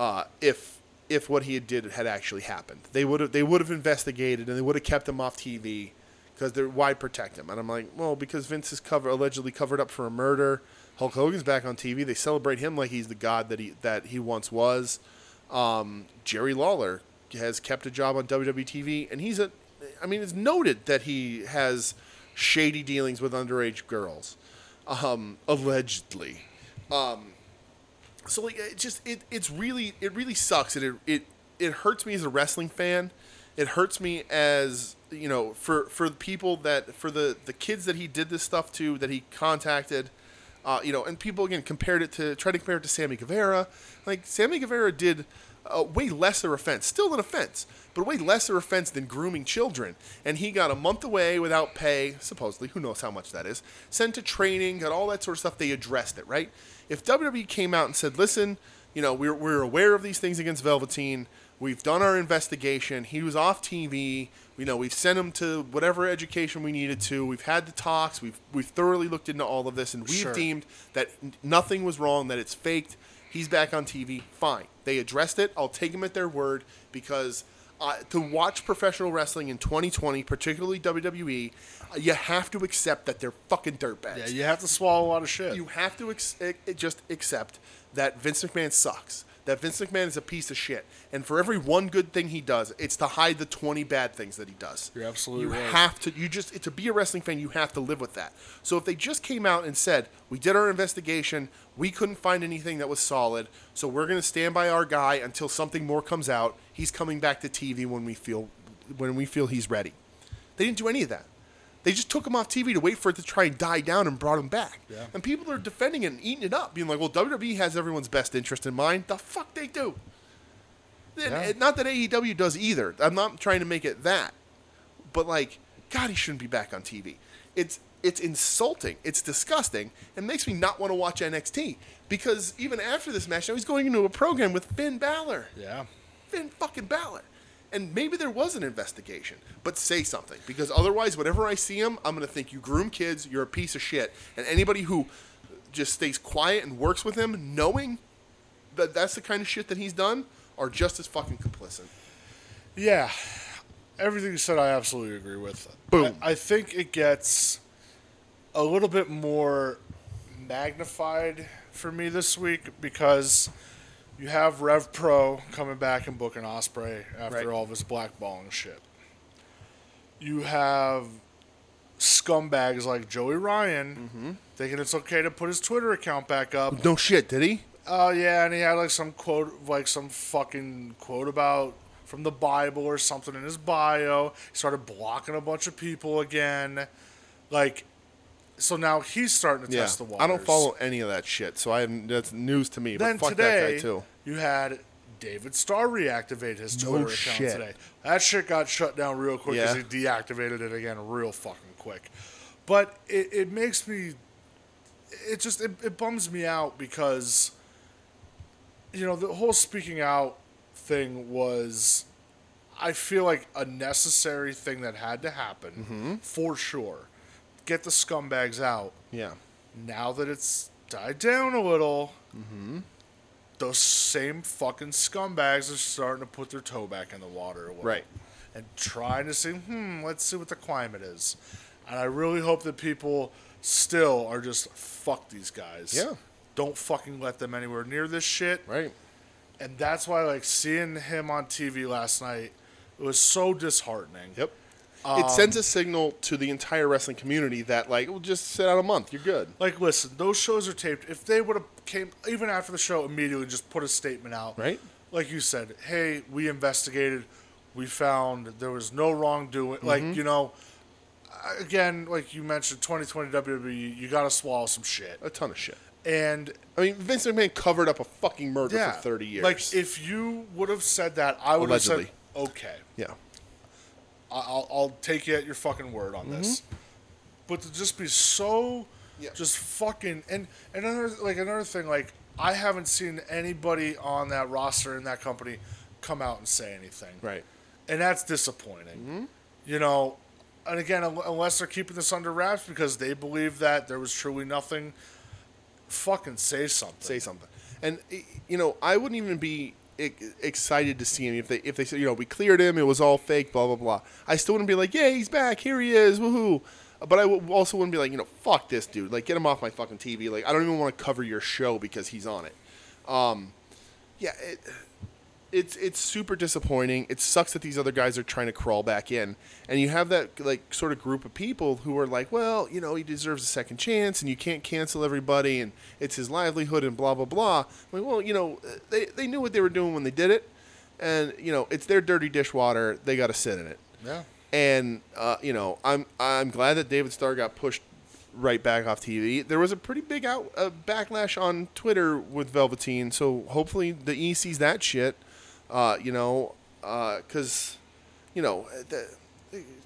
uh, if if what he did had actually happened. They would have they would have investigated and they would have kept him off TV because they're why protect him? And I'm like, well, because Vince is cover allegedly covered up for a murder. Hulk Hogan's back on TV. They celebrate him like he's the god that he that he once was. Um, Jerry Lawler has kept a job on WWE TV, and he's a. I mean, it's noted that he has shady dealings with underage girls, um, allegedly. Um, so like, it just it, it's really it really sucks, and it it it hurts me as a wrestling fan. It hurts me as you know for for the people that for the the kids that he did this stuff to that he contacted. Uh, you know, and people again compared it to try to compare it to Sammy Guevara. Like Sammy Guevara did a way lesser offense, still an offense, but a way lesser offense than grooming children. And he got a month away without pay, supposedly. Who knows how much that is? Sent to training, got all that sort of stuff. They addressed it, right? If WWE came out and said, "Listen, you know, we're we're aware of these things against Velveteen." We've done our investigation. He was off TV. You know, we've sent him to whatever education we needed to. We've had the talks. We've we've thoroughly looked into all of this, and we've Sure. deemed that n- nothing was wrong. That it's faked. He's back on TV. Fine. They addressed it. I'll take him at their word because uh, to watch professional wrestling in 2020, particularly WWE, uh, you have to accept that they're fucking dirtbags. Yeah, you have to swallow a lot of shit. You have to ex- eh, just accept that Vince McMahon sucks. That Vince McMahon is a piece of shit. And for every one good thing he does, it's to hide the 20 bad things that he does. You're absolutely You right. have to, you just, to be a wrestling fan, you have to live with that. So if they just came out and said, we did our investigation, we couldn't find anything that was solid, so we're going to stand by our guy until something more comes out. He's coming back to TV when we feel, when we feel he's ready. They didn't do any of that. They just took him off TV to wait for it to try and die down and brought him back. Yeah. And people are defending it and eating it up, being like, well, WWE has everyone's best interest in mind. The fuck they do. And- Yeah. and not that AEW does either. I'm not trying to make it that. But, like, God, he shouldn't be back on TV. It's, it's insulting. It's disgusting. It makes me not want to watch NXT. Because even after this match, now he's going into a program with Finn Balor. yeah. Finn fucking Balor. And maybe there was an investigation, but say something because otherwise, whenever I see him, I'm gonna think you groom kids, you're a piece of shit, and anybody who just stays quiet and works with him, knowing that that's the kind of shit that he's done, are just as fucking complicit. Yeah. Everything you said, I absolutely agree with. Boom. I, I think it gets a little bit more magnified for me this week because you have Rev Pro coming back and booking Osprey after Right. all of his blackballing shit. You have scumbags like Joey Ryan Mm-hmm. thinking it's okay to put his Twitter account back up. No shit, did he? Oh yeah, and he had like some quote, like some fucking quote about from the Bible or something in his bio. He started blocking a bunch of people again, like, so now he's starting to test the waters. I don't follow any of that shit, so I am that's news to me. Then but fuck today, that guy too. you had David Starr reactivate his No Twitter account shit. today. That shit got shut down real quick because Yeah. he deactivated it again real fucking quick. But it, it makes me, it just it, it bums me out because, you know, the whole speaking out thing was, I feel like a necessary thing that had to happen Mm-hmm. for sure. Get the scumbags out Yeah, now that it's died down a little, Mm-hmm. those same fucking scumbags are starting to put their toe back in the water a little. Right. And trying to see, hmm, let's see what the climate is. And I really hope that people still are just fuck these guys. Yeah. Don't fucking let them anywhere near this shit. right. And that's why, like, seeing him on TV last night, it was so disheartening. Yep. it Um, sends a signal to the entire wrestling community that like, well, just sit out a month, you're good. Like, listen, those shows are taped. If they would have came even after the show immediately, just put a statement out, Right. Like you said, hey, we investigated, we found there was no wrongdoing. Like you know, again, like you mentioned, 2020 WWE, E, you got to swallow some shit. A ton of shit. And I mean, Vince McMahon covered up a fucking murder yeah, for 30 years. Like if you would have said that, I would have said, Allegedly. okay, yeah. I- I'll, I'll take you at your fucking word on this. But to just be so, Mm-hmm. Yeah. just fucking and and another like another thing like I haven't seen anybody on that roster in that company come out and say anything. Right. Mm-hmm. And that's disappointing. You know, and again, un- unless they're keeping this under wraps because they believe that there was truly nothing, fucking say something. Say something. And, y- you know, I wouldn't even be e- excited to see him. If they if they said you know we cleared him, it was all fake, blah blah blah. I still wouldn't be like, yeah, he's back, here he is, woohoo. But I w- also wouldn't be like, you know, fuck this dude. Like, get him off my fucking TV. Like, I don't even want to cover your show because he's on it. Um, yeah, it, it's it's super disappointing. It sucks that these other guys are trying to crawl back in, and you have that like sort of group of people who are like, well, you know, he deserves a second chance, and you can't cancel everybody, and it's his livelihood, and blah blah blah. I'm like, well, you know, they they knew what they were doing when they did it, and you know, it's their dirty dishwater. They got to sit in it. Yeah. And uh, you know, I'm I'm glad that David Starr got pushed right back off TV. There was a pretty big out uh, backlash on Twitter with Velveteen, so hopefully the E sees that shit. Uh, you know, because you know the,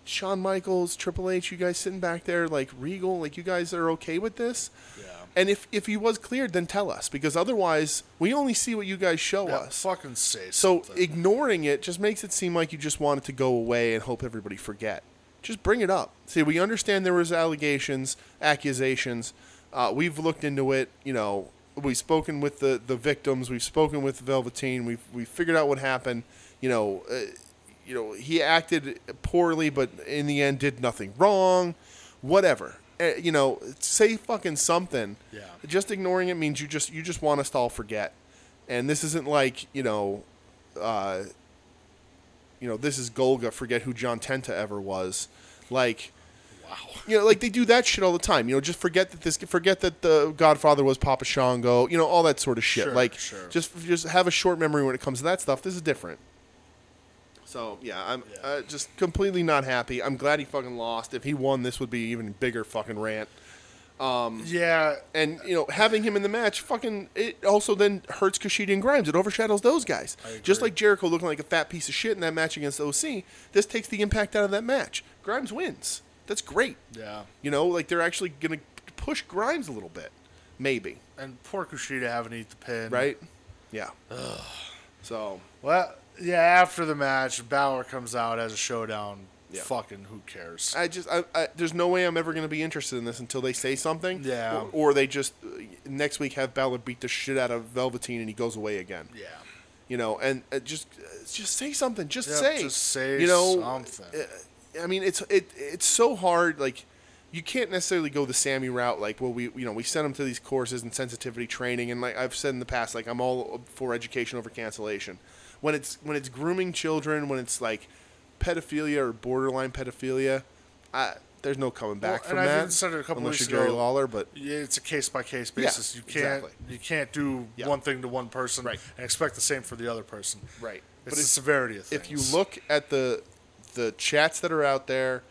Shawn Michaels, Triple H, you guys sitting back there like Regal, like you guys are okay with this. Yeah. And if if he was cleared, then tell us because otherwise we only see what you guys show Yeah, us. Fucking say So something. ignoring it just makes it seem like you just want it to go away and hope everybody forget. Just bring it up. See, we understand there was allegations, accusations. Uh, we've looked into it. You know, we've spoken with the, the victims. We've spoken with Velveteen. We've we figured out what happened. You know, uh, you know he acted poorly, but in the end did nothing wrong. Whatever. Uh, you know, say fucking something. Yeah. Just ignoring it means you just you just want us to all forget. And this isn't like you know uh, you know, this is Golga. Forget who John Tenta ever was. Like, wow. you know, like they do that shit all the time. You know, just forget that this, forget that the Godfather was Papa Shango. You know, all that sort of shit. Sure, like, sure. just just have a short memory when it comes to that stuff. This is different. So yeah, I'm Yeah. Uh, just completely not happy. I'm glad he fucking lost. If he won, this would be even bigger fucking rant. Yeah. And you know, having him in the match, fucking, it also then hurts Kushida and Grimes. It overshadows those guys. agree. Just like Jericho looking like a fat piece of shit in that match against OC, this takes the impact out of that match. Grimes wins. That's great. Yeah. You know, like they're actually gonna push Grimes a little bit, maybe. And poor Kushida haven't eat the pin. Right? Yeah. So Well, yeah. After the match, Balor comes out as a showdown. Yeah. Fucking who cares? I just, I, I, there's no way I'm ever gonna be interested in this until they say something. Yeah. Or, or they just uh, next week have Balor beat the shit out of Velveteen and he goes away again. yeah. you know, and uh, just uh, just say something. Just Yeah, say, just say you know, something. uh, I mean, it's it it's so hard. Like, you can't necessarily go the Sammy route. Like, well, we you know we sent him to these courses and sensitivity training, and like I've said in the past, like I'm all for education over cancellation. When it's when it's grooming children, when it's like pedophilia or borderline pedophilia, I, there's no coming back Well, from and I've that. even said it a couple unless weeks you're Gary ago. Lawler, but Yeah, It's a case by case basis. you can't exactly. you can't do Yeah. one thing to one person Right. and expect the same for the other person. Right. It's But the if- severity of things. if you look at the the chats that are out there,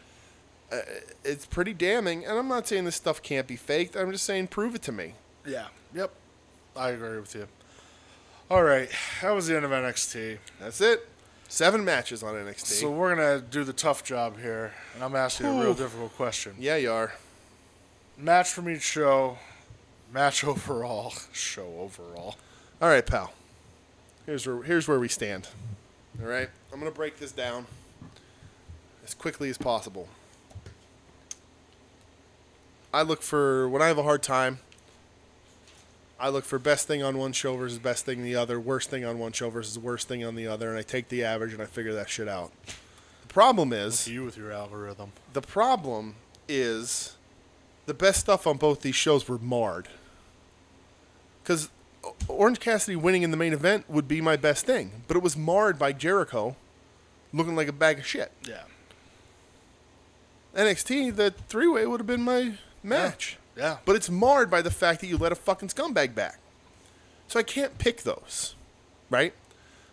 uh, it's pretty damning. And I'm not saying this stuff can't be faked. I'm just saying prove it to me. Yeah. Yep. I agree with you. All right. That was the end of NXT. That's it. Seven matches on NXT. So we're gonna do the tough job here, and I'm asking you a real Whew. difficult question. yeah, you are. Match from each show, match overall, show overall. All right, pal. Here's where here's where we stand. All right, I'm gonna break this down as quickly as possible. I look for when I have a hard time. I look for best thing on one show versus best thing the other, worst thing on one show versus worst thing on the other, and I take the average and I figure that shit out. The problem is To you with your algorithm. the problem is the best stuff on both these shows were marred. Because Orange Cassidy winning in the main event would be my best thing, but it was marred by Jericho looking like a bag of shit. Yeah. NXT, the three way would have been my match. Yeah. But it's marred by the fact that you let a fucking scumbag back. So I can't pick those, right?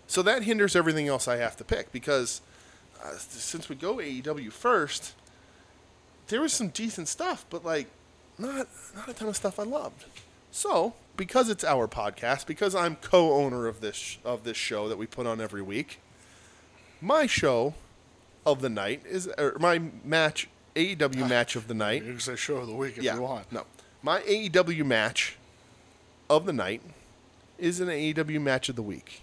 So that hinders everything else I have to pick because uh, s- since we go AEW first, there was some decent stuff, but like not not a ton of stuff I loved. So because it's our podcast, because I'm co-owner of this sh- of this show that we put on every week, my show of the night is or my match AEW match of the night You can say show of the week Ah, if you want. no. My AEW match of the night is an AEW match of the week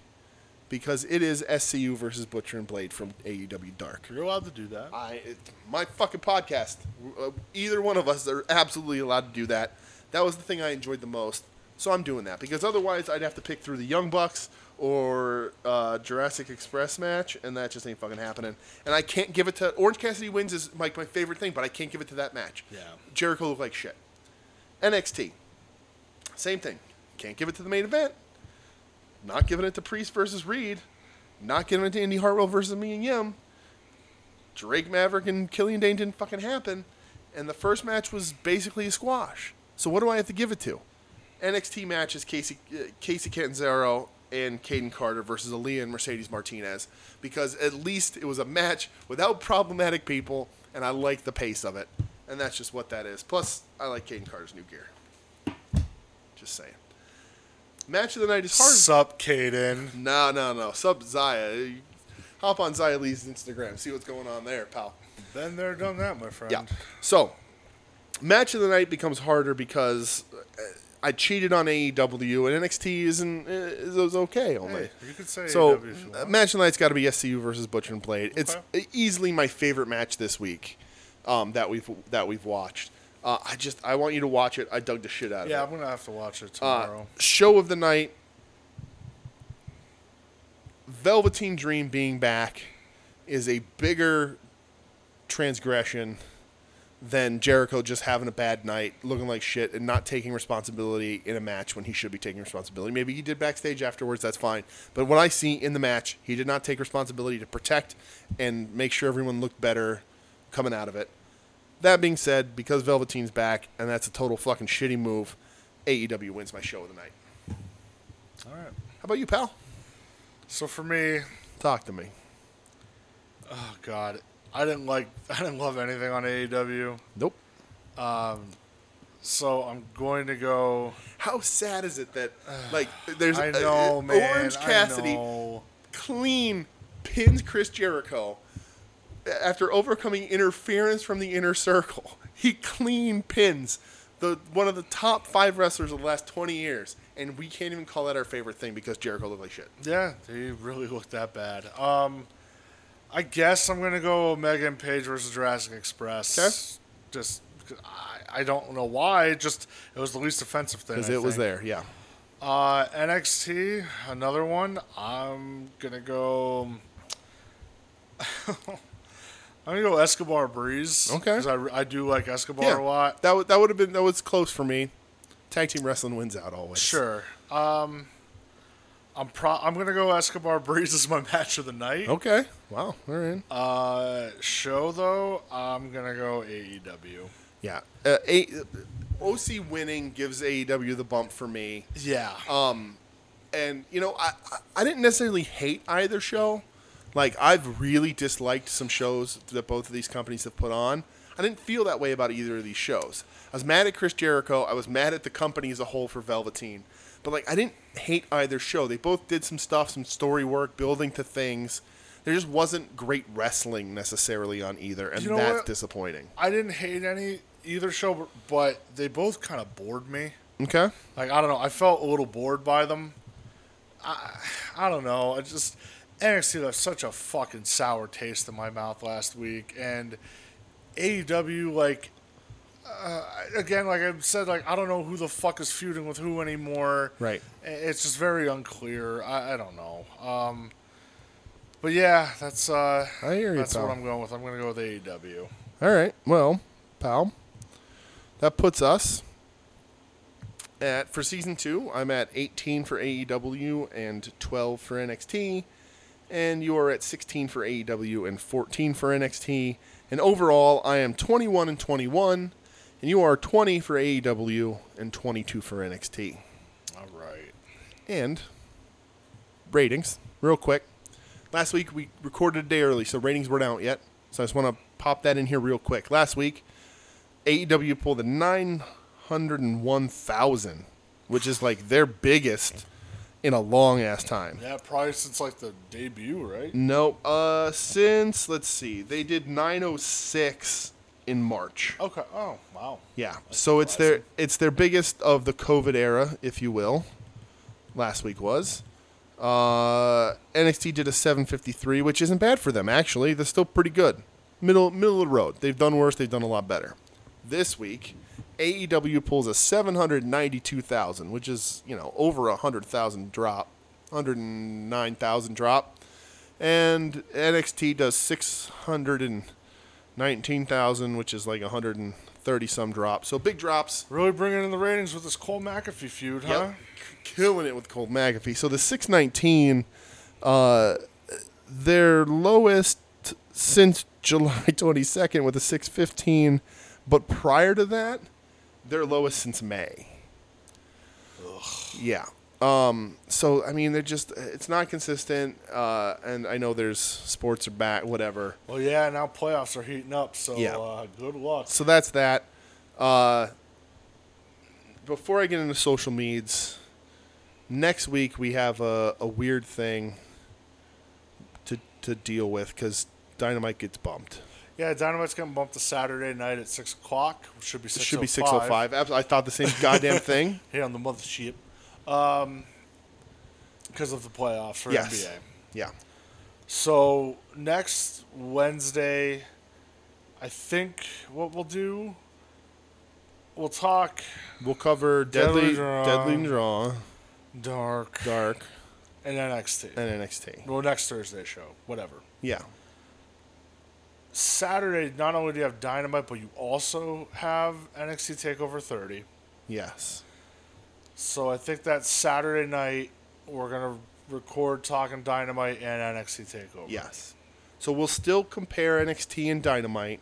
because it is SCU versus Butcher and Blade from AEW Dark. You're allowed to do that. I it, my fucking podcast. Uh, Either one of us are absolutely allowed to do that. That was the thing I enjoyed the most. So I'm doing that because otherwise I'd have to pick through the Young Bucks or uh, Jurassic Express match, and that just ain't fucking happening. And I can't give it to Orange Cassidy wins is like my favorite thing, but I can't give it to that match. Yeah. Jericho looked like shit. NXT, same thing. Can't give it to the main event. Not giving it to Priest versus Reed. Not giving it to Indy Hartwell versus me and Yim. Drake Maverick and Killian Dane didn't fucking happen. And the first match was basically a squash. So what do I have to give it to? NXT match is Casey, uh, Casey Catanzaro and Caden Carter versus Aaliyah and Mercedes Martinez because at least it was a match without problematic people, and I like the pace of it. And that's just what that is. Plus, I like Caden Carter's new gear. Just saying. Match of the night is hard. Sup, Caden. No, no, no. Sub Zaya. Hop on Zaya Lee's Instagram. See what's going on there, pal. Then they're done that, my friend. Yeah. So, match of the night becomes harder because uh, I cheated on AEW and NXT isn't uh, is, is okay only. Hey, you could say so, AEW if you uh, want. match of the night's got to be SCU versus Butcher and Blade. It's e, easily my favorite match this week um, that we've that we've watched. Uh, I just I want you to watch it. I dug the shit out of it. Yeah, I'm gonna have to watch it Uh, tomorrow. show of the night. Velveteen Dream being back is a bigger transgression than Jericho just having a bad night, looking like shit, and not taking responsibility in a match when he should be taking responsibility. Maybe he did backstage afterwards, that's fine. But what I see in the match, he did not take responsibility to protect and make sure everyone looked better coming out of it. That being said, because Velveteen's back, and that's a total fucking shitty move, AEW wins my show of the night. All right. How about you, pal? So for me, Talk to me. oh god, I didn't like, I didn't love anything on E AEW. Nope. So I'm going to go. How sad is it that, like, there's I uh, know, uh, man. Orange I Cassidy know. clean pins Chris Jericho after overcoming interference from the inner circle. He clean pins the one of the top five wrestlers of the last 20 years, and we can't even call that our favorite thing because Jericho looked like shit. Yeah, they really looked that bad. Um, I guess I'm gonna go Omega and Page versus Jurassic Express. Just, I, I don't know why. It just it was the least offensive thing. Because I it was think. there, yeah. Uh, NXT, another one. I'm gonna go. I'm gonna go Escobar Breeze. Okay. 'cause I, I do like Escobar yeah. a lot. That would that would have been that was close for me. Tag team wrestling wins out always. Sure. Um, I'm pro. I'm gonna go Escobar Breeze as my match of the night. Okay. Wow. All right. Uh, show though, I'm gonna go E AEW. Yeah. Uh, A- OC winning gives AEW the bump for me. Yeah. And, you know, I, I, I didn't necessarily hate either show. Like, I've really disliked some shows that both of these companies have put on. I didn't feel that way about either of these shows. I was mad at Chris Jericho. I was mad at the company as a whole for Velveteen. But, like, I didn't hate either show. They both did some stuff, some story work, building to things. There just wasn't great wrestling necessarily on either, and You know that's what? disappointing. I didn't hate any either show, but- but they both kind of bored me. Okay. Like I don't know, I felt a little bored by them. I I don't know. I just NXT left such a fucking sour taste in my mouth last week, and AEW like uh, again, like I said, like I don't know who the fuck is feuding with who anymore. Right. I- It's just very unclear. I, I don't know. Um, but yeah, that's uh, I hear you, that's pal. what I'm going with. I'm going to go with E AEW. All right. Well, pal, that puts us at for season two. I'm at 18 for AEW and 12 for NXT, and you are at 16 for AEW and 14 for NXT. And overall, I am 21 and 21, and you are 20 for AEW and 22 for NXT All right. and ratings real quick. Last week we recorded a day early, so ratings weren't out yet. So I just want to pop that in here real quick. Last week, AEW pulled a 901,000, which is like their biggest in a long ass time. Yeah, probably since like the debut, right? No, uh, since let's see, they did 906 in March. Okay. Oh wow. Yeah. So it's their it's their biggest of the COVID era, if you will. Last week was. Uh, NXT did a 753, which isn't bad for them actually. They're still pretty good. Middle middle of the road. They've done worse. They've done a lot better. This week, E AEW pulls a 792,000, which is you know over a hundred thousand drop 109,000 drop. And NXT does 619,000, which is like 130 some drop. So big drops. Really bringing in the ratings with this Cole McAfee feud, huh? Yep. Killing it with Cold McAfee. So the 619, uh, their lowest since July 22nd with a 615, but prior to that, their lowest since May. Yeah. Um, so I mean, they're just it's not consistent. Uh, and I know there's sports are back, whatever. Well, yeah. Now playoffs are heating up, so Yeah. uh, good luck. So that's that. Uh, before I get into social meds, next week we have a, a weird thing to to deal with because Dynamite gets bumped. Yeah, Dynamite's getting bumped to Saturday night at six o'clock. Which should be It six. should be six oh five. I thought the same goddamn thing. here on the mothership, um, because of the playoffs for yes. NBA. Yeah. So next Wednesday, I think what we'll do, we'll talk We'll cover Deadly Deadly Draw. Deadly Draw, dark Dark, and NXT. and NXT. well, next Thursday show, whatever. Yeah. Saturday, not only do you have Dynamite, but you also have NXT Takeover 30. Yes. So I think that Saturday night we're gonna record talking Dynamite and NXT Takeover. Yes. So we'll still compare NXT and Dynamite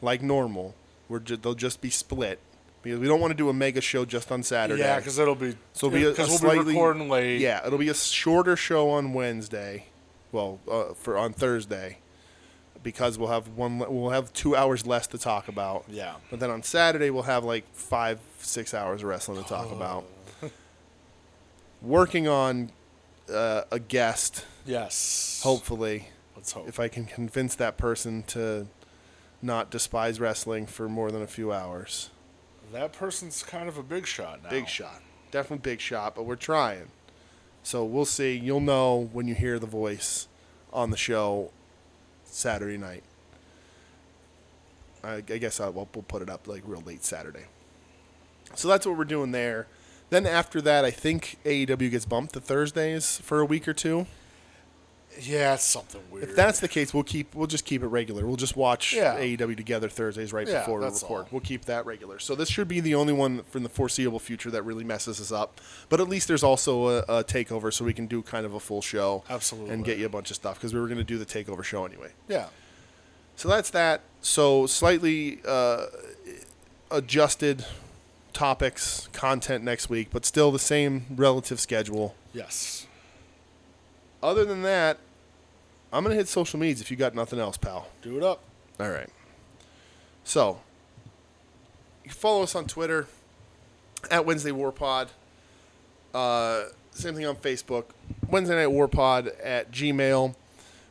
like normal. We're ju- they'll just be split because we don't want to do a mega show just on Saturday. Yeah, because it'll be so it'll be a, a because we'll slightly be recording late. Yeah, it'll be a shorter show on Wednesday. Well, uh, for on Thursday because we'll have one le- we'll have 2 hours less to talk about. Yeah. But then on Saturday we'll have like 5 6 hours of wrestling to Oh. talk about. Working on uh, a guest Yes. hopefully Let's hope. if I can convince that person to not despise wrestling for more than a few hours. that person's kind of a big shot now. Big shot. Definitely big shot, but we're trying. So we'll see. You'll know when you hear the voice on the show Saturday night. I, I guess I, will we'll put it up like real late Saturday. So that's what we're doing there. Then after that, I think AEW gets bumped to Thursdays for a week or two. Yeah, it's something weird. If that's the case, we'll keep we'll just keep it regular. We'll just watch Yeah. AEW together Thursdays right Yeah, before we that's record. all. We'll keep that regular. So this should be the only one from the foreseeable future that really messes us up. But at least there's also a, a takeover, so we can do kind of a full show, Absolutely. and get you a bunch of stuff because we were going to do the takeover show anyway. yeah. So that's that. So slightly uh, adjusted topics, content next week, but still the same relative schedule. Yes. Other than that, I'm gonna hit social medias if you got nothing else, pal. Do it up. All right. So, you can follow us on Twitter at Wednesday War Pod. Uh, same thing on Facebook. Wednesday Night War Pod at Gmail.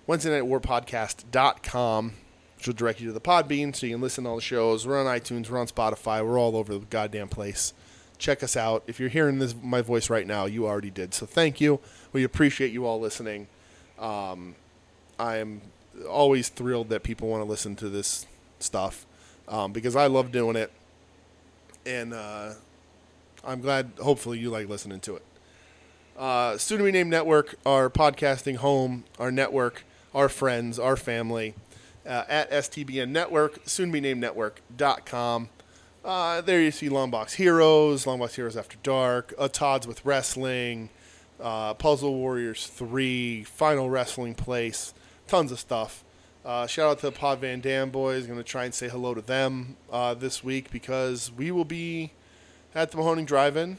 Wednesday Night War Podcast.com, which will direct you to the Podbean so you can listen to all the shows. We're on iTunes, we're on Spotify, we're all over the goddamn place. Check us out. If you're hearing this my voice right now, you already did. So thank you. We appreciate you all listening. I am always thrilled that people want to listen to this stuff um, because I love doing it, and uh, I'm glad. Hopefully, you like listening to it. Uh, Soon to be named network, our podcasting home, our network, our friends, our family, uh, at STBN Network, soon to be named network.com. Uh, there you see Longbox Heroes, Longbox Heroes After Dark, A Todd's with Wrestling, uh, Puzzle Warriors 3, Final Wrestling Place, tons of stuff. Uh, shout out to the Pod Van Dam boys. Going to try and say hello to them uh, this week because we will be at the Mahoning Drive-In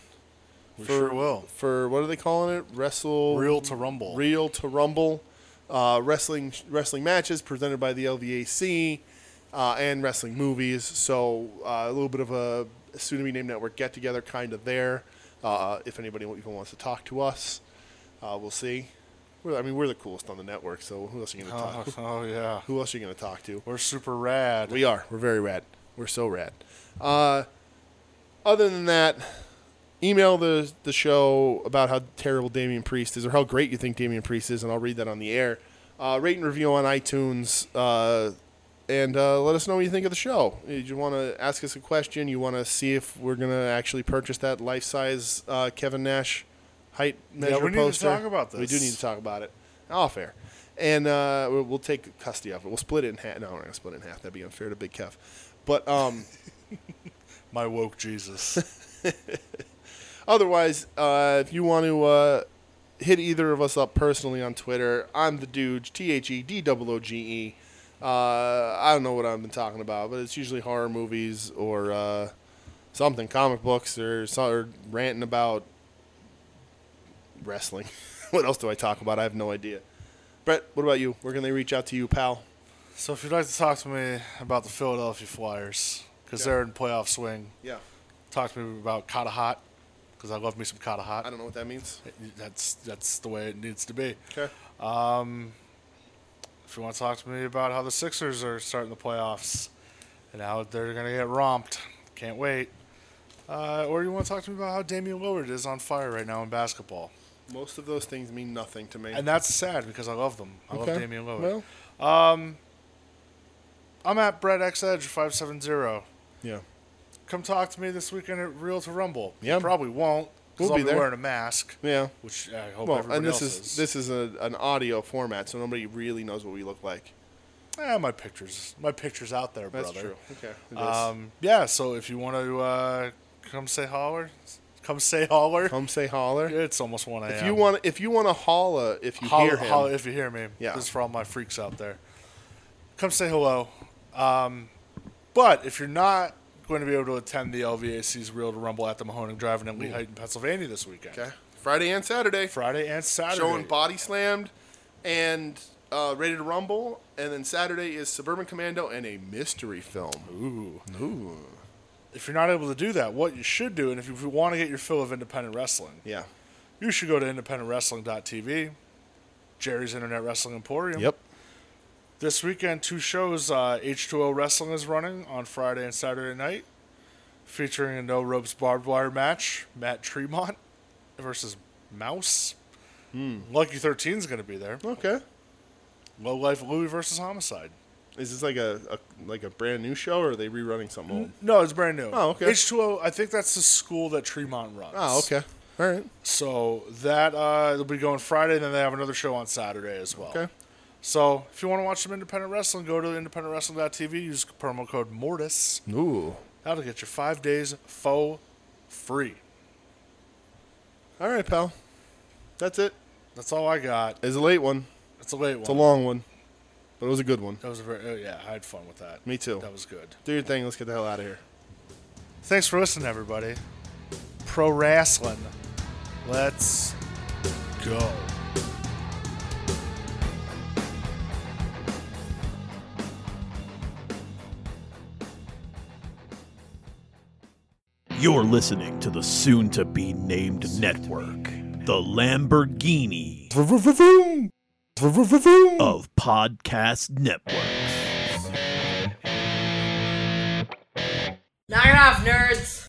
We For- sure will. for what are they calling it? Wrestle Real to rumble. Real to Rumble uh, wrestling wrestling matches presented by the LVAC uh, and wrestling movies. So uh, a little bit of a soon to be named network get together kind of there. Uh, if anybody even wants to talk to us, uh, we'll see. We're, I mean, we're the coolest on the network, so who else are you gonna oh, talk? oh, yeah. Who else are you gonna talk to? We're super rad. We are. We're very rad. We're so rad. Uh, other than that, email the the show about how terrible Damian Priest is or how great you think Damian Priest is, and I'll read that on the air. Uh, rate and review on iTunes, uh, and uh, let us know what you think of the show. You want to ask us a question? You want to see if we're gonna actually purchase that life size uh, Kevin Nash height measure we need to poster. talk about We do this. need to talk about it. Off air. And uh, we'll, we'll take custody of it. We'll split it in half. No, we're not going to split it in half. That'd be unfair to Big Kev. But um, My woke Jesus. Otherwise, uh, if you want to uh, hit either of us up personally on Twitter, I'm the Dooge, T H E D O O G E. Uh, I don't know what I've been talking about, but it's usually horror movies or uh, something, comic books, or, so- or ranting about wrestling. what else do I talk about? I have no idea. Brett, what about you? Where can they reach out to you, pal? so if you'd like to talk to me about the Philadelphia Flyers, because Yeah. they're in playoff swing, Yeah, talk to me about Kata Hot, because I love me some Kata I Hot. don't know what that means. That's that's the way it needs to be. Okay. If you want to talk to me about how the Sixers are starting the playoffs and how they're going to get romped, can't wait. Uh, or you want to talk to me about how Damian Lillard is on fire right now in basketball. Most of those things mean nothing to me. And that's sad because I love them. I love Damian Lillard. Well, I'm at Brett X Edge 570. yeah. Come talk to me this weekend at Real to Rumble. You Yeah. Probably won't. 'cause We'll I'll be be, there. wearing a mask, Yeah. which I hope Well, everybody and this else is, this is a, an audio format, so nobody really knows what we look like. Eh, my pictures. My pictures out there, That's brother. true. Okay. Um, yeah, so if you want to uh, come say holler, come say holler. Come say holler. It's almost one a.m. If you want, if you want to holla, if you holler, hear him, holler if you hear me. Yeah. This is for all my freaks out there. Come say hello. Um, but if you're not going to be able to attend the LVAC's Real to Rumble at the Mahoning Drive in Lee Height in Pennsylvania this weekend, okay. Friday and Saturday, Friday and Saturday, showing Body Slammed and uh, Ready to Rumble, and then Saturday is Suburban Commando and a mystery film. Ooh. if you're not able to do that, what you should do, and if you want to get your fill of independent wrestling, Yeah. you should go to independentwrestling.tv, Jerry's Internet Wrestling Emporium. Yep. This weekend, two shows uh, H2O Wrestling is running on Friday and Saturday night, featuring a no ropes barbed wire match Matt Tremont versus Mouse. Lucky 13 is going to be there. Okay. Low Life Louie versus Homicide. Is this like a, a like a brand new show, or are they rerunning something old? No, it's brand new. Oh, okay. H2O, I think that's the school that Tremont runs. Oh, okay. All right. So that uh, they'll be going Friday, and then they have another show on Saturday as well. Okay. So if you want to watch some independent wrestling, go to independentwrestling.tv. Use promo code Mortis. Ooh. That'll get you five days faux free. All right, pal. That's it. That's all I got. It's a late one. It's a late one. It's a long one, but it was a good one. that was a very, oh, yeah, I had fun with that. Me too. That was good. Do your thing. Let's get the hell out of here. Thanks for listening, everybody. Pro wrestling. Let's go. You're listening to the soon to be named network, the Lamborghini of Podcast Networks. Knock it off, nerds!